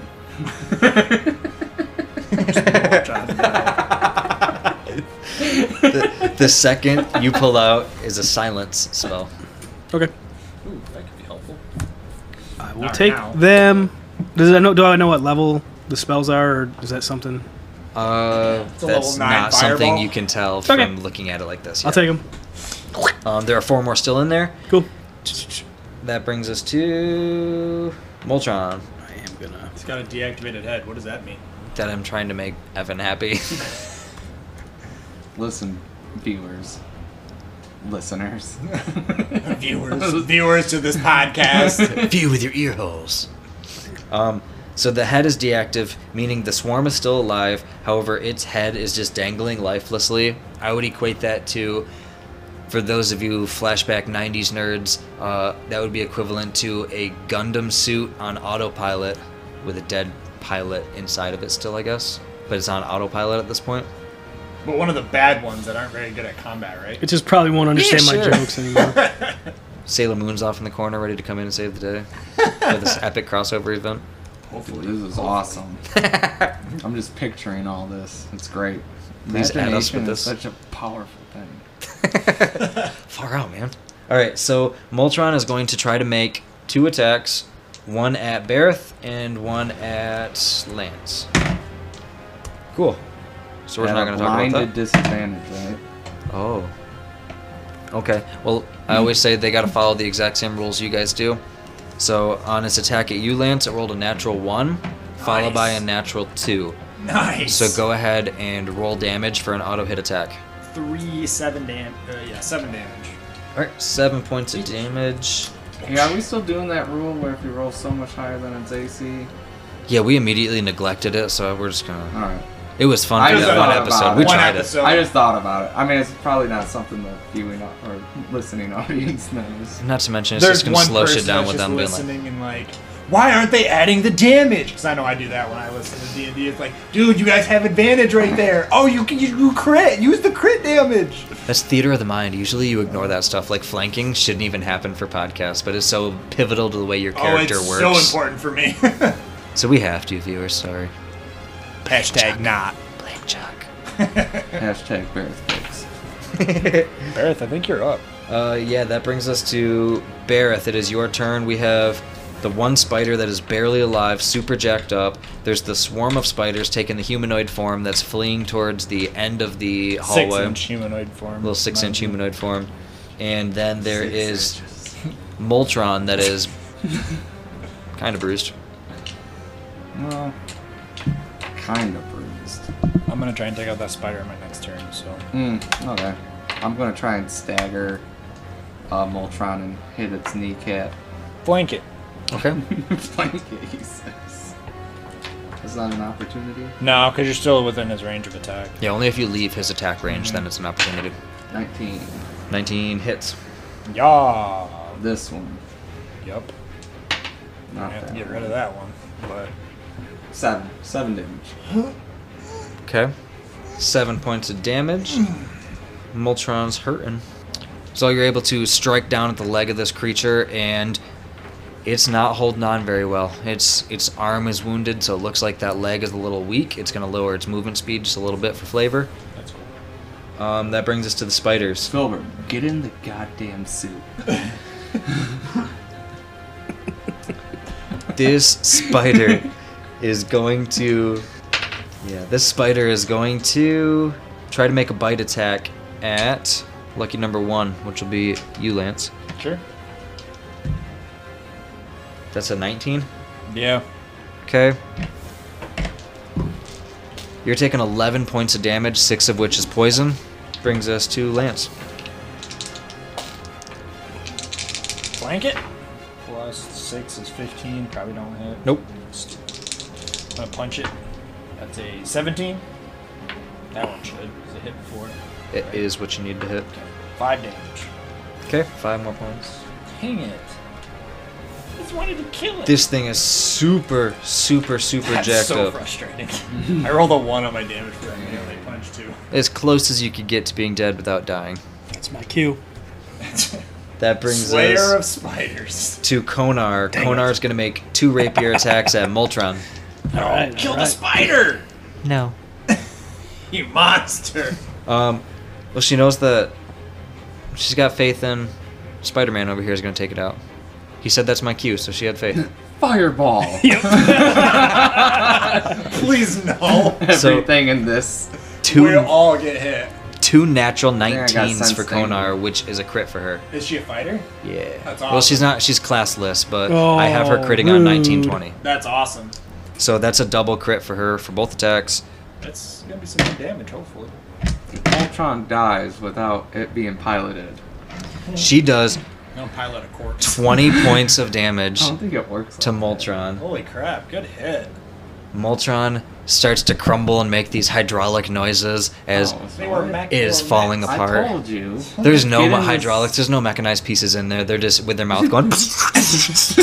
[SPEAKER 2] the, the second you pull out is a silence spell.
[SPEAKER 4] Okay.
[SPEAKER 7] Ooh, that could be helpful.
[SPEAKER 4] I will
[SPEAKER 7] Alright,
[SPEAKER 4] take
[SPEAKER 7] now.
[SPEAKER 4] them. Does I know? Do I know what level the spells are, or is that something?
[SPEAKER 2] Uh,
[SPEAKER 7] It's a level
[SPEAKER 2] that's
[SPEAKER 7] nine
[SPEAKER 2] not something
[SPEAKER 7] fireball.
[SPEAKER 2] you can tell
[SPEAKER 4] Okay.
[SPEAKER 2] from looking at it like this.
[SPEAKER 4] I'll
[SPEAKER 2] yeah.
[SPEAKER 4] take them.
[SPEAKER 2] Um, there are four more still in there.
[SPEAKER 4] Cool.
[SPEAKER 2] That brings us to Moltron.
[SPEAKER 4] I am gonna.
[SPEAKER 7] It's got a deactivated head. What does that mean?
[SPEAKER 2] That I'm trying to make Evan happy.
[SPEAKER 3] Listen, viewers. Listeners.
[SPEAKER 7] Viewers, viewers to this podcast.
[SPEAKER 2] View with your ear holes. Um, So the head is deactive, meaning the swarm is still alive. However, its head is just dangling lifelessly. I would equate that to, for those of you flashback 90s nerds, uh, that would be equivalent to a Gundam suit on autopilot with a dead pilot inside of it still, I guess. But it's on autopilot at this point.
[SPEAKER 7] But one of the bad ones that aren't very good at combat, right?
[SPEAKER 4] It just probably won't understand
[SPEAKER 2] Yeah, sure.
[SPEAKER 4] my jokes anymore.
[SPEAKER 2] Sailor Moon's off in the corner, ready to come in and save the day for this epic crossover event.
[SPEAKER 3] Hopefully, this is awesome. I'm just picturing all this. It's great.
[SPEAKER 2] Please add us
[SPEAKER 3] Imagination
[SPEAKER 2] with this.
[SPEAKER 3] is such a powerful thing.
[SPEAKER 2] Far out, man. All right, so Moltron is going to try to make two attacks, one at Bareth and one at Lance. Cool. So we're
[SPEAKER 3] At
[SPEAKER 2] not
[SPEAKER 3] a
[SPEAKER 2] going to talk about
[SPEAKER 3] blinded
[SPEAKER 2] that.
[SPEAKER 3] disadvantage, right?
[SPEAKER 2] Oh. Okay. Well, I always say they got to follow the exact same rules you guys do. So on its attack at you, Lance, it rolled a natural one, followed by a
[SPEAKER 7] Nice.
[SPEAKER 2] natural two.
[SPEAKER 7] Nice.
[SPEAKER 2] So go ahead and roll damage for an auto hit attack.
[SPEAKER 7] three seven dam. Uh, yeah, seven damage.
[SPEAKER 2] All right, seven points of damage.
[SPEAKER 3] Hey, are we still doing that rule where if you roll so much higher than its AC?
[SPEAKER 2] Yeah, we immediately neglected it, so we're just gonna.
[SPEAKER 3] Alright.
[SPEAKER 2] It was fun
[SPEAKER 3] I
[SPEAKER 2] for
[SPEAKER 3] just
[SPEAKER 2] that one
[SPEAKER 3] thought
[SPEAKER 2] episode.
[SPEAKER 3] about
[SPEAKER 2] We
[SPEAKER 3] it.
[SPEAKER 7] One
[SPEAKER 2] tried
[SPEAKER 7] episode.
[SPEAKER 3] I just thought about it. I mean, it's probably not something the viewing au- or listening audience knows.
[SPEAKER 2] it. Not to mention, it's
[SPEAKER 7] There's
[SPEAKER 2] just gonna
[SPEAKER 7] one
[SPEAKER 2] slow
[SPEAKER 7] person
[SPEAKER 2] shit down
[SPEAKER 7] that's
[SPEAKER 2] with
[SPEAKER 7] just
[SPEAKER 2] them being like,
[SPEAKER 7] listening and like, why aren't they adding the damage? Because I know I do that when I listen to D and D. It's like, dude, you guys have advantage right there. Oh, you can you, you crit. Use the crit damage.
[SPEAKER 2] "That's theater of the mind." Usually, you ignore that stuff. Like flanking shouldn't even happen for podcasts, but it's so pivotal to the way your character
[SPEAKER 7] oh, it's
[SPEAKER 2] works.
[SPEAKER 7] so important for me.
[SPEAKER 2] So we have to, viewers. Sorry.
[SPEAKER 7] Hashtag not.
[SPEAKER 2] Blame Chuck.
[SPEAKER 3] Hashtag Barrett's picks.
[SPEAKER 5] Barrett, I think you're up.
[SPEAKER 2] Uh, yeah, that brings us to Bareth. It is your turn. We have the one spider that is barely alive, super jacked up. There's the swarm of spiders taking the humanoid form that's fleeing towards the end of the hallway.
[SPEAKER 5] Six inch humanoid form.
[SPEAKER 2] little six inch
[SPEAKER 5] Mine.
[SPEAKER 2] humanoid form. And then there is Moltron that is kind of bruised.
[SPEAKER 3] Well, kind of bruised.
[SPEAKER 5] I'm gonna try and take out that spider on my next turn. So
[SPEAKER 3] Mm, okay. I'm gonna try and stagger uh, Moltron and hit its kneecap.
[SPEAKER 5] blanket.
[SPEAKER 2] Okay.
[SPEAKER 3] Flank it, he says. Is that an opportunity?
[SPEAKER 5] No, because you're still within his range of attack.
[SPEAKER 2] Yeah, only if you leave his attack range, then it's an opportunity.
[SPEAKER 3] 19.
[SPEAKER 2] 19 hits.
[SPEAKER 5] Yeah.
[SPEAKER 3] This one.
[SPEAKER 5] Yep.
[SPEAKER 3] Not
[SPEAKER 5] Yeah,
[SPEAKER 3] that.
[SPEAKER 5] get
[SPEAKER 3] one.
[SPEAKER 5] rid of that one. But
[SPEAKER 3] Seven. Seven damage.
[SPEAKER 2] Okay. Seven points of damage. Moltron's hurting. So you're able to strike down at the leg of this creature, and it's not holding on very well. Its its arm is wounded, so it looks like that leg is a little weak. It's going to lower its movement speed just a little bit for flavor.
[SPEAKER 5] that's cool.
[SPEAKER 2] Um, that brings us to the spiders.
[SPEAKER 3] Filbert, get in the goddamn suit.
[SPEAKER 2] this spider is going to yeah this spider is going to try to make a bite attack at lucky number one which will be you lance
[SPEAKER 5] Sure.
[SPEAKER 2] that's a 19
[SPEAKER 5] Yeah.
[SPEAKER 2] okay you're taking 11 points of damage six of which is poison brings us to lance
[SPEAKER 5] Blanket. Plus six is fifteen. Probably don't hit.
[SPEAKER 2] Nope.
[SPEAKER 5] I'm gonna punch it. That's a seventeen. That one should. 'cause it hit before.
[SPEAKER 2] it is what you need to hit
[SPEAKER 5] Five damage.
[SPEAKER 2] okay five more points
[SPEAKER 5] Hang it. I just wanted to kill it.
[SPEAKER 2] this thing is super super super jacked
[SPEAKER 5] That's so
[SPEAKER 2] up
[SPEAKER 5] frustrating. I rolled a one on my damage for that melee punch too.
[SPEAKER 2] as close as you could get to being dead without dying
[SPEAKER 4] That's my cue.
[SPEAKER 2] that brings us
[SPEAKER 5] Slayer of spiders.
[SPEAKER 2] to Konar. Konar's gonna make two rapier attacks at Moltron.
[SPEAKER 5] No,
[SPEAKER 4] right,
[SPEAKER 5] kill
[SPEAKER 4] all
[SPEAKER 5] the
[SPEAKER 4] right.
[SPEAKER 5] spider,
[SPEAKER 2] No.
[SPEAKER 5] you monster.
[SPEAKER 2] Um, well, she knows that she's got faith in Spider-Man over here is gonna take it out. He said that's my cue, so she had faith.
[SPEAKER 3] Fireball!
[SPEAKER 5] Please no.
[SPEAKER 3] Everything in this.
[SPEAKER 5] we
[SPEAKER 2] Two,
[SPEAKER 5] all get hit.
[SPEAKER 2] two natural
[SPEAKER 3] got
[SPEAKER 2] 19s
[SPEAKER 3] sense
[SPEAKER 2] for
[SPEAKER 3] thing.
[SPEAKER 2] Konar, which is a crit for her.
[SPEAKER 5] Is she a fighter?
[SPEAKER 2] Yeah.
[SPEAKER 5] That's
[SPEAKER 2] Well,
[SPEAKER 5] awesome.
[SPEAKER 2] she's not. She's classless, but I have her
[SPEAKER 4] Oh,
[SPEAKER 2] critting on nineteen
[SPEAKER 4] rude.
[SPEAKER 2] twenty.
[SPEAKER 5] That's awesome.
[SPEAKER 2] So that's a double crit for her for both attacks.
[SPEAKER 5] That's gonna be some good damage, hopefully.
[SPEAKER 3] Moltron dies without it being piloted.
[SPEAKER 2] She does
[SPEAKER 5] No pilot of corpse.
[SPEAKER 2] 20 points of damage
[SPEAKER 3] I don't think it works.
[SPEAKER 2] to
[SPEAKER 3] like
[SPEAKER 2] Moltron.
[SPEAKER 5] Holy crap! Good hit.
[SPEAKER 2] Moltron starts to crumble and make these hydraulic noises as
[SPEAKER 3] that.
[SPEAKER 5] They were mech-
[SPEAKER 2] it is
[SPEAKER 5] they were
[SPEAKER 2] falling
[SPEAKER 5] mechs.
[SPEAKER 3] I
[SPEAKER 2] apart.
[SPEAKER 3] told you.
[SPEAKER 2] There's no
[SPEAKER 3] Get in
[SPEAKER 2] me- hydraulics. There's no mechanized pieces in there. They're just with their mouth going. as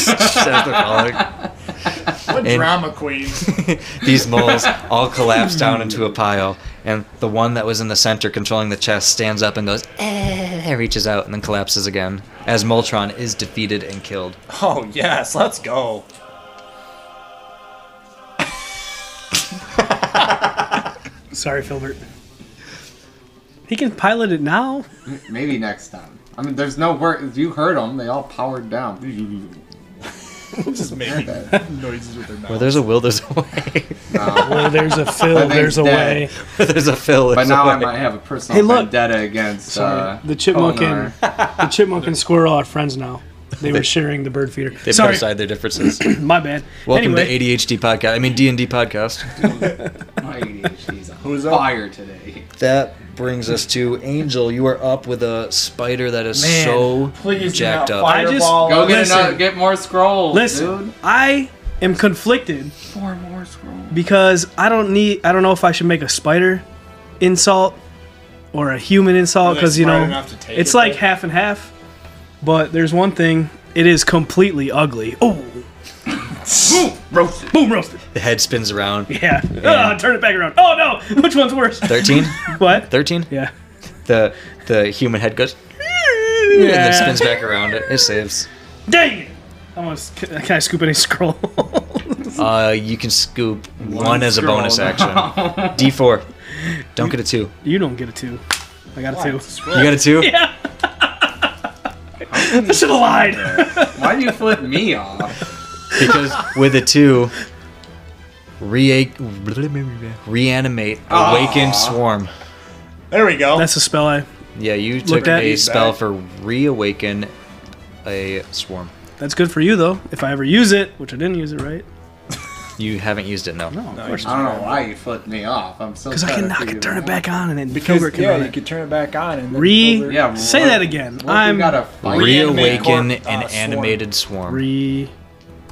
[SPEAKER 2] they're falling.
[SPEAKER 5] What
[SPEAKER 2] And-
[SPEAKER 5] drama queen?
[SPEAKER 2] These moles all collapse down into a pile, and the one that was in the center controlling the chest stands up and goes, eh, reaches out and then collapses again, as Moltron is defeated and killed.
[SPEAKER 5] Oh yes, let's go.
[SPEAKER 4] Sorry, Filbert. He can pilot it now.
[SPEAKER 3] Maybe next time. I mean, there's no work. You heard them. They all powered down.
[SPEAKER 5] Just making noises with their mouth.
[SPEAKER 2] Where there's a will, there's a way.
[SPEAKER 3] No.
[SPEAKER 4] Well, there's a Phil.
[SPEAKER 3] That thing's
[SPEAKER 4] There's a
[SPEAKER 3] dead.
[SPEAKER 4] way.
[SPEAKER 2] Where there's a Phil,
[SPEAKER 3] Uh, But
[SPEAKER 2] there's
[SPEAKER 3] now uh,
[SPEAKER 2] a
[SPEAKER 3] I
[SPEAKER 2] way.
[SPEAKER 3] might have a personal
[SPEAKER 4] Hey, look.
[SPEAKER 3] vendetta against
[SPEAKER 4] Sorry,
[SPEAKER 3] uh,
[SPEAKER 4] the chipmunk
[SPEAKER 3] Polnar.
[SPEAKER 4] and the chipmunk and squirrel are friends now. They were sharing the bird feeder.
[SPEAKER 2] They put
[SPEAKER 4] Sorry,
[SPEAKER 2] aside their differences.
[SPEAKER 4] my bad.
[SPEAKER 2] Welcome
[SPEAKER 4] anyway,
[SPEAKER 2] to ADHD podcast. I mean D&D podcast.
[SPEAKER 3] My ADHD's on
[SPEAKER 5] Who's up?
[SPEAKER 3] fire today.
[SPEAKER 2] That brings us to Angel. You are up with a spider that is
[SPEAKER 4] Man,
[SPEAKER 2] so
[SPEAKER 5] Please
[SPEAKER 2] jacked
[SPEAKER 5] do
[SPEAKER 2] up.
[SPEAKER 5] not
[SPEAKER 4] I just-
[SPEAKER 5] fireball
[SPEAKER 3] Go
[SPEAKER 5] us.
[SPEAKER 3] get
[SPEAKER 4] Oh, Listen.
[SPEAKER 3] another. Get more scrolls,
[SPEAKER 4] listen,
[SPEAKER 3] dude.
[SPEAKER 4] I am conflicted
[SPEAKER 3] Four more scrolls.
[SPEAKER 4] because I don't need. I don't know if I should make a spider insult or a human
[SPEAKER 5] Are
[SPEAKER 4] insult
[SPEAKER 5] they
[SPEAKER 4] because you
[SPEAKER 5] smart
[SPEAKER 4] know
[SPEAKER 5] enough to take
[SPEAKER 4] it's
[SPEAKER 5] it,
[SPEAKER 4] like
[SPEAKER 5] though?
[SPEAKER 4] half and half. But there's one thing. It is completely ugly. Oh,
[SPEAKER 3] Roasted.
[SPEAKER 4] boom roasted.
[SPEAKER 2] The head spins around.
[SPEAKER 4] Yeah. Ah, turn it back around. Oh no, which one's worse?
[SPEAKER 2] 13?
[SPEAKER 4] What?
[SPEAKER 2] 13?
[SPEAKER 4] Yeah.
[SPEAKER 2] The the human head goes and then
[SPEAKER 4] Yeah.
[SPEAKER 2] spins back around it. It saves.
[SPEAKER 4] Dang it! Almost. Can can I scoop any scroll?
[SPEAKER 2] Uh, you can scoop one, as a
[SPEAKER 3] scroll.
[SPEAKER 2] bonus action. D4. Don't get a two.
[SPEAKER 4] you don't get a two. I got a two.
[SPEAKER 2] You got a two?
[SPEAKER 4] Yeah. I should have lied.
[SPEAKER 3] Why do you flip me off?
[SPEAKER 2] Because with a two, rea- reanimate, awaken swarm.
[SPEAKER 5] There we go.
[SPEAKER 4] That's a spell I.
[SPEAKER 2] Yeah, you took
[SPEAKER 4] at-
[SPEAKER 2] a
[SPEAKER 4] He's
[SPEAKER 2] spell
[SPEAKER 5] back.
[SPEAKER 2] for reawaken a swarm.
[SPEAKER 4] That's good for you though. If I ever use it, which I didn't use it right.
[SPEAKER 2] You haven't used it, no.
[SPEAKER 4] No, of course.
[SPEAKER 3] I don't know why you flipped me off. I'm so.
[SPEAKER 4] Because I can
[SPEAKER 3] trying to
[SPEAKER 4] knock
[SPEAKER 3] figure
[SPEAKER 4] it, turn it
[SPEAKER 3] out.
[SPEAKER 4] back on, and then
[SPEAKER 5] Because,
[SPEAKER 4] Filbert can
[SPEAKER 5] yeah,
[SPEAKER 4] run
[SPEAKER 5] you
[SPEAKER 4] it.
[SPEAKER 5] could turn it back on and then
[SPEAKER 4] Re-
[SPEAKER 5] Filbert-
[SPEAKER 3] Yeah.
[SPEAKER 4] Say
[SPEAKER 3] what-
[SPEAKER 4] that again.
[SPEAKER 3] what if
[SPEAKER 4] I'm-
[SPEAKER 3] We got a fight.
[SPEAKER 2] Reawaken
[SPEAKER 5] Reanimate
[SPEAKER 2] an
[SPEAKER 5] corp- uh, swarm.
[SPEAKER 2] animated swarm.
[SPEAKER 4] Re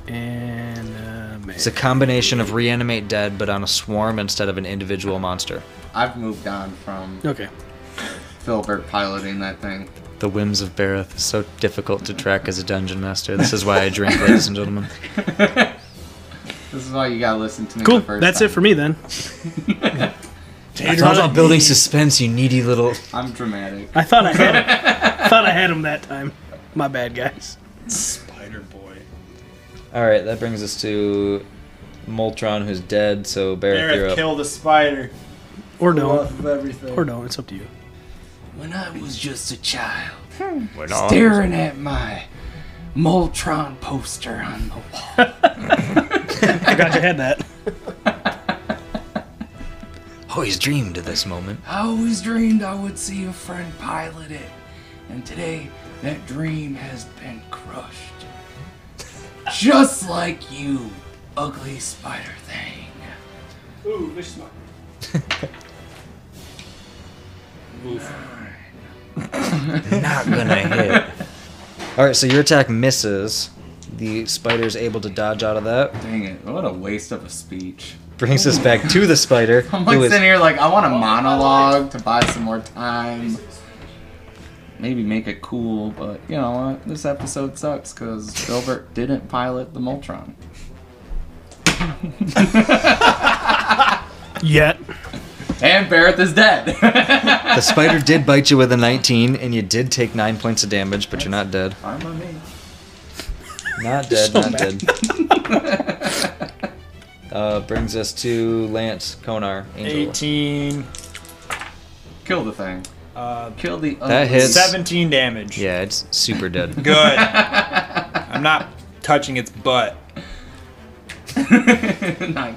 [SPEAKER 4] and uh,
[SPEAKER 2] it's a combination of reanimate dead, but on a swarm instead of an individual monster.
[SPEAKER 3] I've moved on from
[SPEAKER 4] Okay.
[SPEAKER 3] Filbert piloting that thing.
[SPEAKER 2] The whims of Barath is so difficult to track as a dungeon master. This is why I drink, ladies and gentlemen.
[SPEAKER 3] This is why you gotta listen to me.
[SPEAKER 4] Cool.
[SPEAKER 3] The first
[SPEAKER 4] That's
[SPEAKER 3] time.
[SPEAKER 4] it for me then.
[SPEAKER 2] It's all about building suspense, you needy little.
[SPEAKER 3] I'm dramatic.
[SPEAKER 4] I thought I had. Him. I thought I had him that time. My bad, guys.
[SPEAKER 5] Spider boy.
[SPEAKER 2] All right, that brings us to Moltron, who's dead. So Barath, you're
[SPEAKER 5] Barrett
[SPEAKER 2] up.
[SPEAKER 5] killed a spider.
[SPEAKER 4] Or
[SPEAKER 5] Blew
[SPEAKER 4] don't.
[SPEAKER 5] off of everything.
[SPEAKER 4] Or don't. It's up to you.
[SPEAKER 3] When I was just a child, staring at my Moltron poster on the wall.
[SPEAKER 4] Forgot you had that.
[SPEAKER 2] Always Oh, dreamed of this moment.
[SPEAKER 3] I always dreamed I would see a friend pilot it, and today that dream has been crushed. Just like you, ugly spider thing.
[SPEAKER 4] Ooh, this is
[SPEAKER 2] Not gonna hit. All right, so your attack misses. The spider's able to dodge out of that.
[SPEAKER 3] Dang it, what a waste of a speech.
[SPEAKER 2] Brings us back to the spider.
[SPEAKER 3] I'm like
[SPEAKER 2] who is-
[SPEAKER 3] sitting here like, I want a monologue to buy some more time. Maybe make it cool, but you know what? This episode sucks because Gilbert didn't pilot the Moltron.
[SPEAKER 4] Yet.
[SPEAKER 3] And Barrett is dead.
[SPEAKER 2] the spider did bite you with a 19, and you did take nine points of damage, but you're not dead.
[SPEAKER 5] Arm on me.
[SPEAKER 2] Not dead. not dead. uh, brings us to Lance Konar. Angel.
[SPEAKER 5] 18.
[SPEAKER 3] Kill the thing.
[SPEAKER 5] Uh,
[SPEAKER 3] Kill the
[SPEAKER 2] That
[SPEAKER 3] ugly-
[SPEAKER 2] hits.
[SPEAKER 5] 17 damage.
[SPEAKER 2] Yeah, it's super dead.
[SPEAKER 5] Good. I'm not touching its butt.
[SPEAKER 3] Not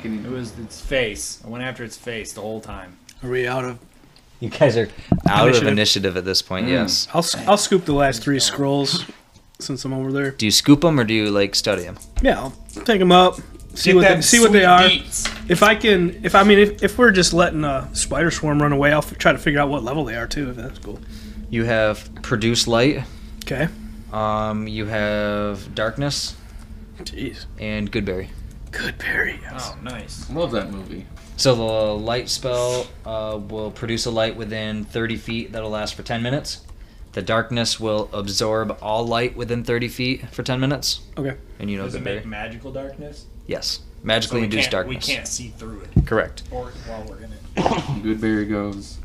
[SPEAKER 3] kidding.
[SPEAKER 5] It was its face. I went after its face the whole time.
[SPEAKER 4] Are we out of?
[SPEAKER 2] You guys are Mm. out
[SPEAKER 4] Initiative.
[SPEAKER 2] of initiative at this point. Yes.
[SPEAKER 4] I'll s- I'll scoop the last three scrolls since I'm over there.
[SPEAKER 2] Do you scoop them or do you like study them?
[SPEAKER 4] Yeah, I'll take them up. See
[SPEAKER 5] Get
[SPEAKER 4] what they,
[SPEAKER 5] them
[SPEAKER 4] see what they
[SPEAKER 5] sweet
[SPEAKER 4] are.
[SPEAKER 5] beats.
[SPEAKER 4] If I can, if I mean, if, if we're just letting a spider swarm run away, I'll f- try to figure out what level they are too. If that's cool.
[SPEAKER 2] You have produce light,
[SPEAKER 4] Okay.
[SPEAKER 2] Um, you have darkness
[SPEAKER 4] Jeez.
[SPEAKER 2] and goodberry.
[SPEAKER 4] Good berry.
[SPEAKER 5] Oh, nice.
[SPEAKER 3] Love that movie.
[SPEAKER 2] So the light spell uh, will produce a light within 30 feet that'll last for 10 minutes. The darkness will absorb all light within 30 feet for 10 minutes.
[SPEAKER 4] Okay.
[SPEAKER 2] And you know
[SPEAKER 5] Does it
[SPEAKER 2] goodberry.
[SPEAKER 5] make magical darkness?
[SPEAKER 2] yes.
[SPEAKER 5] So
[SPEAKER 2] Magically
[SPEAKER 5] we,
[SPEAKER 2] induced
[SPEAKER 5] can't,
[SPEAKER 2] darkness.
[SPEAKER 5] we can't see through it.
[SPEAKER 2] Correct.
[SPEAKER 5] Or while we're in it.
[SPEAKER 3] Goodberry goes.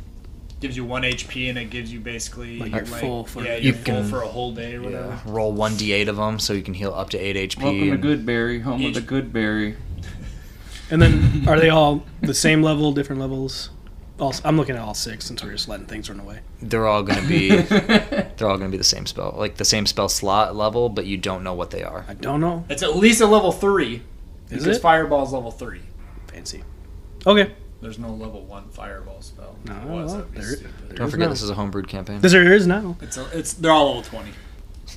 [SPEAKER 5] Gives you one HP and it gives you basically
[SPEAKER 4] Like
[SPEAKER 5] you're
[SPEAKER 4] you're full for-
[SPEAKER 5] yeah,
[SPEAKER 2] You
[SPEAKER 5] you're full
[SPEAKER 2] can-
[SPEAKER 5] for a whole day or whatever.
[SPEAKER 2] Roll 1d8 of them so you can heal up to 8 HP.
[SPEAKER 3] Welcome to
[SPEAKER 2] and-
[SPEAKER 3] Goodberry, home of
[SPEAKER 5] Each-
[SPEAKER 3] the Goodberry.
[SPEAKER 4] And then are they all the same level, different levels? All, I'm looking at all six since we're just letting things run away.
[SPEAKER 2] they're all going to be they're all going to be the same spell. Like the same spell slot level, but you don't know what they are.
[SPEAKER 4] I don't know.
[SPEAKER 5] It's at least a level three.
[SPEAKER 4] Is
[SPEAKER 5] because
[SPEAKER 4] it?
[SPEAKER 5] fireball's level three.
[SPEAKER 4] Fancy. Okay.
[SPEAKER 5] There's no level one fireball spell.
[SPEAKER 4] No,
[SPEAKER 5] If it was,
[SPEAKER 4] well,
[SPEAKER 5] that'd be
[SPEAKER 4] there-
[SPEAKER 5] stupid.
[SPEAKER 2] Don't
[SPEAKER 4] There's
[SPEAKER 2] forget
[SPEAKER 4] no-
[SPEAKER 2] this is a homebrewed campaign.
[SPEAKER 4] Because there is now.
[SPEAKER 5] It's, a, it's they're all level twenty.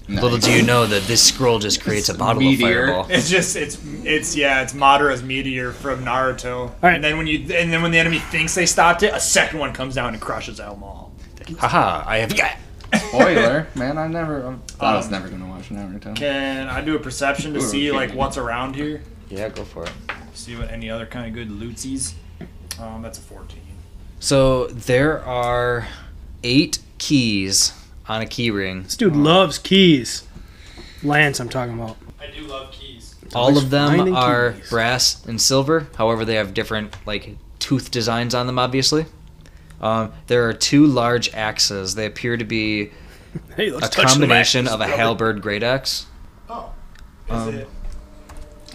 [SPEAKER 2] Little do you know that this scroll just creates a bottle
[SPEAKER 3] meteor.
[SPEAKER 2] of fireball.
[SPEAKER 5] It's just it's it's yeah it's Madara's meteor from Naruto.
[SPEAKER 4] right.
[SPEAKER 5] And then when you and then when the enemy thinks they stopped it, a second one comes down and crushes them all.
[SPEAKER 2] Haha, I have got
[SPEAKER 3] Spoiler, man. I never. I thought I was
[SPEAKER 5] Um,
[SPEAKER 3] never gonna watch Naruto.
[SPEAKER 5] Can I do a perception to
[SPEAKER 3] Ooh,
[SPEAKER 5] see
[SPEAKER 3] okay.
[SPEAKER 5] like what's around here?
[SPEAKER 2] Yeah, go for it.
[SPEAKER 5] See what any other kind of good lootsies. Um, that's a fourteen.
[SPEAKER 2] So there are eight keys on a key ring.
[SPEAKER 4] This dude loves keys. Lance, I'm talking about.
[SPEAKER 5] I do love keys.
[SPEAKER 2] All of them
[SPEAKER 4] finding
[SPEAKER 2] are
[SPEAKER 4] keys.
[SPEAKER 2] brass and silver. However, they have different like tooth designs on them. Obviously, um, there are two large axes. They appear to be
[SPEAKER 4] Hey, let's
[SPEAKER 2] a combination of a halberd great axe.
[SPEAKER 5] Oh, is
[SPEAKER 2] Um,
[SPEAKER 5] it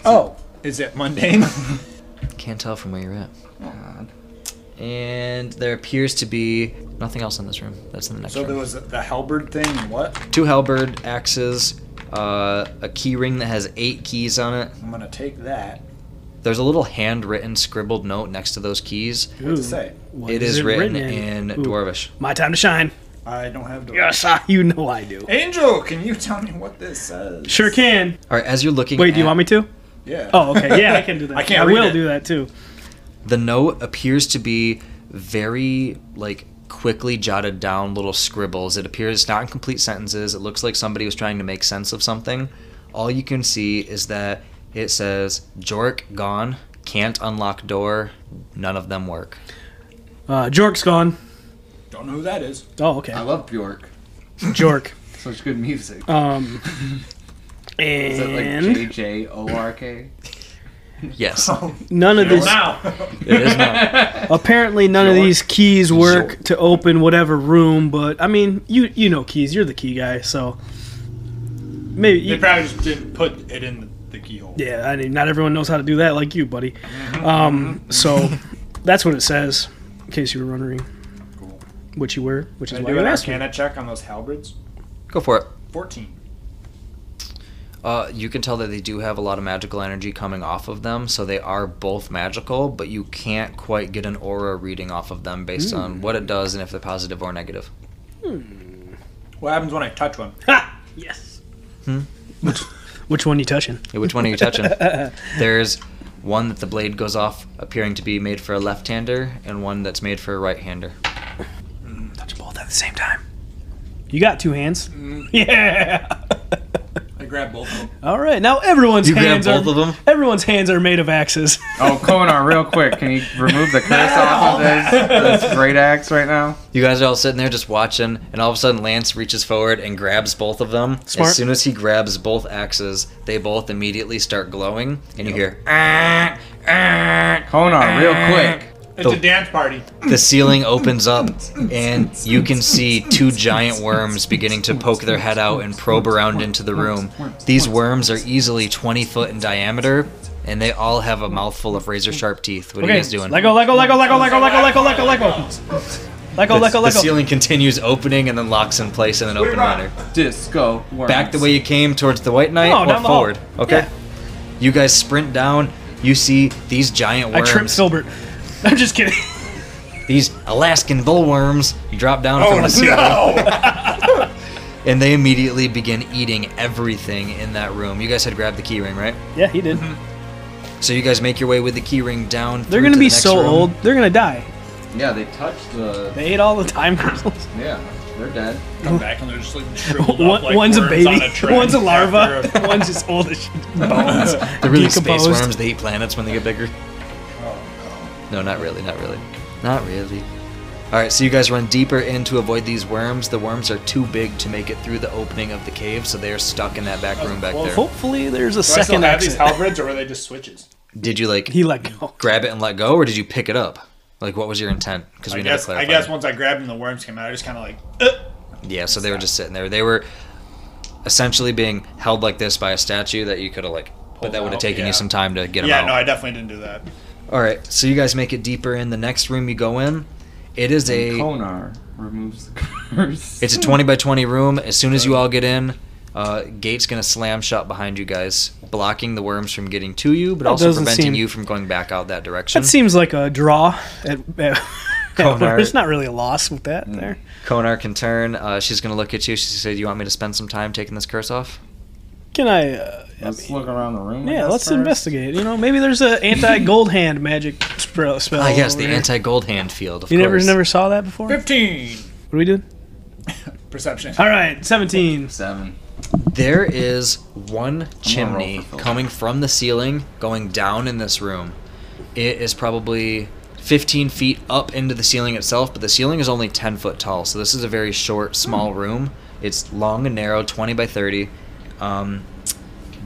[SPEAKER 4] Oh,
[SPEAKER 5] is it mundane?
[SPEAKER 2] Can't tell from where you're at.
[SPEAKER 3] God.
[SPEAKER 2] And there appears to be nothing else in this room. That's in the next
[SPEAKER 5] so
[SPEAKER 2] room.
[SPEAKER 5] there was the halberd thing. and What?
[SPEAKER 2] two halberd axes, uh, a key ring that has eight keys on it.
[SPEAKER 5] I'm gonna take that.
[SPEAKER 2] There's a little handwritten scribbled note next to those keys.
[SPEAKER 5] What's it say?
[SPEAKER 4] What
[SPEAKER 2] it is, written, in
[SPEAKER 4] Ooh.
[SPEAKER 2] Dwarvish.
[SPEAKER 4] My time to shine.
[SPEAKER 5] I don't have.
[SPEAKER 4] Yes, I, you know I do.
[SPEAKER 5] Angel, can you tell me what this says?
[SPEAKER 4] Sure can.
[SPEAKER 2] All right, as you're looking
[SPEAKER 4] Wait, do you
[SPEAKER 2] at-
[SPEAKER 4] want me to?
[SPEAKER 5] Yeah.
[SPEAKER 4] Oh, okay. Yeah, I can do that.
[SPEAKER 5] I can't
[SPEAKER 4] I
[SPEAKER 5] read
[SPEAKER 4] will
[SPEAKER 5] it.
[SPEAKER 4] do that too.
[SPEAKER 2] The note appears to be very like quickly jotted down little scribbles. It appears not in complete sentences. It looks like somebody was trying to make sense of something. All you can see is that it says Jorik gone, can't unlock door, none of them work.
[SPEAKER 4] Uh, Jork's gone.
[SPEAKER 5] Don't know who that is.
[SPEAKER 4] Oh, okay.
[SPEAKER 3] I love Bjork.
[SPEAKER 4] Jork.
[SPEAKER 3] Such good music.
[SPEAKER 4] Um,
[SPEAKER 3] Is it
[SPEAKER 4] and
[SPEAKER 3] like J J O R K?
[SPEAKER 2] Yes.
[SPEAKER 4] none of this.
[SPEAKER 5] now.
[SPEAKER 2] it is not.
[SPEAKER 4] Apparently, none of these keys work to open whatever room. But I mean, you you know keys. You're the key guy, so maybe
[SPEAKER 5] They
[SPEAKER 4] you,
[SPEAKER 5] probably just didn't put it in the keyhole.
[SPEAKER 4] yeah. I mean, not everyone knows how to do that like you, buddy.
[SPEAKER 5] Mm-hmm.
[SPEAKER 4] Um, so that's what it says. In case you were wondering,
[SPEAKER 5] Cool.
[SPEAKER 4] what you were, which is
[SPEAKER 5] Can I
[SPEAKER 4] why
[SPEAKER 5] do
[SPEAKER 4] you
[SPEAKER 5] an
[SPEAKER 4] asked me.
[SPEAKER 5] arcana check on those halberds?
[SPEAKER 2] Go for it.
[SPEAKER 5] 14.
[SPEAKER 2] Uh, you can tell that they do have a lot of magical energy coming off of them, so they are both magical, but you can't quite get an aura reading off of them based on what it does and if they're positive or negative.
[SPEAKER 5] What happens when I touch one?
[SPEAKER 4] Ha! Yes.
[SPEAKER 2] Hmm?
[SPEAKER 4] Which, which one you touching?
[SPEAKER 2] Hey, Which one are you touching? There's one that the blade goes off, appearing to be made for a left hander, and one that's made for a right hander.
[SPEAKER 4] Touch both at the same time. You got two hands.
[SPEAKER 5] Mm.
[SPEAKER 4] Yeah.
[SPEAKER 5] I grab both of them.
[SPEAKER 4] All right. Now everyone's
[SPEAKER 2] You grab
[SPEAKER 4] hands are
[SPEAKER 2] both of them?
[SPEAKER 4] everyone's hands are made of axes.
[SPEAKER 3] Oh, Konar, real quick, can you remove the curse off of this, this great axe right now?
[SPEAKER 2] You guys are all sitting there just watching, and all of a sudden Lance reaches forward and grabs both of them.
[SPEAKER 4] Smart.
[SPEAKER 2] As soon as he grabs both axes, they both immediately start glowing, and you hear
[SPEAKER 3] Konar, real quick.
[SPEAKER 5] It's
[SPEAKER 2] The-
[SPEAKER 5] a dance party.
[SPEAKER 2] the ceiling opens up and you can see two giant worms beginning to poke their head out and probe around into the room. These worms are easily 20 foot in diameter and they all have a mouthful of razor sharp teeth. What are you guys doing?
[SPEAKER 4] Lego, Lego, Lego, Lego, Lego, Lego, Lego, Lego, Lego. Lego,
[SPEAKER 2] The,
[SPEAKER 4] Lego,
[SPEAKER 2] the
[SPEAKER 4] Lego.
[SPEAKER 2] ceiling continues opening and then locks in place in an open
[SPEAKER 5] rock.
[SPEAKER 2] runner.
[SPEAKER 3] Disco. Worms.
[SPEAKER 2] Back the way you came towards the white knight
[SPEAKER 4] No,
[SPEAKER 2] or
[SPEAKER 4] down the hall.
[SPEAKER 2] forward? Okay. You guys sprint down. You see these giant
[SPEAKER 4] I
[SPEAKER 2] worms.
[SPEAKER 4] tripped Filbert. I'm just kidding.
[SPEAKER 2] These Alaskan bullworms drop down
[SPEAKER 4] Oh,
[SPEAKER 2] from the ceiling. and they immediately begin eating everything in that room. You guys had grabbed the keyring, right?
[SPEAKER 4] Yeah, he did.
[SPEAKER 2] So you guys make your way with the keyring down.
[SPEAKER 4] They're
[SPEAKER 2] through
[SPEAKER 4] gonna
[SPEAKER 2] to
[SPEAKER 4] be
[SPEAKER 2] the next
[SPEAKER 4] so
[SPEAKER 2] room.
[SPEAKER 4] old. They're gonna die.
[SPEAKER 3] Yeah, they touched the.
[SPEAKER 4] They ate all the time crystals.
[SPEAKER 3] Yeah. They're dead.
[SPEAKER 9] Come back and they're just like shriveled
[SPEAKER 4] One,
[SPEAKER 9] up like
[SPEAKER 4] one's a
[SPEAKER 9] worms
[SPEAKER 4] baby,
[SPEAKER 9] on a trench
[SPEAKER 4] one's a larva,
[SPEAKER 9] after a-
[SPEAKER 4] one's just old as shit, bones.
[SPEAKER 2] They're really
[SPEAKER 4] decomposed.
[SPEAKER 2] space worms. They eat planets when they get bigger.
[SPEAKER 9] Oh,
[SPEAKER 2] No, not really, not really. Not really. Alright, so you guys run deeper in to avoid these worms. The worms are too big to make it through the opening of the cave, so they are stuck in that back room back there.
[SPEAKER 4] Hopefully, there's
[SPEAKER 9] Do
[SPEAKER 4] a
[SPEAKER 9] I still
[SPEAKER 4] second
[SPEAKER 9] have these
[SPEAKER 4] exit.
[SPEAKER 9] halberds, or are they just switches?
[SPEAKER 2] Did you, like,
[SPEAKER 4] He let go.
[SPEAKER 2] grab it and let go, or did you pick it up? Like, what was your intent? Because
[SPEAKER 9] I
[SPEAKER 2] we never
[SPEAKER 9] guess, I
[SPEAKER 2] clarified.
[SPEAKER 9] guess once I grabbed them, the worms came out. I just kind of like, uh,
[SPEAKER 2] Yeah, so they were just sitting there. They were essentially being held like this by a statue that you could have, like, but
[SPEAKER 9] Pulled
[SPEAKER 2] that would have
[SPEAKER 9] out,
[SPEAKER 2] taken
[SPEAKER 9] yeah.
[SPEAKER 2] you some time to get them
[SPEAKER 9] yeah,
[SPEAKER 2] out.
[SPEAKER 9] no, I definitely didn't do that.
[SPEAKER 2] All right, so you guys make it deeper in. The next room you go in, it is a
[SPEAKER 3] Konar removes the curse.
[SPEAKER 2] it's a twenty by twenty room. As soon as you all get in, uh, gate's gonna slam shut behind you guys, blocking the worms from getting to you, but
[SPEAKER 4] That
[SPEAKER 2] also
[SPEAKER 4] doesn't
[SPEAKER 2] preventing
[SPEAKER 4] seem-
[SPEAKER 2] you from going back out that direction.
[SPEAKER 4] That seems like a draw. At, at,
[SPEAKER 2] Conar.
[SPEAKER 4] There's not really a loss with that there.
[SPEAKER 2] Konar can turn. Uh, she's gonna look at you. She said, "You want me to spend some time taking this curse off?"
[SPEAKER 4] Can I? Uh,
[SPEAKER 3] Let's look around the room. I
[SPEAKER 4] yeah,
[SPEAKER 3] guess,
[SPEAKER 4] let's
[SPEAKER 3] first.
[SPEAKER 4] investigate. You know, maybe there's a anti gold hand magic spell. spell
[SPEAKER 2] Ah, yes,
[SPEAKER 4] over
[SPEAKER 2] the
[SPEAKER 4] there.
[SPEAKER 2] anti gold hand field. Of
[SPEAKER 4] You never
[SPEAKER 2] course.
[SPEAKER 4] never saw that before. What
[SPEAKER 9] 15!
[SPEAKER 4] are we doing?
[SPEAKER 9] Perception.
[SPEAKER 4] All right, seventeen.
[SPEAKER 3] Seven.
[SPEAKER 2] There is one chimney
[SPEAKER 3] filter.
[SPEAKER 2] coming from the ceiling going down in this room. It is probably 15 feet up into the ceiling itself, but the ceiling is only 10 foot tall, so this is a very short, small room. It's long and narrow, 20 by 30. Um,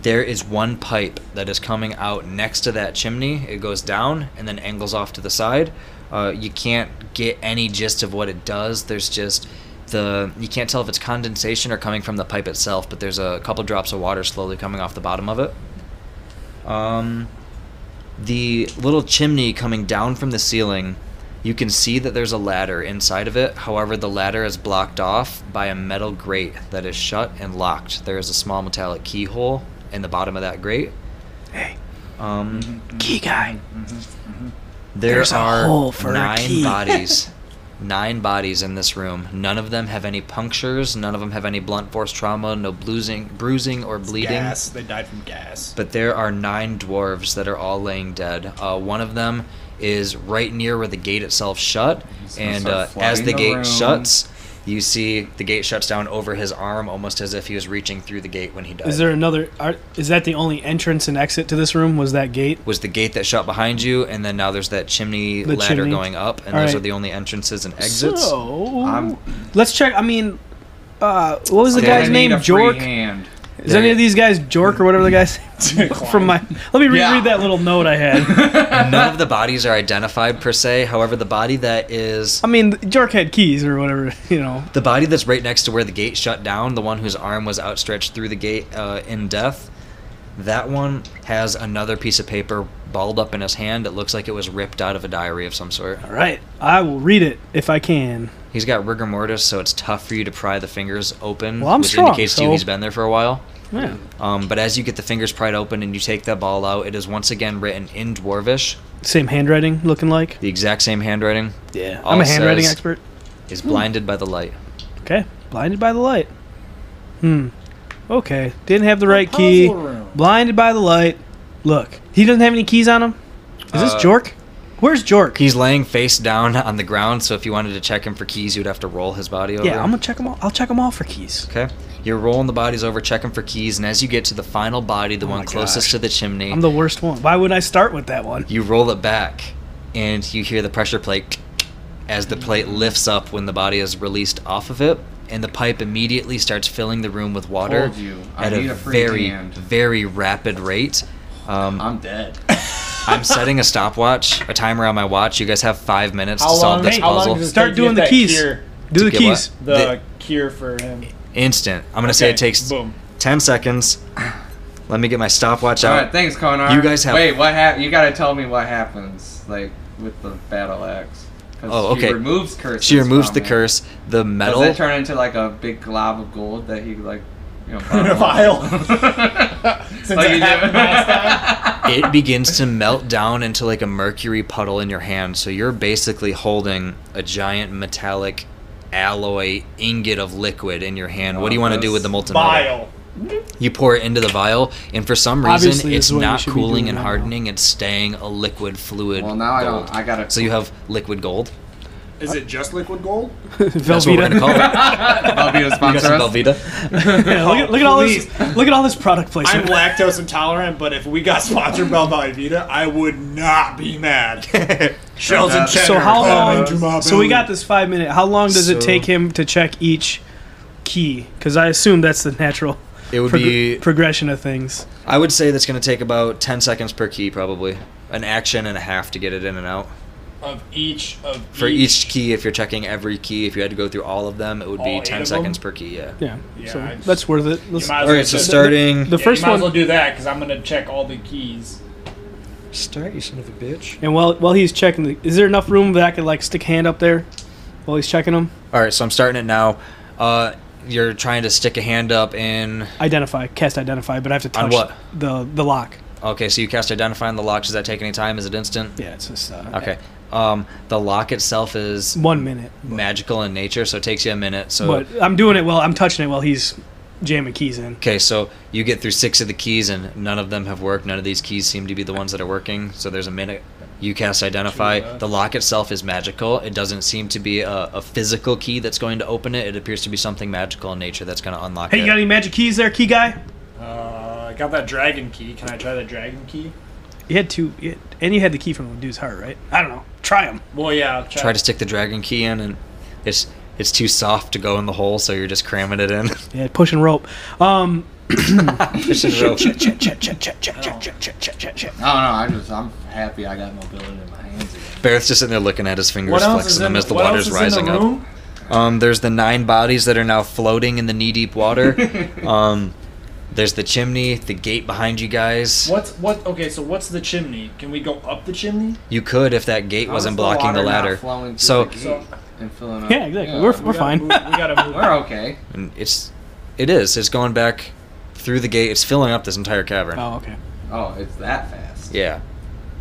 [SPEAKER 2] there is one pipe that is coming out next to that chimney. It goes down and then angles off to the side. Uh, you can't get any gist of what it does. There's just the you can't tell if it's condensation or coming from the pipe itself, but there's a couple drops of water slowly coming off the bottom of it. Um, the little chimney coming down from the ceiling, you can see that there's a ladder inside of it. However, the ladder is blocked off by a metal grate that is shut and locked. There is a small metallic keyhole in the bottom of that grate.
[SPEAKER 4] Hey,
[SPEAKER 2] Um,
[SPEAKER 4] key guy.
[SPEAKER 2] there
[SPEAKER 4] There's a
[SPEAKER 2] are
[SPEAKER 4] hole for a
[SPEAKER 2] nine
[SPEAKER 4] key.
[SPEAKER 2] bodies. nine bodies in this room. None of them have any punctures. None of them have any blunt force trauma. No bruising, bruising or bleeding.
[SPEAKER 9] Gas. They died from gas.
[SPEAKER 2] But there are nine dwarves that are all laying dead. Uh, one of them is right near where the gate itself shut,
[SPEAKER 3] gonna
[SPEAKER 2] and
[SPEAKER 3] start
[SPEAKER 2] uh, as
[SPEAKER 3] flooding
[SPEAKER 2] the
[SPEAKER 3] the
[SPEAKER 2] gate
[SPEAKER 3] room.
[SPEAKER 2] shuts, you see the gate shuts down over his arm, almost as if he was reaching through the gate when he died.
[SPEAKER 4] Is there another? Are, is that the only entrance and exit to this room? Was that gate?
[SPEAKER 2] was the gate that shut behind you, and then now there's that chimney
[SPEAKER 4] The
[SPEAKER 2] ladder
[SPEAKER 4] chimney.
[SPEAKER 2] going up, and
[SPEAKER 4] All
[SPEAKER 2] those
[SPEAKER 4] right.
[SPEAKER 2] are the only entrances and exits.
[SPEAKER 4] So
[SPEAKER 3] I'm-
[SPEAKER 4] let's check. I mean, uh, what was the
[SPEAKER 3] They
[SPEAKER 4] guy's
[SPEAKER 3] need
[SPEAKER 4] name?
[SPEAKER 3] a free
[SPEAKER 4] Jork.
[SPEAKER 3] Hand.
[SPEAKER 4] Is any of these guys Jork or whatever the guy's from my? Let me reread
[SPEAKER 3] Yeah.
[SPEAKER 4] that little note I had.
[SPEAKER 2] None of the bodies are identified per se. However, the body that is
[SPEAKER 4] I mean, Jork had keys or whatever, you know.
[SPEAKER 2] the body that's right next to where the gate shut down, the one whose arm was outstretched through the gate uh, in death, that one has another piece of paper balled up in his hand. It looks like it was ripped out of a diary of some sort.
[SPEAKER 4] All right, I will read it if I can.
[SPEAKER 2] He's got rigor mortis, so it's tough for you to pry the fingers open,
[SPEAKER 4] Well, I'm
[SPEAKER 2] which
[SPEAKER 4] strong,
[SPEAKER 2] indicates to you
[SPEAKER 4] so-
[SPEAKER 2] he's been there for a while.
[SPEAKER 4] Yeah.
[SPEAKER 2] Um, but as you get the fingers pried open and you take that ball out, it is once again written in Dwarvish,
[SPEAKER 4] Same handwriting, looking like.
[SPEAKER 2] the exact same handwriting.
[SPEAKER 4] Yeah. I'm
[SPEAKER 2] All
[SPEAKER 4] a handwriting
[SPEAKER 2] says-
[SPEAKER 4] expert.
[SPEAKER 2] Is
[SPEAKER 4] Hmm.
[SPEAKER 2] blinded by the light.
[SPEAKER 4] Okay. Blinded by the light. Hmm. Okay. Didn't have the right key. Blinded by the light. Look, he doesn't have any keys on him. Is this
[SPEAKER 2] Uh,
[SPEAKER 4] Jork? Where's Jork?
[SPEAKER 2] He's laying face down on the ground, so if you wanted to check him for keys, you'd have to roll his body over.
[SPEAKER 4] yeah, I'm gonna check them all. I'll check them all for keys.
[SPEAKER 2] Okay. You're rolling the bodies over, checking for keys, and as you get to the final body, the one
[SPEAKER 4] my
[SPEAKER 2] closest
[SPEAKER 4] gosh.
[SPEAKER 2] to the chimney,
[SPEAKER 4] I'm the worst one. Why would I start with that one?
[SPEAKER 2] you roll it back, and you hear the pressure plate as the plate lifts up when the body is released off of it, and the pipe immediately starts filling the room with water
[SPEAKER 3] Told you, I
[SPEAKER 2] at
[SPEAKER 3] need
[SPEAKER 2] a
[SPEAKER 3] a free
[SPEAKER 2] very,
[SPEAKER 3] hand.
[SPEAKER 2] very rapid rate. Um,
[SPEAKER 3] I'm dead.
[SPEAKER 2] I'm setting a stopwatch, a timer on my watch. You guys have five minutes
[SPEAKER 9] How
[SPEAKER 2] to solve
[SPEAKER 9] long-
[SPEAKER 2] this
[SPEAKER 9] how long
[SPEAKER 2] puzzle.
[SPEAKER 9] does it
[SPEAKER 4] Start
[SPEAKER 9] take to
[SPEAKER 4] doing
[SPEAKER 9] get
[SPEAKER 4] the
[SPEAKER 9] that
[SPEAKER 4] keys.
[SPEAKER 9] cure-
[SPEAKER 4] Do the
[SPEAKER 2] get
[SPEAKER 4] keys.
[SPEAKER 2] what?
[SPEAKER 9] the
[SPEAKER 2] The-
[SPEAKER 9] cure for him.
[SPEAKER 2] Instant. I'm gonna say
[SPEAKER 9] Okay,
[SPEAKER 2] it takes
[SPEAKER 9] Boom.
[SPEAKER 2] ten seconds. Let me get my stopwatch
[SPEAKER 3] All
[SPEAKER 2] out.
[SPEAKER 3] right, thanks, Konar.
[SPEAKER 2] You guys have-
[SPEAKER 3] Wait, what hap You gotta tell me what happens, like with the battle axe. 'Cause
[SPEAKER 2] Oh,
[SPEAKER 3] She
[SPEAKER 2] okay.
[SPEAKER 3] removes curses.
[SPEAKER 2] She removes
[SPEAKER 3] from
[SPEAKER 2] the
[SPEAKER 3] it.
[SPEAKER 2] curse. The
[SPEAKER 3] Does
[SPEAKER 2] metal.
[SPEAKER 3] it turn into like a big glob of gold that he like, you know,
[SPEAKER 9] In a vial.
[SPEAKER 3] Since
[SPEAKER 9] Since it happened last time.
[SPEAKER 2] it begins to melt down into like a mercury puddle in your hand. So you're basically holding a giant metallic alloy ingot of liquid in your hand. what do you want to do with the molten metal?
[SPEAKER 9] Bile.
[SPEAKER 2] You pour it into the vial, and for some reason,
[SPEAKER 4] Obviously, this
[SPEAKER 2] it's
[SPEAKER 4] is what you
[SPEAKER 2] not
[SPEAKER 4] should be
[SPEAKER 2] cooling
[SPEAKER 4] doing
[SPEAKER 2] and
[SPEAKER 4] right now.
[SPEAKER 2] hardening. It's staying a liquid fluid.
[SPEAKER 3] Well, now I
[SPEAKER 2] gold.
[SPEAKER 3] don't. I gotta.
[SPEAKER 2] So you have liquid gold.
[SPEAKER 5] Is it just liquid gold?
[SPEAKER 2] That's what we're gonna call it.
[SPEAKER 3] Velveeta
[SPEAKER 2] You got
[SPEAKER 3] sponsor
[SPEAKER 2] some
[SPEAKER 3] us.
[SPEAKER 2] Velveeta?
[SPEAKER 4] Yeah, look, at, look at all this. Look at all this product
[SPEAKER 5] I'm
[SPEAKER 4] placement.
[SPEAKER 5] lactose intolerant, but if we got sponsored by Velveeta, I would not be mad. Shells and cheddar.
[SPEAKER 4] Uh, so how
[SPEAKER 5] come
[SPEAKER 4] long?
[SPEAKER 5] into my
[SPEAKER 4] So we
[SPEAKER 5] belly.
[SPEAKER 4] got this five minute. How long does it
[SPEAKER 2] So-
[SPEAKER 4] take him to check each key? Because I assume that's the natural
[SPEAKER 2] It would
[SPEAKER 4] prog-
[SPEAKER 2] be.
[SPEAKER 4] progression of things.
[SPEAKER 2] I would say that's gonna take about ten seconds per key, probably. An action and a half to get it in and out.
[SPEAKER 9] of each of
[SPEAKER 2] For each key, if you're checking every key, if you had to go through all of them, it would
[SPEAKER 9] All
[SPEAKER 2] be
[SPEAKER 9] eight
[SPEAKER 2] ten
[SPEAKER 9] of them?
[SPEAKER 2] seconds per key. Yeah.
[SPEAKER 4] Yeah,
[SPEAKER 9] Yeah,
[SPEAKER 4] so
[SPEAKER 9] I just-
[SPEAKER 4] that's worth it. Let's,
[SPEAKER 9] might as
[SPEAKER 2] All
[SPEAKER 9] well
[SPEAKER 2] right. So
[SPEAKER 9] just-
[SPEAKER 2] starting.
[SPEAKER 4] the
[SPEAKER 9] Yeah,
[SPEAKER 4] first
[SPEAKER 9] you might
[SPEAKER 4] one,
[SPEAKER 9] as well do that because I'm gonna check all the keys.
[SPEAKER 2] Start, you son of a bitch.
[SPEAKER 4] and while while he's checking, the, is there enough room that I could like stick hand up there while he's checking them?
[SPEAKER 2] All right. So I'm starting it now. Uh, you're trying to stick a hand up in.
[SPEAKER 4] Identify, cast identify, but I have to touch
[SPEAKER 2] On what?
[SPEAKER 4] the the lock.
[SPEAKER 2] Okay. So you cast identify on the lock. Does that take any time? Is it instant?
[SPEAKER 4] Yeah, it's just uh,
[SPEAKER 2] Okay. Um, the lock itself is
[SPEAKER 4] one minute.
[SPEAKER 2] magical in nature, so it takes you a minute. So
[SPEAKER 4] But I'm doing it while I'm touching it while he's jamming keys in.
[SPEAKER 2] okay, so you get through six of the keys, and none of them have worked. None of these keys seem to be the ones that are working. So there's a minute. You cast identify. The lock itself is magical. It doesn't seem to be a, a physical key that's going to open it. It appears to be something magical in nature that's going to unlock
[SPEAKER 4] Hey,
[SPEAKER 2] it.
[SPEAKER 4] you got any magic keys there, key guy?
[SPEAKER 5] Uh, I got that dragon key. Can I try the dragon key?
[SPEAKER 4] You had two, you had- and you had the key from the dude's heart, right? I don't know. Try them.
[SPEAKER 5] Well, yeah. I'll
[SPEAKER 2] Try to stick the dragon key in, and it's it's too soft to go in the hole, so you're just cramming it in.
[SPEAKER 4] Yeah, pushing rope. Um,
[SPEAKER 2] It's just real-
[SPEAKER 4] check, check, check, check, check, check, check, check, check, check, check.
[SPEAKER 3] I don't know. Oh, I just I'm happy I got mobility in my hands again.
[SPEAKER 2] Barrett's just sitting there looking at his fingers,
[SPEAKER 5] What else is
[SPEAKER 2] flexing them
[SPEAKER 5] in the,
[SPEAKER 2] as the
[SPEAKER 5] what
[SPEAKER 2] water's
[SPEAKER 5] else is
[SPEAKER 2] rising
[SPEAKER 5] in the
[SPEAKER 2] up.
[SPEAKER 5] room?
[SPEAKER 2] Um, there's the nine bodies that are now floating in the knee-deep water. um, there's the chimney, the gate behind you guys.
[SPEAKER 5] What's what? Okay, so what's the chimney? Can we go up the chimney?
[SPEAKER 2] You could if that gate
[SPEAKER 3] How
[SPEAKER 2] wasn't
[SPEAKER 3] is
[SPEAKER 2] blocking the,
[SPEAKER 3] water not
[SPEAKER 2] ladder.
[SPEAKER 3] flowing through
[SPEAKER 2] So
[SPEAKER 3] the gate and filling up.
[SPEAKER 4] Yeah, exactly. We're, we're
[SPEAKER 5] We gotta
[SPEAKER 4] fine.
[SPEAKER 5] Move, we gotta move.
[SPEAKER 3] we're okay.
[SPEAKER 2] and it's it is. It's going back through the gate. It's filling up this entire cavern.
[SPEAKER 4] Oh, okay.
[SPEAKER 3] Oh, it's that fast.
[SPEAKER 2] Yeah.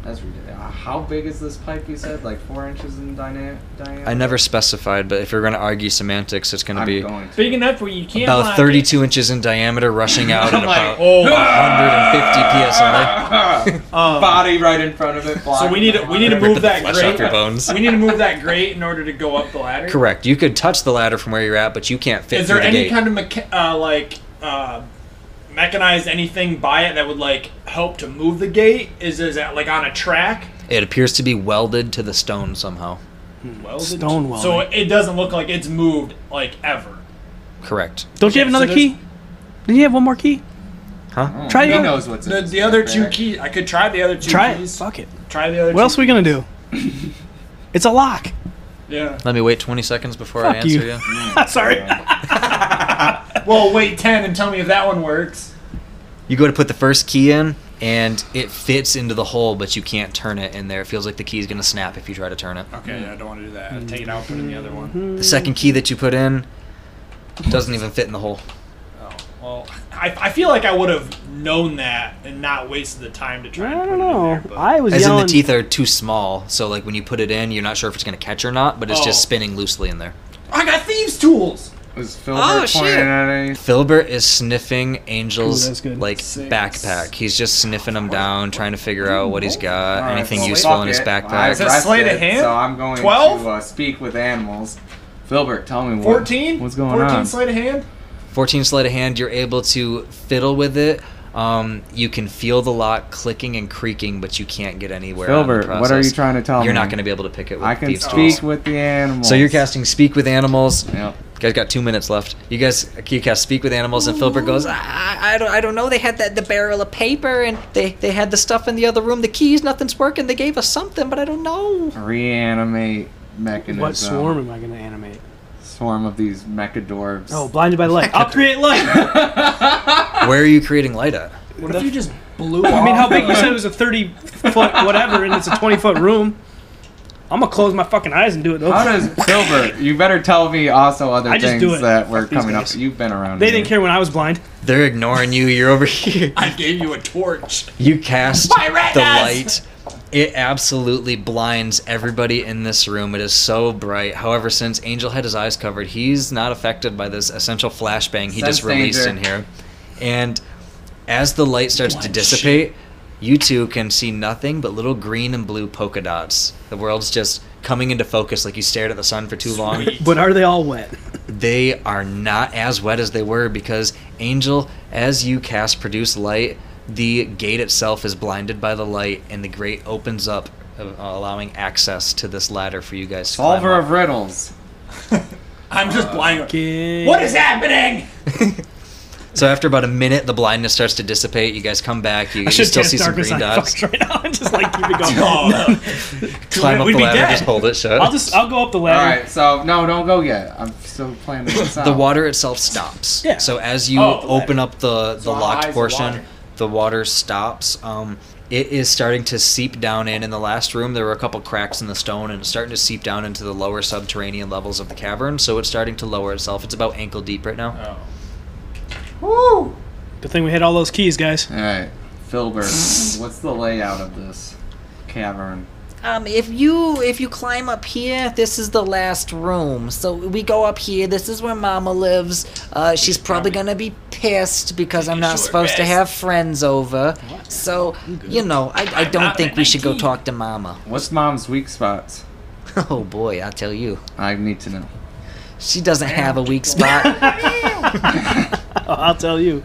[SPEAKER 3] That's ridiculous. Uh, How big is this pipe? You said like four inches in dyna- diameter.
[SPEAKER 2] I never specified, but if you're going to argue semantics, it's going to
[SPEAKER 3] I'm
[SPEAKER 2] be
[SPEAKER 3] going to.
[SPEAKER 9] Big enough where you can't.
[SPEAKER 2] about
[SPEAKER 9] lock
[SPEAKER 2] 32 inches in diameter, rushing out at
[SPEAKER 9] It. Like,
[SPEAKER 2] about
[SPEAKER 9] oh,
[SPEAKER 2] 150 psi.
[SPEAKER 3] Body right in front of it.
[SPEAKER 9] so we need to we need to
[SPEAKER 2] Rip the
[SPEAKER 9] move that
[SPEAKER 2] flesh off your
[SPEAKER 9] grate.
[SPEAKER 2] bones.
[SPEAKER 9] We need to move that grate in order to go up the ladder.
[SPEAKER 2] Correct. You could touch the ladder from where you're at, but you can't fit
[SPEAKER 9] Is
[SPEAKER 2] through
[SPEAKER 9] there
[SPEAKER 2] the
[SPEAKER 9] any
[SPEAKER 2] gate.
[SPEAKER 9] kind of mecha- uh, like uh, mechanized anything by it that would like help to move the gate? Is is that like on a track?
[SPEAKER 2] It appears to be welded to the stone somehow.
[SPEAKER 9] Welded?
[SPEAKER 4] Stone welding.
[SPEAKER 9] So it doesn't look like it's moved like ever.
[SPEAKER 2] Correct.
[SPEAKER 4] Don't you have
[SPEAKER 9] Okay, so
[SPEAKER 4] another
[SPEAKER 9] there's-
[SPEAKER 4] key? Did you have one more key?
[SPEAKER 2] Huh?
[SPEAKER 4] Try
[SPEAKER 3] He
[SPEAKER 4] it.
[SPEAKER 3] knows what's in
[SPEAKER 5] The,
[SPEAKER 3] this
[SPEAKER 5] the other
[SPEAKER 3] backpack.
[SPEAKER 5] two keys. I could try the other two
[SPEAKER 4] Try it.
[SPEAKER 5] keys.
[SPEAKER 4] Fuck it.
[SPEAKER 5] Try the other.
[SPEAKER 4] What
[SPEAKER 5] two.
[SPEAKER 4] else are we gonna do? It's a lock.
[SPEAKER 5] Yeah.
[SPEAKER 2] Let me wait 20 seconds before I
[SPEAKER 4] Fuck
[SPEAKER 2] answer
[SPEAKER 4] you.
[SPEAKER 2] you.
[SPEAKER 4] Sorry.
[SPEAKER 9] Well, wait ten and tell me if that one works.
[SPEAKER 2] You go to put the first key in, and it fits into the hole, but you can't turn it in there. It feels like the key's going to snap if you try to turn it.
[SPEAKER 5] Okay, I don't want to do that. Take it out. Put in the other
[SPEAKER 4] Mm-hmm.
[SPEAKER 5] one.
[SPEAKER 2] The second key that you put in doesn't even fit in the hole.
[SPEAKER 9] Oh well, I, I feel like I would have known that and not wasted the time to try.
[SPEAKER 4] I
[SPEAKER 9] and put It
[SPEAKER 4] don't know.
[SPEAKER 9] in there, but-
[SPEAKER 4] I was
[SPEAKER 2] As in,
[SPEAKER 4] yelling.
[SPEAKER 2] the teeth are too small, so like when you put it in, you're not sure if it's going to catch or not, but it's just
[SPEAKER 9] Oh.
[SPEAKER 2] spinning loosely in there.
[SPEAKER 9] I got thieves' tools.
[SPEAKER 3] Was
[SPEAKER 5] Oh,
[SPEAKER 3] Philbert pointing at any?
[SPEAKER 2] Filbert is sniffing
[SPEAKER 4] Ooh,
[SPEAKER 2] Angel's
[SPEAKER 4] that's good.
[SPEAKER 2] like backpack. He's just sniffing them down, trying to figure out what he's got,
[SPEAKER 3] Alright,
[SPEAKER 2] anything
[SPEAKER 3] well,
[SPEAKER 2] useful
[SPEAKER 3] fuck
[SPEAKER 2] in his
[SPEAKER 3] it. I
[SPEAKER 2] backpack.
[SPEAKER 5] Is that sleight of
[SPEAKER 3] rested,
[SPEAKER 5] hand?
[SPEAKER 3] So I'm going
[SPEAKER 5] 12?
[SPEAKER 3] to uh, speak with animals. Philbert, tell me what.
[SPEAKER 5] Fourteen.
[SPEAKER 3] What's going
[SPEAKER 5] Fourteen
[SPEAKER 3] on?
[SPEAKER 5] sleight of hand.
[SPEAKER 2] 14 sleight of hand, you're able to fiddle with it. Um, you can feel the lock clicking and creaking, but you can't get anywhere. on the
[SPEAKER 3] Filbert, what are
[SPEAKER 2] process.
[SPEAKER 3] you trying to tell me?
[SPEAKER 2] You're not going to be able to pick it with
[SPEAKER 3] I can
[SPEAKER 2] thieves'
[SPEAKER 3] speak
[SPEAKER 2] tools.
[SPEAKER 3] with the animals.
[SPEAKER 2] So you're casting Speak with Animals.
[SPEAKER 3] Yep.
[SPEAKER 2] You guys got two minutes left. You guys, you cast Speak with Animals, and Filbert goes, "Ah, I, I, I don't, I don't know. They had that the barrel of paper, and they, they had the stuff in the other room. The keys, nothing's working. They gave us something, but I don't know.
[SPEAKER 3] Reanimate mechanism.
[SPEAKER 4] what swarm am I gonna animate?
[SPEAKER 3] Swarm of these mechadorbs.
[SPEAKER 4] Oh, blinded by the light. I'll create light.
[SPEAKER 2] Where are you creating light at?
[SPEAKER 5] What if you just blew?
[SPEAKER 4] I mean, how big? You said it was a thirty foot whatever, and it's a twenty foot room. I'm gonna close my fucking eyes and do it. Though.
[SPEAKER 3] How does Filbert? You better tell me also other
[SPEAKER 4] I just do
[SPEAKER 3] things
[SPEAKER 4] it.
[SPEAKER 3] that were
[SPEAKER 4] Fuck these
[SPEAKER 3] coming up.
[SPEAKER 4] guys.
[SPEAKER 3] You've been around.
[SPEAKER 4] They
[SPEAKER 3] here.
[SPEAKER 4] didn't care when I was blind.
[SPEAKER 2] They're ignoring you. You're over here.
[SPEAKER 9] I gave you a torch.
[SPEAKER 2] You cast
[SPEAKER 9] Piratas!
[SPEAKER 2] the light. It absolutely blinds everybody in this room. It is so bright. However, since Angel had his eyes covered, he's not affected by this essential flashbang he just
[SPEAKER 3] Sense
[SPEAKER 2] released
[SPEAKER 3] danger.
[SPEAKER 2] in here. And as the light starts to dissipate, you two can see nothing but little green and blue polka dots. The world's just coming into focus like you stared at the sun for too long.
[SPEAKER 4] But are they all wet?
[SPEAKER 2] They are not as wet as they were because, Angel, as you cast Produce Light, the gate itself is blinded by the light and the grate opens up, uh, allowing access to this ladder for you guys to climb
[SPEAKER 3] Solver
[SPEAKER 2] up.
[SPEAKER 3] of riddles.
[SPEAKER 9] I'm just blind.
[SPEAKER 4] Get-
[SPEAKER 9] What is happening?
[SPEAKER 2] So after about a minute, the blindness starts to dissipate. You guys come back. You, you
[SPEAKER 4] I should
[SPEAKER 2] still
[SPEAKER 4] cast
[SPEAKER 2] see some
[SPEAKER 4] darkness
[SPEAKER 2] green
[SPEAKER 4] on
[SPEAKER 2] dots.
[SPEAKER 4] Fox right now and just like keep it going.
[SPEAKER 9] Oh,
[SPEAKER 2] Climb up
[SPEAKER 9] We'd
[SPEAKER 2] the
[SPEAKER 9] be
[SPEAKER 2] ladder.
[SPEAKER 9] dead.
[SPEAKER 2] Just hold it shut.
[SPEAKER 4] I'll just I'll go up the
[SPEAKER 3] All
[SPEAKER 4] ladder.
[SPEAKER 3] right, so no, don't go yet. I'm still planning this out.
[SPEAKER 2] the water itself stops.
[SPEAKER 4] Yeah.
[SPEAKER 2] So as you
[SPEAKER 9] Oh, the
[SPEAKER 2] open up the the
[SPEAKER 9] how high
[SPEAKER 2] locked
[SPEAKER 9] is the
[SPEAKER 2] portion,
[SPEAKER 9] water?
[SPEAKER 2] the water stops. Um, it is starting to seep down in. In the last room, there were a couple cracks in the stone, and it's starting to seep down into the lower subterranean levels of the cavern. So it's starting to lower itself. It's about ankle deep right now.
[SPEAKER 9] Oh.
[SPEAKER 4] Good thing we had all those keys, guys.
[SPEAKER 3] All right, Filbert, what's the layout of this cavern?
[SPEAKER 10] Um, if you if you climb up here, this is the last room. So we go up here. This is where Mama lives. Uh, she's probably gonna be pissed because I'm
[SPEAKER 9] sure
[SPEAKER 10] not supposed to
[SPEAKER 9] is.
[SPEAKER 10] have friends over. So you know, I, I don't
[SPEAKER 9] not
[SPEAKER 10] think we should go
[SPEAKER 9] 19.
[SPEAKER 10] talk to Mama.
[SPEAKER 3] What's mom's weak spots?
[SPEAKER 10] Oh boy, I'll tell you,
[SPEAKER 3] I need to know.
[SPEAKER 10] she doesn't have a weak spot.
[SPEAKER 4] Oh, I'll tell you.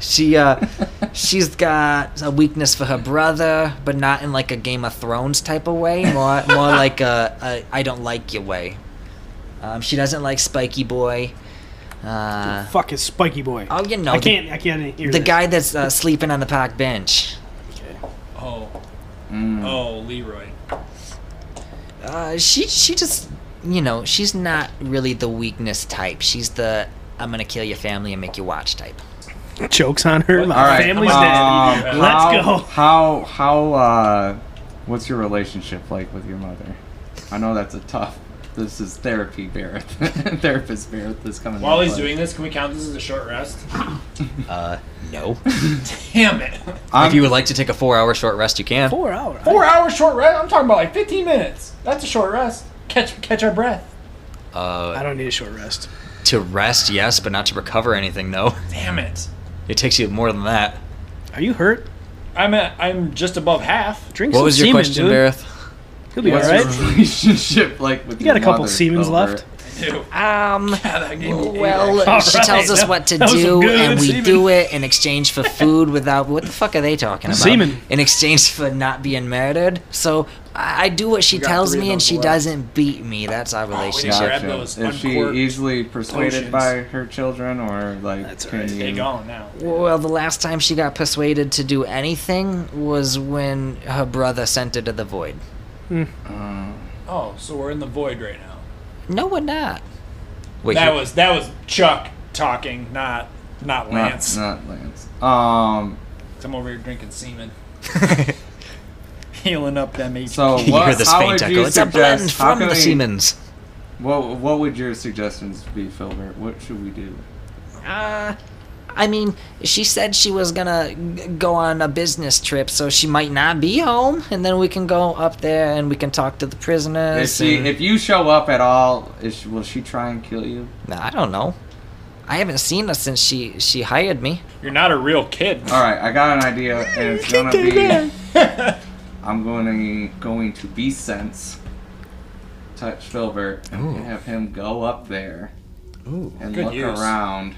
[SPEAKER 10] She uh, she's got a weakness for her brother, but not in like a Game of Thrones type of way. More more like a, a I don't like you way. Um, she doesn't like Spiky Boy. Uh,
[SPEAKER 4] Fuck is Spiky Boy.
[SPEAKER 10] Oh, you know,
[SPEAKER 4] I
[SPEAKER 10] the-
[SPEAKER 4] can't. I can't hear
[SPEAKER 10] the
[SPEAKER 4] this.
[SPEAKER 10] guy that's uh, sleeping on the park bench.
[SPEAKER 9] Oh.
[SPEAKER 3] Mm.
[SPEAKER 9] Oh, Leroy.
[SPEAKER 10] Uh, she she just, you know, she's not really the weakness type. She's the I'm gonna kill your family and make you watch type.
[SPEAKER 4] Jokes on her. My
[SPEAKER 3] All right,
[SPEAKER 4] family's
[SPEAKER 3] um,
[SPEAKER 4] dead.
[SPEAKER 9] um,
[SPEAKER 4] Let's
[SPEAKER 3] how,
[SPEAKER 4] go.
[SPEAKER 3] How how uh, what's your relationship like with your mother? I know that's a tough. This is therapy, Barrett. Therapist Barrett is coming.
[SPEAKER 9] While
[SPEAKER 3] into
[SPEAKER 9] he's
[SPEAKER 3] play.
[SPEAKER 9] doing this, can we count this as a short rest?
[SPEAKER 2] Uh, no.
[SPEAKER 9] Damn it.
[SPEAKER 3] I'm-
[SPEAKER 2] if you would like to take a four-hour short rest, you can.
[SPEAKER 4] Four hours.
[SPEAKER 5] Four hours short rest? I'm talking about like 15 minutes. That's a short rest. Catch catch our breath.
[SPEAKER 4] I don't need a short rest.
[SPEAKER 2] To rest, yes, but not to recover anything, though.
[SPEAKER 9] Damn it.
[SPEAKER 2] It takes you more than that.
[SPEAKER 4] Are you hurt?
[SPEAKER 9] I'm at, I'm just above half.
[SPEAKER 4] Drink
[SPEAKER 2] What
[SPEAKER 4] some
[SPEAKER 2] was your
[SPEAKER 4] semen,
[SPEAKER 2] question,
[SPEAKER 4] dude.
[SPEAKER 2] Bareth?
[SPEAKER 4] He'll be all
[SPEAKER 3] What's
[SPEAKER 4] right.
[SPEAKER 3] your relationship like with
[SPEAKER 4] You
[SPEAKER 3] your
[SPEAKER 4] got a couple
[SPEAKER 3] mother,
[SPEAKER 4] Siemens
[SPEAKER 3] Filbert?
[SPEAKER 4] left.
[SPEAKER 9] Ew.
[SPEAKER 10] Um,
[SPEAKER 9] that gave me
[SPEAKER 10] well,
[SPEAKER 4] All
[SPEAKER 10] she
[SPEAKER 4] right,
[SPEAKER 10] tells us
[SPEAKER 4] that-
[SPEAKER 10] what to
[SPEAKER 4] that was some
[SPEAKER 10] do,
[SPEAKER 4] good
[SPEAKER 10] and we
[SPEAKER 4] semen.
[SPEAKER 10] do it in exchange for food without. What the fuck are they talking about?
[SPEAKER 4] Semen.
[SPEAKER 10] In exchange for not being murdered. So I I do what she
[SPEAKER 9] got
[SPEAKER 10] tells
[SPEAKER 9] three of
[SPEAKER 10] me, and
[SPEAKER 9] those
[SPEAKER 10] she
[SPEAKER 9] left.
[SPEAKER 10] doesn't beat me. That's
[SPEAKER 4] Oh,
[SPEAKER 10] our
[SPEAKER 9] got
[SPEAKER 10] relationship.
[SPEAKER 9] Grab
[SPEAKER 3] Gotcha.
[SPEAKER 9] those
[SPEAKER 3] Is she
[SPEAKER 9] uncorked
[SPEAKER 3] easily persuaded
[SPEAKER 9] potions.
[SPEAKER 3] by her children, or like
[SPEAKER 4] That's
[SPEAKER 3] can
[SPEAKER 4] right.
[SPEAKER 3] you?
[SPEAKER 9] They gone now.
[SPEAKER 10] Well, the last time she got persuaded to do anything was when her brother sent her to the void.
[SPEAKER 9] Oh, so we're in the void right now.
[SPEAKER 10] No, we're not.
[SPEAKER 2] Wait,
[SPEAKER 9] That
[SPEAKER 2] you-
[SPEAKER 9] was that was Chuck talking, not not
[SPEAKER 3] Not-
[SPEAKER 9] Lance.
[SPEAKER 3] Not, Lance. Um.
[SPEAKER 9] I'm over here drinking semen. Healing up them HP.
[SPEAKER 3] So
[SPEAKER 2] you
[SPEAKER 3] what?
[SPEAKER 2] hear this
[SPEAKER 3] how
[SPEAKER 2] faint
[SPEAKER 3] would
[SPEAKER 2] echo.
[SPEAKER 3] you
[SPEAKER 2] It's a
[SPEAKER 3] suggest,
[SPEAKER 2] blend
[SPEAKER 3] how
[SPEAKER 2] from
[SPEAKER 3] can
[SPEAKER 2] the
[SPEAKER 3] we-
[SPEAKER 2] Siemens.
[SPEAKER 3] What What would your suggestions be, Filbert? What should we do?
[SPEAKER 10] Uh, I mean, she said she was gonna g- go on a business trip, so she might not be home, and then we can go up there and we can talk to the
[SPEAKER 3] If
[SPEAKER 10] prisoners.
[SPEAKER 3] she,
[SPEAKER 10] and-
[SPEAKER 3] if you show up at all, is she, will she try and kill you?
[SPEAKER 10] Nah, I don't know. I haven't seen her since she she hired me.
[SPEAKER 9] You're not a real kid.
[SPEAKER 3] All right, I got an idea, and it's gonna be. I'm going to going to be sense. Touch Filbert and
[SPEAKER 2] Ooh.
[SPEAKER 3] have him go up there
[SPEAKER 2] Ooh,
[SPEAKER 3] and
[SPEAKER 9] Good
[SPEAKER 3] look
[SPEAKER 9] use.
[SPEAKER 3] around.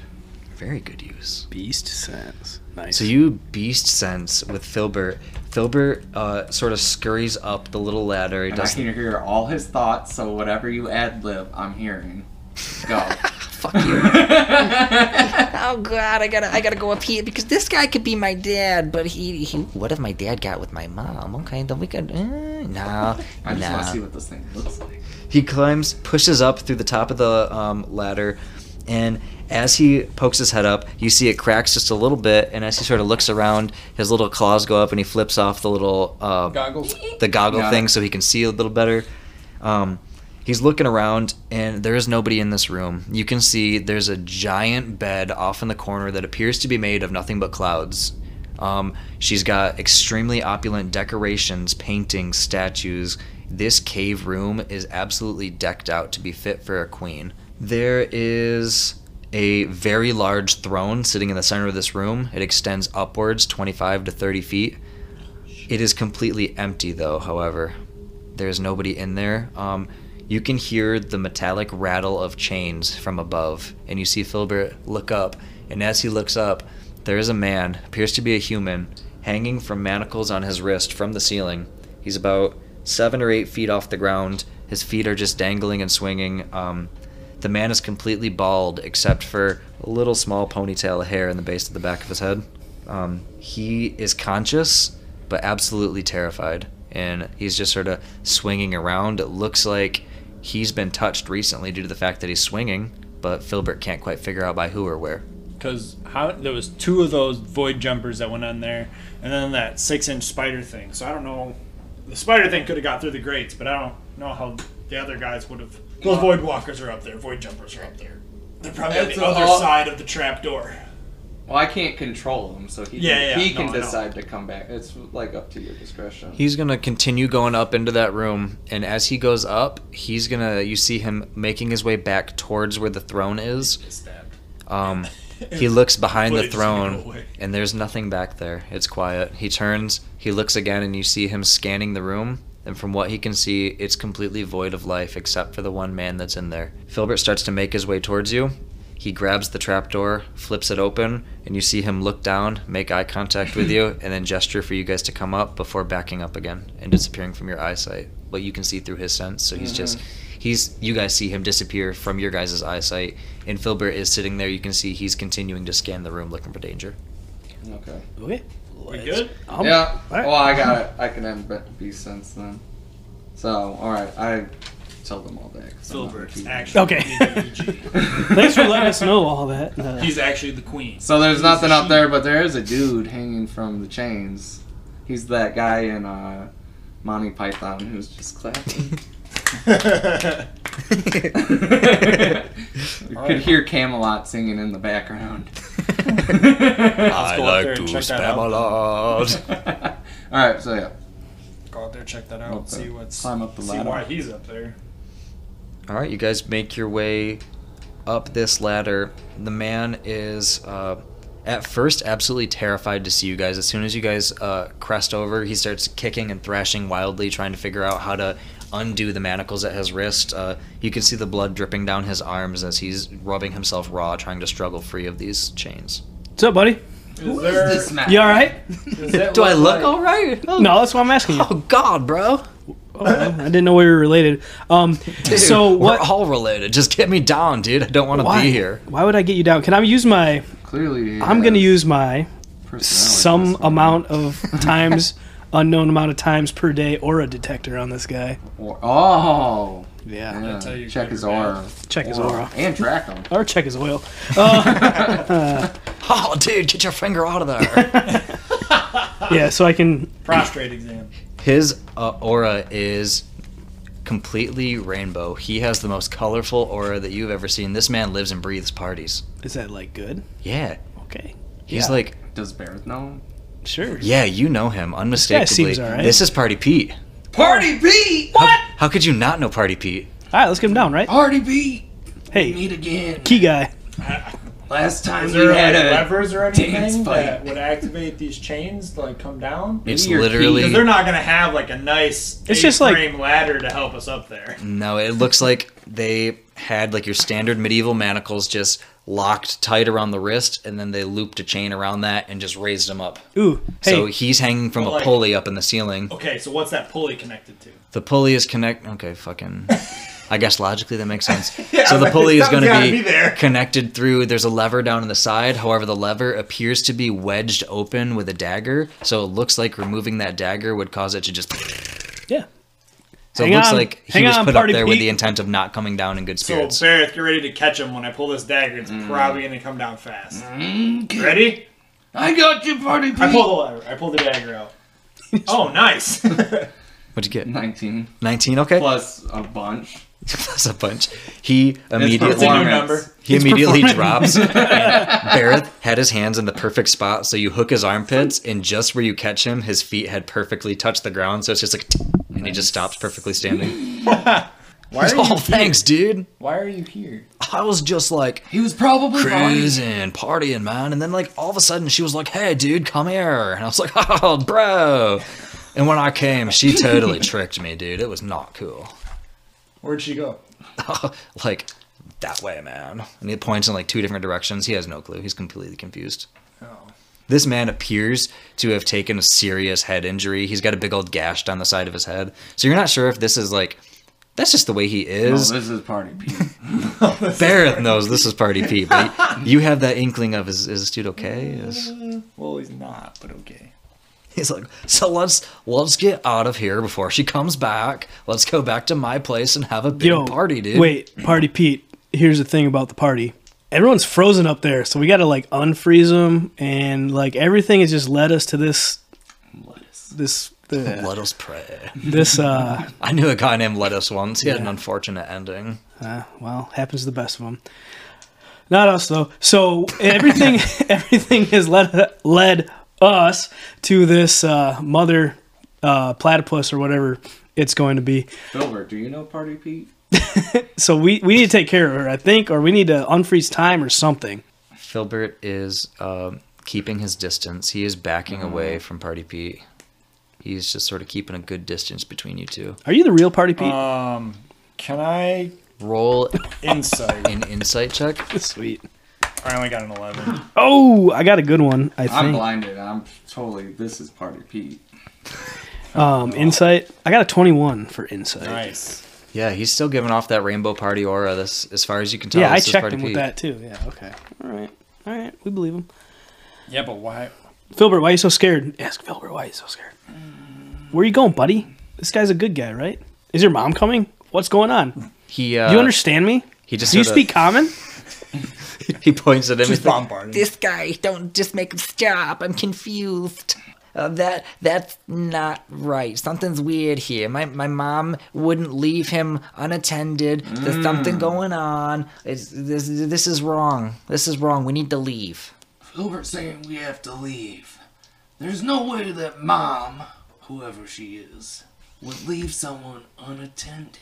[SPEAKER 2] very good use.
[SPEAKER 4] Beast sense. Nice.
[SPEAKER 2] So you beast sense with Filbert. Filbert uh, sort of scurries up the little ladder. He
[SPEAKER 3] And I
[SPEAKER 2] does.
[SPEAKER 3] can hear all his thoughts, so whatever you ad lib, I'm hearing. Go.
[SPEAKER 10] Fuck you. oh god, I gotta I gotta go up here because this guy could be my dad, but he, he what if my dad got with my mom? Okay, then we could. Uh, no,
[SPEAKER 3] I just want to see
[SPEAKER 10] no.
[SPEAKER 3] what this thing looks like.
[SPEAKER 2] He climbs, pushes up through the top of the um, ladder, and as he pokes his head up, you see it cracks just a little bit. And as he sort of looks around, his little claws go up, and he flips off the little uh,
[SPEAKER 9] Goggles.
[SPEAKER 2] the goggle
[SPEAKER 3] Got
[SPEAKER 2] thing
[SPEAKER 3] it.
[SPEAKER 2] so he can see a little better. Um, he's looking around, and there is nobody in this room. You can see there's a giant bed off in the corner that appears to be made of nothing but clouds. Um, she's got extremely opulent decorations, paintings, statues. This cave room is absolutely decked out to be fit for a queen. There is a very large throne sitting in the center of this room. It extends upwards 25 to 30 feet. It is completely empty, though, however. There's nobody in there. Um, you can hear the metallic rattle of chains from above, and you see Filbert look up. And as he looks up, there is a man, appears to be a human, hanging from manacles on his wrist from the ceiling. He's about seven or eight feet off the ground. His feet are just dangling and swinging. Um, the man is completely bald except for a little small ponytail of hair in the base of the back of his head. Um, he is conscious, but absolutely terrified. And he's just sort of swinging around. It looks like he's been touched recently due to the fact that he's swinging, but Filbert can't quite figure out by who or where.
[SPEAKER 9] Because how there was two of those void jumpers that went on there, and then that six-inch spider thing. So I don't know. The spider thing could have got through the grates, but I don't know how the other guys would have. Those void walkers are up there. Void jumpers are up there. They're probably on
[SPEAKER 3] It's
[SPEAKER 9] the other
[SPEAKER 3] all-
[SPEAKER 9] side of the trap door.
[SPEAKER 3] Well, I can't control him, so he
[SPEAKER 9] Yeah,
[SPEAKER 3] can,
[SPEAKER 9] yeah,
[SPEAKER 3] he
[SPEAKER 9] no,
[SPEAKER 3] can
[SPEAKER 9] I know.
[SPEAKER 3] decide to come back. It's like up to your discretion.
[SPEAKER 2] He's gonna continue going up into that room, and as he goes up, he's gonna you see him making his way back towards where the throne is. Um, he looks behind the
[SPEAKER 9] But it's gonna go
[SPEAKER 2] throne,
[SPEAKER 9] away.
[SPEAKER 2] and there's nothing back there. It's quiet. He turns, he looks again, and you see him scanning the room. And from what he can see, it's completely void of life except for the one man that's in there. Filbert starts to make his way towards you. He grabs the trapdoor, flips it open, and you see him look down, make eye contact with you, and then gesture for you guys to come up before backing up again and disappearing from your eyesight. But you can see through his sense, so he's just
[SPEAKER 3] Mhm.
[SPEAKER 2] he's you guys see him disappear from your guys' eyesight, and Filbert is sitting there. You can see he's continuing to scan the room looking for danger.
[SPEAKER 3] Okay.
[SPEAKER 4] Okay.
[SPEAKER 9] We good?
[SPEAKER 4] Um,
[SPEAKER 3] yeah.
[SPEAKER 4] all right.
[SPEAKER 3] Well, I got it. I can end B since then. So, all right. I tell them all that. 'cause I'm not
[SPEAKER 9] Filbert's
[SPEAKER 3] repeating.
[SPEAKER 9] actually
[SPEAKER 4] Okay.
[SPEAKER 9] BWG.
[SPEAKER 4] Thanks for letting us know all that. Uh,
[SPEAKER 9] E He's actually the queen.
[SPEAKER 3] So there's
[SPEAKER 9] He's
[SPEAKER 3] nothing
[SPEAKER 9] the
[SPEAKER 3] up
[SPEAKER 9] she-
[SPEAKER 3] there, but there is a dude hanging from the chains. He's that guy in uh, Monty Python who's just clapping. you could hear Camelot singing in the background.
[SPEAKER 2] I
[SPEAKER 9] go up
[SPEAKER 2] like
[SPEAKER 9] there
[SPEAKER 2] to
[SPEAKER 9] and check that
[SPEAKER 2] spam a
[SPEAKER 9] out.
[SPEAKER 2] lot.
[SPEAKER 3] All right, so yeah.
[SPEAKER 9] Go out there, check that out,
[SPEAKER 3] Up there.
[SPEAKER 9] see what's
[SPEAKER 3] Climb up the
[SPEAKER 9] see
[SPEAKER 3] ladder.
[SPEAKER 9] why he's up there.
[SPEAKER 2] All right, you guys make your way up this ladder. The man is uh, at first absolutely terrified to see you guys. As soon as you guys uh, crest over, he starts kicking and thrashing wildly, trying to figure out how to undo the manacles at his wrist. Uh, you can see the blood dripping down his arms as he's rubbing himself raw, trying to struggle free of these chains.
[SPEAKER 4] What's up, buddy?
[SPEAKER 9] Is there,
[SPEAKER 3] This man.
[SPEAKER 4] You all right?
[SPEAKER 9] does that
[SPEAKER 2] Do I look
[SPEAKER 3] like-
[SPEAKER 2] all right? Oh,
[SPEAKER 4] No, that's why I'm asking you.
[SPEAKER 2] oh God, bro!
[SPEAKER 4] Oh, well, I didn't know we were related. Um,
[SPEAKER 2] Dude,
[SPEAKER 4] so what?
[SPEAKER 2] We're all related. Just get me down, dude. I don't want to
[SPEAKER 4] why?
[SPEAKER 2] be here.
[SPEAKER 4] Why would I get you down? Can I use my?
[SPEAKER 3] Clearly, he
[SPEAKER 4] I'm gonna
[SPEAKER 3] has
[SPEAKER 4] use my
[SPEAKER 3] personality
[SPEAKER 4] some
[SPEAKER 3] disorder.
[SPEAKER 4] amount of times, unknown amount of times per day aura detector on this guy.
[SPEAKER 3] Or- Oh,
[SPEAKER 4] Yeah.
[SPEAKER 3] yeah.
[SPEAKER 9] tell you
[SPEAKER 3] check
[SPEAKER 9] good
[SPEAKER 3] his
[SPEAKER 9] or bad.
[SPEAKER 3] aura
[SPEAKER 4] Check his aura.
[SPEAKER 3] and track him.
[SPEAKER 4] Or check his oil. Uh,
[SPEAKER 2] Oh, dude, get your finger out of there.
[SPEAKER 4] Yeah, so I can.
[SPEAKER 9] prostrate exam?
[SPEAKER 2] His uh, aura is completely rainbow. He has the most colorful aura that you've ever seen. This man lives and breathes parties.
[SPEAKER 4] Is that like good?
[SPEAKER 2] Yeah.
[SPEAKER 4] Okay.
[SPEAKER 2] He's
[SPEAKER 4] Yeah.
[SPEAKER 2] like,
[SPEAKER 3] Does Barrett know?
[SPEAKER 4] Sure.
[SPEAKER 2] yeah, you know him unmistakably.
[SPEAKER 4] seems alright.
[SPEAKER 2] This is Party Pete.
[SPEAKER 3] Party Pete.
[SPEAKER 2] What? How, could you not know Party Pete?
[SPEAKER 4] All right, let's get him down,
[SPEAKER 2] Oh,
[SPEAKER 4] right?
[SPEAKER 3] Party Pete.
[SPEAKER 4] Hey,
[SPEAKER 3] Meet again.
[SPEAKER 4] key guy.
[SPEAKER 3] Last time
[SPEAKER 9] Is
[SPEAKER 3] we
[SPEAKER 9] there
[SPEAKER 3] had
[SPEAKER 9] like,
[SPEAKER 3] a
[SPEAKER 9] levers or
[SPEAKER 3] dance
[SPEAKER 9] anything
[SPEAKER 3] fight.
[SPEAKER 9] that would activate these chains to like come down?
[SPEAKER 2] It's
[SPEAKER 3] your
[SPEAKER 9] Because
[SPEAKER 2] literally
[SPEAKER 9] they're not gonna have like a nice
[SPEAKER 4] It's just like-
[SPEAKER 9] frame ladder to help us up there.
[SPEAKER 3] Mm.
[SPEAKER 2] no. It looks like they had like your standard medieval manacles just locked tight around the wrist, and then they looped a chain around that and just raised him up.
[SPEAKER 4] Ooh, hey.
[SPEAKER 2] So he's hanging from
[SPEAKER 9] Well,
[SPEAKER 2] a
[SPEAKER 9] like-
[SPEAKER 2] pulley up in the ceiling.
[SPEAKER 9] Okay, so what's that pulley connected to?
[SPEAKER 2] The pulley is connect. Okay, fucking. I guess logically that makes sense. so the pulley is going to
[SPEAKER 9] gotta
[SPEAKER 2] be,
[SPEAKER 9] be there.
[SPEAKER 2] connected through. There's a lever down in the side. However, the lever appears to be wedged open with a dagger. So it looks like removing that dagger would cause it to just.
[SPEAKER 4] yeah.
[SPEAKER 2] So
[SPEAKER 4] Hang
[SPEAKER 2] it looks
[SPEAKER 4] on,
[SPEAKER 2] like he
[SPEAKER 4] hang
[SPEAKER 2] was
[SPEAKER 4] on,
[SPEAKER 2] put up
[SPEAKER 4] Party
[SPEAKER 2] there with
[SPEAKER 4] Pete.
[SPEAKER 2] the intent of not coming down in good
[SPEAKER 9] So
[SPEAKER 2] spirits.
[SPEAKER 9] Barrett, get ready to catch him when I pull this dagger.
[SPEAKER 3] Mm.
[SPEAKER 9] It's probably gonna come down fast. Ready?
[SPEAKER 3] I got you, Party Pete.
[SPEAKER 9] I pull the lever. I pull the dagger out. oh, nice.
[SPEAKER 2] What'd you get?
[SPEAKER 3] 19
[SPEAKER 2] Nineteen. Okay,
[SPEAKER 3] plus a bunch.
[SPEAKER 2] that's a bunch. He
[SPEAKER 9] It's a
[SPEAKER 2] immediately
[SPEAKER 9] new
[SPEAKER 3] performance.
[SPEAKER 9] number.
[SPEAKER 2] he immediately drops. and Barrett had his hands in the perfect spot, so you hook his armpits, and just where you catch him, his feet had perfectly touched the ground. So it's just like, and he just stops perfectly standing.
[SPEAKER 7] Why
[SPEAKER 2] Oh, thanks, dude.
[SPEAKER 7] Why are you here?
[SPEAKER 2] I was just like
[SPEAKER 3] He was probably fine.
[SPEAKER 2] cruising, partying, man, and then like all of a sudden she was like, "Hey, dude, come here," and I was like, "Oh, bro." And when I came, she totally tricked me, dude. It was not cool.
[SPEAKER 5] Where'd she go?
[SPEAKER 2] like that way, man. And he points in like two different directions. He has no clue. He's completely confused.
[SPEAKER 5] Oh.
[SPEAKER 2] This man appears to have taken a serious head injury. He's got a big old gash down the side of his head. So you're not sure if this is like that's just the way he is.
[SPEAKER 3] No, Oh, this is party Pete.
[SPEAKER 2] Barrett knows this is Party Pete, but you have that inkling of is, is this dude okay? Is
[SPEAKER 5] Well, he's not, but okay.
[SPEAKER 2] He's like, so let's let's get out of here before she comes back. Let's go back to my place and have a big
[SPEAKER 4] Yo,
[SPEAKER 2] party, dude.
[SPEAKER 4] Wait, party Pete. Here's the thing about the party. Everyone's frozen up there, so we got to like unfreeze them, and like everything has just led us to this. This the,
[SPEAKER 2] let us pray.
[SPEAKER 4] this uh,
[SPEAKER 2] I knew a guy named Lettuce once. He had an unfortunate ending.
[SPEAKER 4] uh well happens to the best of them. Not us though. So everything everything has led led us to this uh, mother uh, platypus or whatever it's going to be.
[SPEAKER 3] Filbert, do you know Party Pete?
[SPEAKER 4] So we we need to take care of her, I think, or we need to unfreeze time or something.
[SPEAKER 2] Filbert is um, keeping his distance. He is
[SPEAKER 4] Mm.
[SPEAKER 2] backing away from Party Pete. He's just sort of keeping a good distance between you two.
[SPEAKER 4] Are you the real party Pete?
[SPEAKER 2] Uh,
[SPEAKER 5] Um, can I
[SPEAKER 2] Roll
[SPEAKER 5] insight?
[SPEAKER 2] an insight check.
[SPEAKER 4] Sweet.
[SPEAKER 5] I only got an eleven.
[SPEAKER 4] Oh, I got a good one. I
[SPEAKER 3] I'm
[SPEAKER 4] think.
[SPEAKER 3] blinded. I'm totally. This is Party Pete.
[SPEAKER 4] Um, insight. I got a twenty-one for insight.
[SPEAKER 5] Nice.
[SPEAKER 2] Yeah, he's still giving off that rainbow party aura. This, as far as you can tell,
[SPEAKER 4] Yeah, I
[SPEAKER 2] Oh, this is
[SPEAKER 4] checked
[SPEAKER 2] Party
[SPEAKER 4] him with
[SPEAKER 2] Pete.
[SPEAKER 4] that too. Yeah. Okay. All right. All right. We believe him.
[SPEAKER 5] Yeah, but why?
[SPEAKER 4] Filbert, why are you so scared? Ask Filbert why he's so scared. Where you going, buddy? This guy's a good guy, right? Is your mom coming? What's going on? Do
[SPEAKER 2] He, uh,
[SPEAKER 4] you understand me?
[SPEAKER 2] He just
[SPEAKER 4] Do you
[SPEAKER 2] sorta-
[SPEAKER 4] speak common?
[SPEAKER 2] He points at him. He's like,
[SPEAKER 10] This guy, don't just make him stop. I'm confused. Uh, that that's not right. Something's weird here. My my mom wouldn't leave him unattended. There's something going on. It's, this this is wrong. This is wrong. We need to leave.
[SPEAKER 11] Filbert saying we have to leave. There's no way that mom, whoever she is, would leave someone unattended.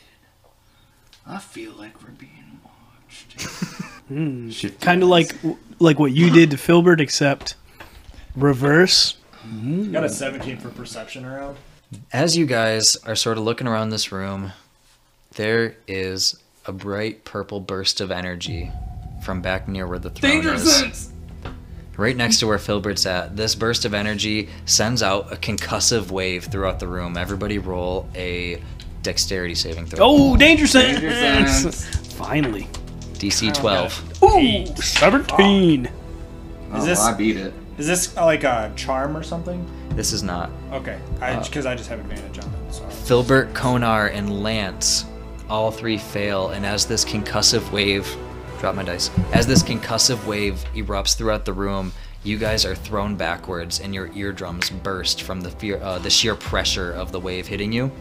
[SPEAKER 11] I feel like we're being watched.
[SPEAKER 4] Kind of like like what you did to Filbert, except reverse.
[SPEAKER 5] Got a seventeen for perception around.
[SPEAKER 2] As you guys are sort of looking around this room, there is a bright purple burst of energy from back near where the throne
[SPEAKER 11] Danger
[SPEAKER 2] is.
[SPEAKER 11] sense!
[SPEAKER 2] Right next to where Filbert's at, this burst of energy sends out a concussive wave throughout the room. Everybody roll a dexterity saving throw.
[SPEAKER 4] Oh, danger sense!
[SPEAKER 3] Danger sense.
[SPEAKER 4] Finally,
[SPEAKER 2] DC 12.
[SPEAKER 4] ooh, seventeen.
[SPEAKER 3] Oh,
[SPEAKER 5] this-
[SPEAKER 3] I beat it.
[SPEAKER 5] Is this uh, like a charm or something?
[SPEAKER 2] This is not.
[SPEAKER 5] Okay, I because I just have advantage on it. So
[SPEAKER 2] Filbert, Konar, and Lance all three fail, and as this concussive wave drop my dice. As this concussive wave erupts throughout the room, you guys are thrown backwards and your eardrums burst from the fear uh, the sheer pressure of the wave hitting you.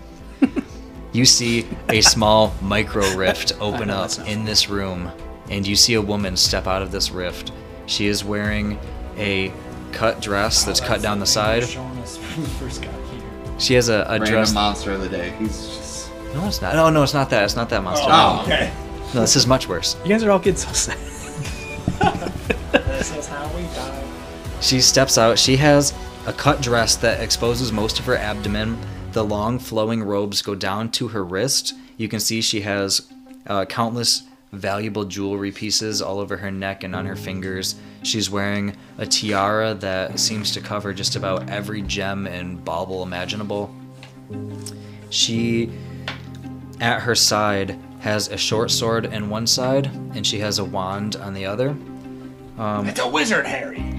[SPEAKER 2] you see a small micro rift open up in this room, and you see a woman step out of this rift. She is wearing a cut dress that's cut down the side.
[SPEAKER 5] showing us when we first got here.
[SPEAKER 2] She has a, a
[SPEAKER 3] Random
[SPEAKER 2] dress
[SPEAKER 3] monster of the day. He's just.
[SPEAKER 2] No, it's not. No, no, it's not that. It's not that monster.
[SPEAKER 3] Oh,
[SPEAKER 5] Okay.
[SPEAKER 2] No, this is much worse.
[SPEAKER 4] You guys are all getting so sad.
[SPEAKER 5] This is how we die.
[SPEAKER 2] She steps out. She has a cut dress that exposes most of her abdomen. The long flowing robes go down to her wrist. You can see she has uh, countless valuable jewelry pieces all over her neck and on her fingers. She's wearing a tiara that seems to cover just about every gem and bauble imaginable. She, at her side, has a short sword in one side, and she has a wand on the other.
[SPEAKER 7] It's a wizard, Harry.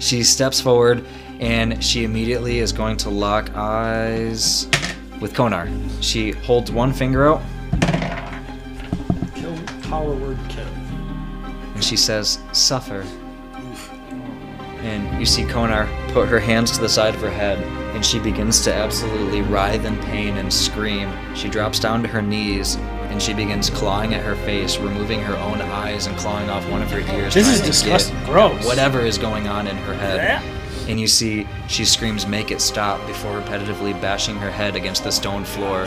[SPEAKER 2] She steps forward and she immediately is going to lock eyes with Konar. She holds one finger out
[SPEAKER 5] Kill power word kill.
[SPEAKER 2] and she says, Suffer. And you see Konar put her hands to the side of her head and she begins to absolutely writhe in pain and scream. She drops down to her knees and she begins clawing at her face, removing her own eyes and clawing off one of her ears.
[SPEAKER 4] This
[SPEAKER 2] trying
[SPEAKER 4] is
[SPEAKER 2] to get
[SPEAKER 4] disgusting. Gross.
[SPEAKER 2] whatever is going on in her head. And you see she screams, Make it stop, before repetitively bashing her head against the stone floor,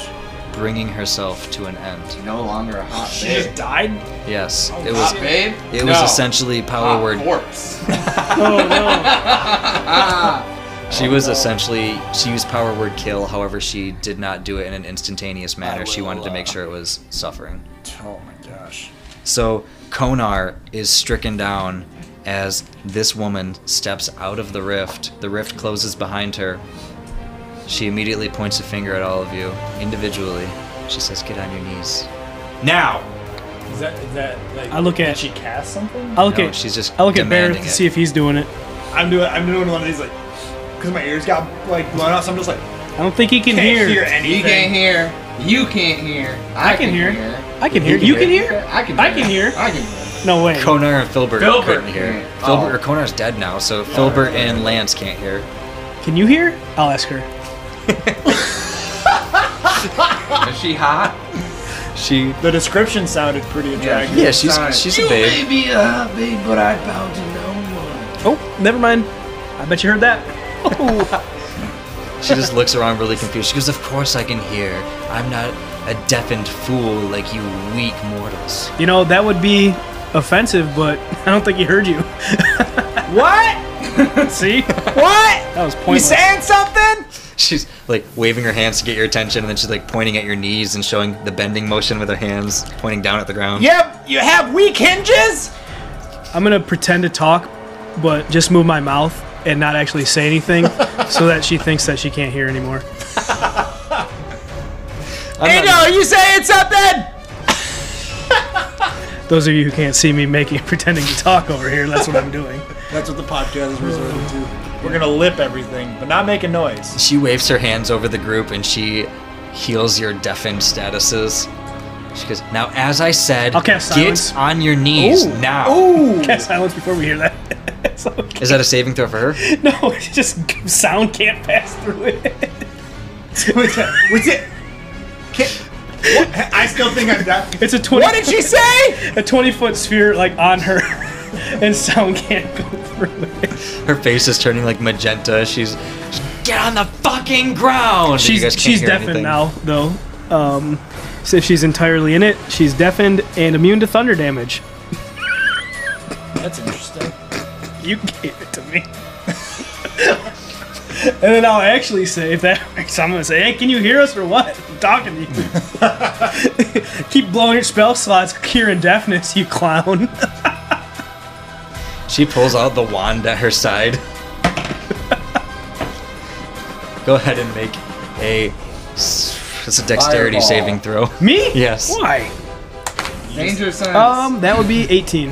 [SPEAKER 2] bringing herself to an end.
[SPEAKER 3] No longer a hot
[SPEAKER 5] She
[SPEAKER 3] babe.
[SPEAKER 5] just died.
[SPEAKER 2] Yes, it was.
[SPEAKER 3] Hot babe?
[SPEAKER 2] It was
[SPEAKER 3] No.
[SPEAKER 2] essentially power
[SPEAKER 3] Hot
[SPEAKER 2] word.
[SPEAKER 3] corpse.
[SPEAKER 4] Oh no.
[SPEAKER 2] She was essentially she used power word kill. However, she did not do it in an instantaneous manner. she wanted to make sure it was suffering.
[SPEAKER 5] Oh my gosh.
[SPEAKER 2] So Konar is stricken down as this woman steps out of the rift. The rift closes behind her. She immediately points a finger at all of you individually. She says, "Get on your knees."
[SPEAKER 5] Now. Is that is that like?
[SPEAKER 4] I look
[SPEAKER 5] did
[SPEAKER 4] at-
[SPEAKER 5] she cast something?
[SPEAKER 4] I look
[SPEAKER 2] No,
[SPEAKER 4] at
[SPEAKER 2] she's just
[SPEAKER 4] I look at Barrett
[SPEAKER 2] demanding
[SPEAKER 4] to
[SPEAKER 2] it.
[SPEAKER 4] see if he's doing it.
[SPEAKER 5] I'm doing I'm doing one of these like because my ears got like blown out, so I'm just like
[SPEAKER 4] I don't think he can
[SPEAKER 5] Can't
[SPEAKER 4] hear.
[SPEAKER 5] hear anything.
[SPEAKER 3] You can't hear. You can't hear. I, can, hear.
[SPEAKER 4] I can hear. You can hear.
[SPEAKER 3] I can.
[SPEAKER 4] I can hear.
[SPEAKER 3] I can hear.
[SPEAKER 4] No way.
[SPEAKER 2] Konar and Filbert,
[SPEAKER 3] Filbert.
[SPEAKER 2] couldn't hear.
[SPEAKER 3] Yeah.
[SPEAKER 2] Filbert
[SPEAKER 3] Oh.
[SPEAKER 2] or Konar's dead now, so Filbert and Lance can't hear.
[SPEAKER 4] Can you hear? I'll ask her.
[SPEAKER 3] Is she hot?
[SPEAKER 2] She
[SPEAKER 5] the description sounded pretty attractive.
[SPEAKER 2] yeah, she's she's a
[SPEAKER 11] You may
[SPEAKER 2] babe.
[SPEAKER 11] be a
[SPEAKER 3] uh,
[SPEAKER 11] hot babe, but I bow to no one.
[SPEAKER 4] Oh, never mind. I bet you heard that. Oh,
[SPEAKER 2] She just looks around really confused. She goes, "Of course I can hear. I'm not a deafened fool like you weak mortals."
[SPEAKER 4] you know that would be offensive, but I don't think he heard you.
[SPEAKER 5] What?
[SPEAKER 4] see,
[SPEAKER 5] What?
[SPEAKER 4] that was
[SPEAKER 5] You
[SPEAKER 4] pointless.
[SPEAKER 5] saying something?
[SPEAKER 2] She's like waving her hands to get your attention, and then she's like pointing at your knees and showing the bending motion with her hands, pointing down at the ground.
[SPEAKER 5] Yep. You have weak hinges.
[SPEAKER 4] I'm gonna pretend to talk, but just move my mouth and not actually say anything, so that she thinks that she can't hear anymore.
[SPEAKER 2] I'm
[SPEAKER 5] Endo,
[SPEAKER 2] not-
[SPEAKER 5] are you saying something?
[SPEAKER 4] Those of you who can't see me making pretending to talk over here, that's what I'm doing.
[SPEAKER 5] That's what the podcast is resorting to. We're gonna lip everything, but not make a noise.
[SPEAKER 2] She waves her hands over the group and she heals your deafened statuses. She goes, Now, as I said,
[SPEAKER 4] I'll
[SPEAKER 2] get
[SPEAKER 4] cast silence.
[SPEAKER 2] on your knees
[SPEAKER 4] Ooh.
[SPEAKER 2] now.
[SPEAKER 5] Ooh.
[SPEAKER 4] Cast silence before we hear that. It's like-
[SPEAKER 2] Is that a saving throw for her?
[SPEAKER 4] no, it's just sound can't pass through it.
[SPEAKER 5] What's that? What's it? Can- what? I still think I'm deaf.
[SPEAKER 4] It's a twenty.
[SPEAKER 5] What did she say?
[SPEAKER 4] a 20 foot sphere like on her and sound can't go through it.
[SPEAKER 2] Her face is turning like magenta. She's, Get on the fucking ground! You guys
[SPEAKER 4] She's
[SPEAKER 2] can't
[SPEAKER 4] she's
[SPEAKER 2] hear
[SPEAKER 4] deafened
[SPEAKER 2] anything.
[SPEAKER 4] now though. Um so if she's entirely in it, she's deafened and immune to thunder damage.
[SPEAKER 5] That's interesting.
[SPEAKER 4] You gave it to me. and then I'll actually say if that works, I'm gonna say, Hey, can you hear us or what? I'm talking to you. Keep blowing your spell slots, cure and deafness, you clown.
[SPEAKER 2] She pulls out the wand at her side. Go ahead and make a. It's a dexterity
[SPEAKER 3] Fireball.
[SPEAKER 2] saving throw.
[SPEAKER 4] me?
[SPEAKER 2] Yes.
[SPEAKER 4] Why?
[SPEAKER 3] Danger sense.
[SPEAKER 4] Um, that would be eighteen.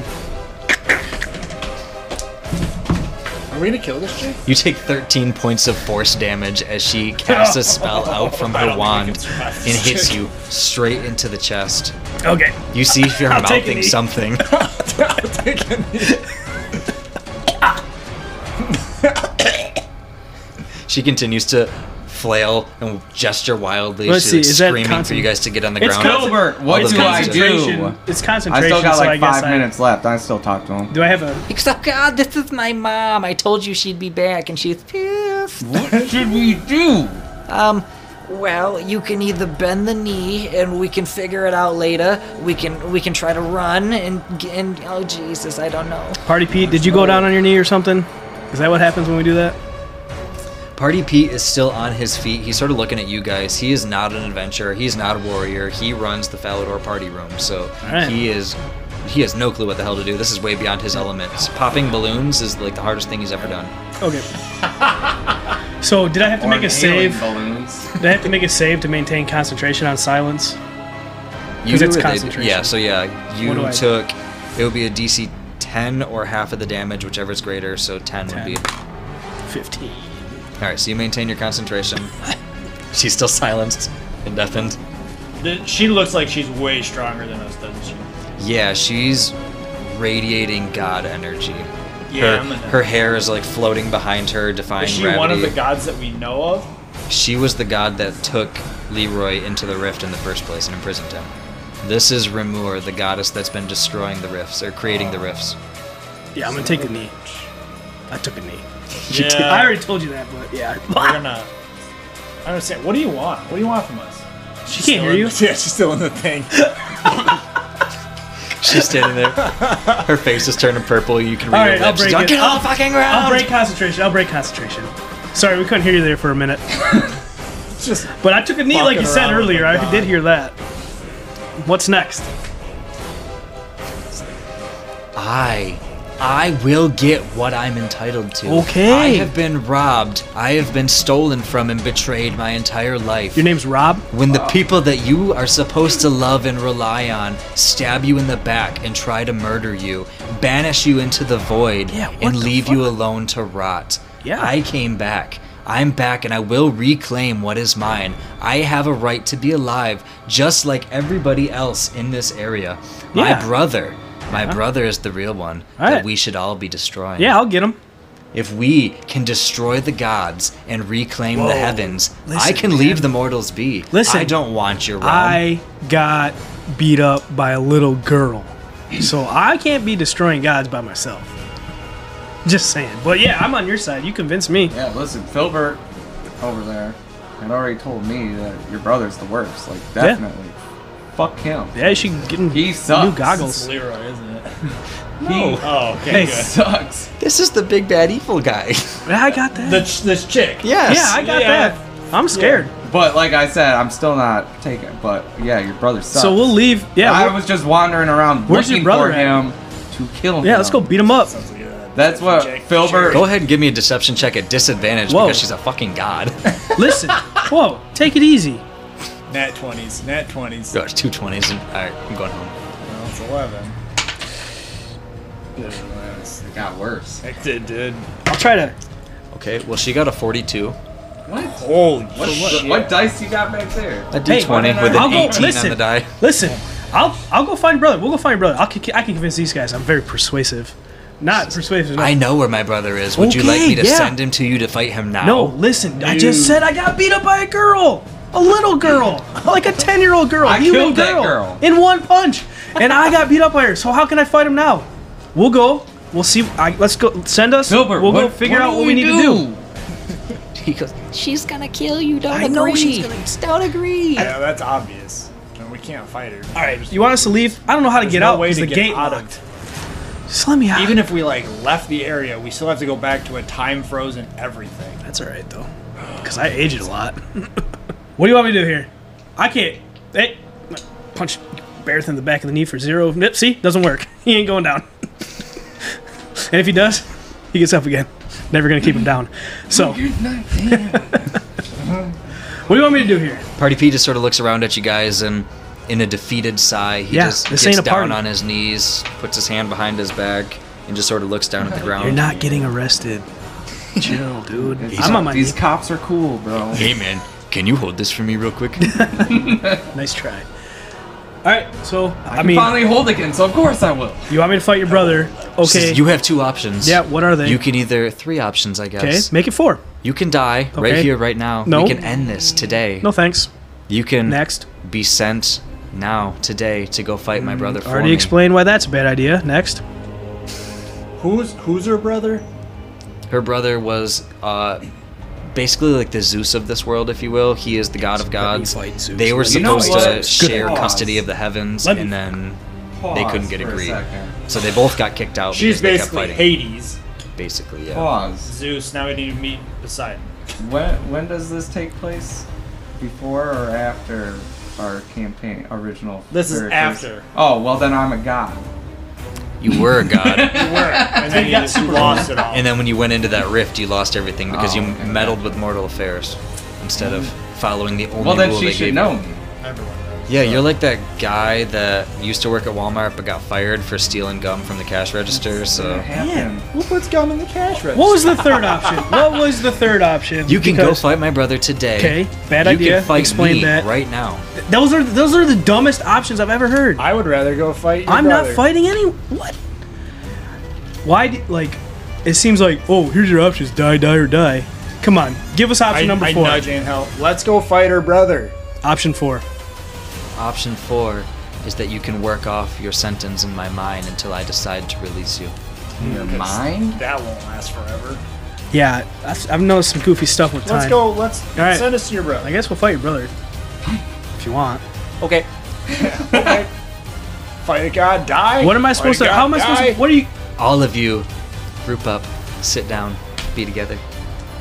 [SPEAKER 5] Are we gonna kill this chick?
[SPEAKER 2] You take 13 points of force damage as she casts a spell out from her wand and hits you straight into the chest.
[SPEAKER 4] Okay.
[SPEAKER 2] You see if you're
[SPEAKER 4] I'll take a
[SPEAKER 2] mouthing
[SPEAKER 4] knee.
[SPEAKER 2] something. she continues to flail and gesture wildly.
[SPEAKER 4] Let's
[SPEAKER 2] She's
[SPEAKER 4] see,
[SPEAKER 2] like,
[SPEAKER 4] is that
[SPEAKER 2] screaming for
[SPEAKER 4] concent-
[SPEAKER 2] you guys to get on the
[SPEAKER 4] It's
[SPEAKER 2] ground.
[SPEAKER 4] con-
[SPEAKER 3] Gilbert, what
[SPEAKER 2] All those
[SPEAKER 3] do I
[SPEAKER 2] guys
[SPEAKER 3] do?
[SPEAKER 4] concentration. It's
[SPEAKER 3] I
[SPEAKER 4] concentration.
[SPEAKER 3] still got
[SPEAKER 4] so I
[SPEAKER 3] like
[SPEAKER 4] guess
[SPEAKER 3] five
[SPEAKER 4] I-
[SPEAKER 3] minutes left. I still talk to him.
[SPEAKER 4] Do I have a?
[SPEAKER 10] Except, oh, God, this is my mom. I told you she'd be back, and she's pissed.
[SPEAKER 3] What should we do?
[SPEAKER 10] Um, well, you can either bend the knee, and we can figure it out later. We can we can try to run, and g- and oh Jesus, I don't know.
[SPEAKER 4] Party Pete, did you go down on your knee or something? Is that what happens when we do that?
[SPEAKER 2] Party Pete is still on his feet. He's sort of looking at you guys. He is not an adventurer. He's not a warrior. He runs the Falador party room, so
[SPEAKER 4] right.
[SPEAKER 2] he is he has no clue what the hell to do. This is way beyond his elements. Popping balloons is like the hardest thing he's ever done.
[SPEAKER 4] Okay. so did I have to
[SPEAKER 3] Or
[SPEAKER 4] make a
[SPEAKER 3] inhaling
[SPEAKER 4] save?
[SPEAKER 3] Balloons.
[SPEAKER 4] Did I have to make a save to maintain concentration on silence?
[SPEAKER 2] You
[SPEAKER 4] 'Cause it's
[SPEAKER 2] they-
[SPEAKER 4] concentration.
[SPEAKER 2] Yeah, so yeah,
[SPEAKER 4] What do
[SPEAKER 2] you
[SPEAKER 4] I-
[SPEAKER 2] took it would be a DC 10 or half of the damage, whichever is greater. So 10, would be.
[SPEAKER 4] Fifteen.
[SPEAKER 2] All right, so you maintain your concentration. She's still silenced and deafened.
[SPEAKER 9] Th- She looks like she's way stronger than us, doesn't she?
[SPEAKER 2] Yeah, she's radiating god energy.
[SPEAKER 9] Yeah,
[SPEAKER 2] her,
[SPEAKER 9] I'm gonna-
[SPEAKER 2] her hair is like floating behind her, defying
[SPEAKER 9] Is she
[SPEAKER 2] gravity.
[SPEAKER 9] one of the gods that we know of?
[SPEAKER 2] she was the god that took Leroy into the rift in the first place and imprisoned him. This is Remur, the goddess that's been destroying the rifts or creating
[SPEAKER 9] Oh.
[SPEAKER 2] the rifts.
[SPEAKER 4] Yeah, I'm gonna take a knee. I took a knee.
[SPEAKER 9] Yeah,
[SPEAKER 4] I already told you that, but yeah.
[SPEAKER 9] we're gonna. I don't understand. What do you want? What do you want from us?
[SPEAKER 4] she can't hear you.
[SPEAKER 5] Yeah, she's still in the thing.
[SPEAKER 2] She's standing there. Her face is turning purple. You can read
[SPEAKER 4] All
[SPEAKER 2] her
[SPEAKER 4] right, I'll
[SPEAKER 2] lips. She's
[SPEAKER 4] break
[SPEAKER 2] going,
[SPEAKER 4] it.
[SPEAKER 2] Get
[SPEAKER 4] I'll-
[SPEAKER 2] off the fucking ground!
[SPEAKER 4] I'll break concentration. I'll break concentration. Sorry, we couldn't hear you there for a minute.
[SPEAKER 5] Just
[SPEAKER 4] but I took a knee like
[SPEAKER 5] fucking
[SPEAKER 4] you said
[SPEAKER 5] around with
[SPEAKER 4] earlier.
[SPEAKER 5] my
[SPEAKER 4] I
[SPEAKER 5] dog.
[SPEAKER 4] did hear that. What's next?
[SPEAKER 2] I I will get what I'm entitled to.
[SPEAKER 4] Okay.
[SPEAKER 2] I have been robbed. I have been stolen from and betrayed my entire life. Your
[SPEAKER 4] name's Rob?
[SPEAKER 2] When the people that you are supposed to love and rely on stab you in the back and try to murder you, banish you into the void, and leave you alone to rot.
[SPEAKER 4] Yeah.
[SPEAKER 2] I came back. I'm back and I will reclaim what is mine. I have a right to be alive just like everybody else in this area.
[SPEAKER 4] Yeah.
[SPEAKER 2] My brother. My
[SPEAKER 4] Yeah.
[SPEAKER 2] brother is the real one
[SPEAKER 4] All right.
[SPEAKER 2] that we should all be destroying.
[SPEAKER 4] Yeah, I'll get him.
[SPEAKER 2] If we can destroy the gods and reclaim
[SPEAKER 4] Whoa.
[SPEAKER 2] the heavens, I
[SPEAKER 4] Listen,
[SPEAKER 2] can leave the mortals be.
[SPEAKER 4] Listen.
[SPEAKER 2] I don't want your realm.
[SPEAKER 4] I got beat up by a little girl. So I can't be destroying gods by myself. Just saying. But yeah, I'm on your side. You convinced me.
[SPEAKER 3] Yeah, listen, Filbert over there had already told me that your brother's the worst. Like,
[SPEAKER 4] Yeah.
[SPEAKER 3] definitely. Fuck him.
[SPEAKER 4] Yeah, she can get him
[SPEAKER 3] he sucks.
[SPEAKER 4] new goggles.
[SPEAKER 9] Leroy, isn't it?
[SPEAKER 3] He
[SPEAKER 9] Oh, okay.
[SPEAKER 3] He
[SPEAKER 9] good.
[SPEAKER 3] sucks.
[SPEAKER 2] This is the big bad evil guy.
[SPEAKER 4] I got that.
[SPEAKER 9] The ch- this chick.
[SPEAKER 2] Yes.
[SPEAKER 4] Yeah, I got
[SPEAKER 9] Yeah.
[SPEAKER 4] that. I'm scared.
[SPEAKER 3] But like I said, I'm still not taking. it, But yeah, your brother sucks.
[SPEAKER 4] So we'll leave. Yeah.
[SPEAKER 3] I
[SPEAKER 4] we'll-
[SPEAKER 3] was just wandering around
[SPEAKER 4] Where's your
[SPEAKER 3] looking
[SPEAKER 4] brother
[SPEAKER 3] for
[SPEAKER 4] at?
[SPEAKER 3] him to kill him.
[SPEAKER 4] yeah, let's go beat him up.
[SPEAKER 3] That's what Filbert.
[SPEAKER 2] Go ahead and give me a deception check at disadvantage
[SPEAKER 4] Whoa.
[SPEAKER 2] because she's a fucking god.
[SPEAKER 4] Listen. Whoa, take it easy.
[SPEAKER 9] Nat 20s. Nat 20s.
[SPEAKER 2] There's two twenties and all right, I'm going home.
[SPEAKER 9] Well, it's 11.
[SPEAKER 3] It got worse.
[SPEAKER 9] It did, dude.
[SPEAKER 4] I'll try to.
[SPEAKER 2] Okay, well she got a 42,
[SPEAKER 9] Holy
[SPEAKER 3] What,
[SPEAKER 9] shit.
[SPEAKER 3] what, what dice you got back there?
[SPEAKER 2] a d20 with
[SPEAKER 4] I'll
[SPEAKER 2] an
[SPEAKER 4] go-
[SPEAKER 2] 18
[SPEAKER 4] listen.
[SPEAKER 2] on the die.
[SPEAKER 4] Listen, I'll I'll go find brother. We'll go find brother. I'll, con- I can convince these guys. I'm very persuasive. Not persuasive.
[SPEAKER 2] I
[SPEAKER 4] No,
[SPEAKER 2] know where my brother is. Would you like
[SPEAKER 4] Okay,
[SPEAKER 2] me to
[SPEAKER 4] yeah.
[SPEAKER 2] send him to you to fight him now?
[SPEAKER 4] no listen. I just said I got beat up by a girl, a little girl, like a ten year old girl,
[SPEAKER 3] I
[SPEAKER 4] human
[SPEAKER 3] killed that girl.
[SPEAKER 4] girl, in one punch, and I got beat up by her. So how can I fight him now? We'll go. We'll see. I, let's go. Send us.
[SPEAKER 3] Filbert,
[SPEAKER 4] we'll go
[SPEAKER 3] what-
[SPEAKER 4] figure
[SPEAKER 3] what
[SPEAKER 4] out
[SPEAKER 3] do
[SPEAKER 4] what
[SPEAKER 3] we
[SPEAKER 4] we need to
[SPEAKER 3] do?
[SPEAKER 4] do.
[SPEAKER 2] He goes,
[SPEAKER 1] She's gonna kill you, don't
[SPEAKER 4] I
[SPEAKER 1] agree.
[SPEAKER 4] know she's gonna-
[SPEAKER 1] Don't agree.
[SPEAKER 9] Yeah, that's obvious. And we can't fight her.
[SPEAKER 4] All right. You want us to leave? I don't know how to
[SPEAKER 9] There's
[SPEAKER 4] get
[SPEAKER 9] no
[SPEAKER 4] out.
[SPEAKER 9] way
[SPEAKER 4] 'cause
[SPEAKER 9] to
[SPEAKER 4] the
[SPEAKER 9] get
[SPEAKER 4] gate
[SPEAKER 9] out
[SPEAKER 4] locked.
[SPEAKER 9] of
[SPEAKER 4] Just let me out.
[SPEAKER 9] Even if we like left the area, we still have to go back to a time frozen everything.
[SPEAKER 4] That's all right though, because I aged a lot. what do you want me to do here? I can't. Hey, punch Barrett in the back of the knee for zero. Nip, see, doesn't work. He ain't going down. and if he does, he gets up again. Never gonna keep him down. So, what do you want me to do here?
[SPEAKER 2] Party P just sort of looks around at you guys and, in a defeated sigh, he
[SPEAKER 4] Yeah,
[SPEAKER 2] just
[SPEAKER 4] this
[SPEAKER 2] gets
[SPEAKER 4] ain't a
[SPEAKER 2] down
[SPEAKER 4] party.
[SPEAKER 2] on his knees, puts his hand behind his back, and just sort of looks down at the ground.
[SPEAKER 4] You're not getting arrested. Chill, dude. I'm on my
[SPEAKER 3] These
[SPEAKER 4] knees.
[SPEAKER 3] cops are cool, bro.
[SPEAKER 2] Hey man, can you hold this for me real quick?
[SPEAKER 4] Nice try. All right, so I,
[SPEAKER 3] I
[SPEAKER 4] mean,
[SPEAKER 3] finally hold again, so of course I will.
[SPEAKER 4] you want me to fight your brother?
[SPEAKER 2] She
[SPEAKER 4] Okay.
[SPEAKER 2] says, you have two options.
[SPEAKER 4] yeah. What are they?
[SPEAKER 2] You can either three options, I
[SPEAKER 4] okay,
[SPEAKER 2] guess.
[SPEAKER 4] make it four.
[SPEAKER 2] You can die right
[SPEAKER 4] Okay.
[SPEAKER 2] here, right now.
[SPEAKER 4] No.
[SPEAKER 2] We can end this today.
[SPEAKER 4] No thanks.
[SPEAKER 2] You can
[SPEAKER 4] Next. Mm,
[SPEAKER 2] be sent now today to go fight my brother. For
[SPEAKER 4] Already
[SPEAKER 2] me.
[SPEAKER 4] explained why that's a bad idea. Next.
[SPEAKER 9] Who's who's her brother?
[SPEAKER 2] Her brother was uh, basically like the Zeus of this world, if you will. He is the god of gods.
[SPEAKER 4] fight Zeus.
[SPEAKER 2] They were
[SPEAKER 4] You
[SPEAKER 3] know
[SPEAKER 2] supposed
[SPEAKER 3] what?
[SPEAKER 2] to
[SPEAKER 3] Good
[SPEAKER 2] share
[SPEAKER 3] pause.
[SPEAKER 2] custody of the heavens,
[SPEAKER 4] Let me-
[SPEAKER 2] and then
[SPEAKER 3] Pause
[SPEAKER 2] they couldn't get
[SPEAKER 3] for a
[SPEAKER 2] agreed.
[SPEAKER 3] second.
[SPEAKER 2] So they both got kicked out.
[SPEAKER 9] She's
[SPEAKER 2] because they
[SPEAKER 9] basically
[SPEAKER 2] kept fighting.
[SPEAKER 9] Hades.
[SPEAKER 2] Basically, yeah.
[SPEAKER 3] Pause.
[SPEAKER 9] Zeus, now we need to meet Poseidon.
[SPEAKER 3] When when does this take place? Before or after our campaign original?
[SPEAKER 9] This is
[SPEAKER 3] very
[SPEAKER 9] after.
[SPEAKER 3] first- Oh well, then I'm a god.
[SPEAKER 2] You were a god,
[SPEAKER 9] And then you just lost it all.
[SPEAKER 2] and then when you went into that rift, you lost everything because
[SPEAKER 3] Oh,
[SPEAKER 2] you
[SPEAKER 3] okay.
[SPEAKER 2] meddled with mortal affairs instead of following the only
[SPEAKER 3] Well, then
[SPEAKER 2] rule
[SPEAKER 3] she
[SPEAKER 2] they gave
[SPEAKER 3] should
[SPEAKER 2] you.
[SPEAKER 3] know me.
[SPEAKER 2] Yeah, you're like that guy that used to work at Walmart but got fired for stealing gum from the cash register. So
[SPEAKER 3] Happen.
[SPEAKER 9] Who puts gum in the cash register?
[SPEAKER 4] What was the third option? What was the third option?
[SPEAKER 2] you can go
[SPEAKER 4] Because-
[SPEAKER 2] fight my brother today.
[SPEAKER 4] Okay, bad
[SPEAKER 2] you
[SPEAKER 4] idea.
[SPEAKER 2] Can fight
[SPEAKER 4] Explain
[SPEAKER 2] me
[SPEAKER 4] that.
[SPEAKER 2] right now.
[SPEAKER 4] Those are those are the dumbest options I've ever heard.
[SPEAKER 9] I would rather go fight. Your
[SPEAKER 4] I'm
[SPEAKER 9] brother.
[SPEAKER 4] not fighting any. What? Why? d like, it seems like oh, here's your options: die, die, or die. Come on, give us option
[SPEAKER 9] I,
[SPEAKER 4] number
[SPEAKER 9] I
[SPEAKER 4] four.
[SPEAKER 9] nudge and help. Let's go fight her brother.
[SPEAKER 4] Option four.
[SPEAKER 2] Option four is that you can work off your sentence in my mind until I decide to release you.
[SPEAKER 3] Your mind?
[SPEAKER 9] That won't last forever.
[SPEAKER 4] Yeah, I've, I've noticed some goofy stuff with time.
[SPEAKER 9] Let's go. Let's
[SPEAKER 4] All right.
[SPEAKER 9] send us to your brother.
[SPEAKER 4] I guess we'll fight your brother if you want.
[SPEAKER 2] Okay.
[SPEAKER 9] Fight a god, die.
[SPEAKER 4] What am I
[SPEAKER 9] Fight a
[SPEAKER 4] supposed to?
[SPEAKER 9] god,
[SPEAKER 4] How am I supposed
[SPEAKER 9] die.
[SPEAKER 4] to? What are you?
[SPEAKER 2] All of you, group up, sit down, be together.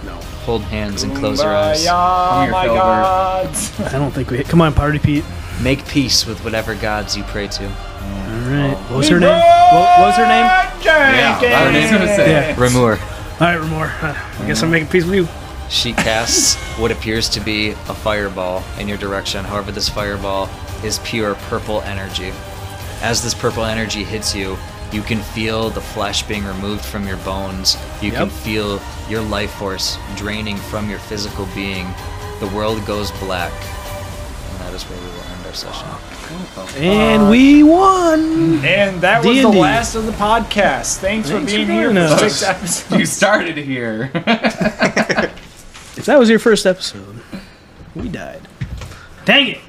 [SPEAKER 4] No.
[SPEAKER 2] hold hands and close your eyes.
[SPEAKER 5] Kumbaya, my gods.
[SPEAKER 4] I don't think we. Come on, party, Pete.
[SPEAKER 2] Make peace with whatever gods you pray to.
[SPEAKER 4] All right. What was Oh, her name? What, what was her name?
[SPEAKER 2] Yeah, her name.
[SPEAKER 4] Yeah.
[SPEAKER 2] Remur.
[SPEAKER 4] All right, Remor. Uh, I guess I'm making peace with you.
[SPEAKER 2] She casts what appears to be a fireball in your direction. However, this fireball is pure purple energy. As this purple energy hits you, you can feel the flesh being removed from your bones. You can
[SPEAKER 4] Yep.
[SPEAKER 2] feel your life force draining from your physical being. The world goes black. And that is where we will end our session.
[SPEAKER 4] And we won.
[SPEAKER 5] And that was the
[SPEAKER 4] D&D.
[SPEAKER 5] last of the podcast. Thanks, for
[SPEAKER 4] Thanks for
[SPEAKER 5] being here
[SPEAKER 4] joining
[SPEAKER 5] for
[SPEAKER 4] us.
[SPEAKER 5] six episodes.
[SPEAKER 3] You started here.
[SPEAKER 4] If that was your first episode, we died. Dang it!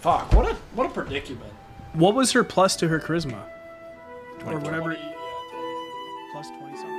[SPEAKER 5] Fuck! What a what a predicament.
[SPEAKER 4] What was her plus to her charisma? Or whatever. Plus 20 something.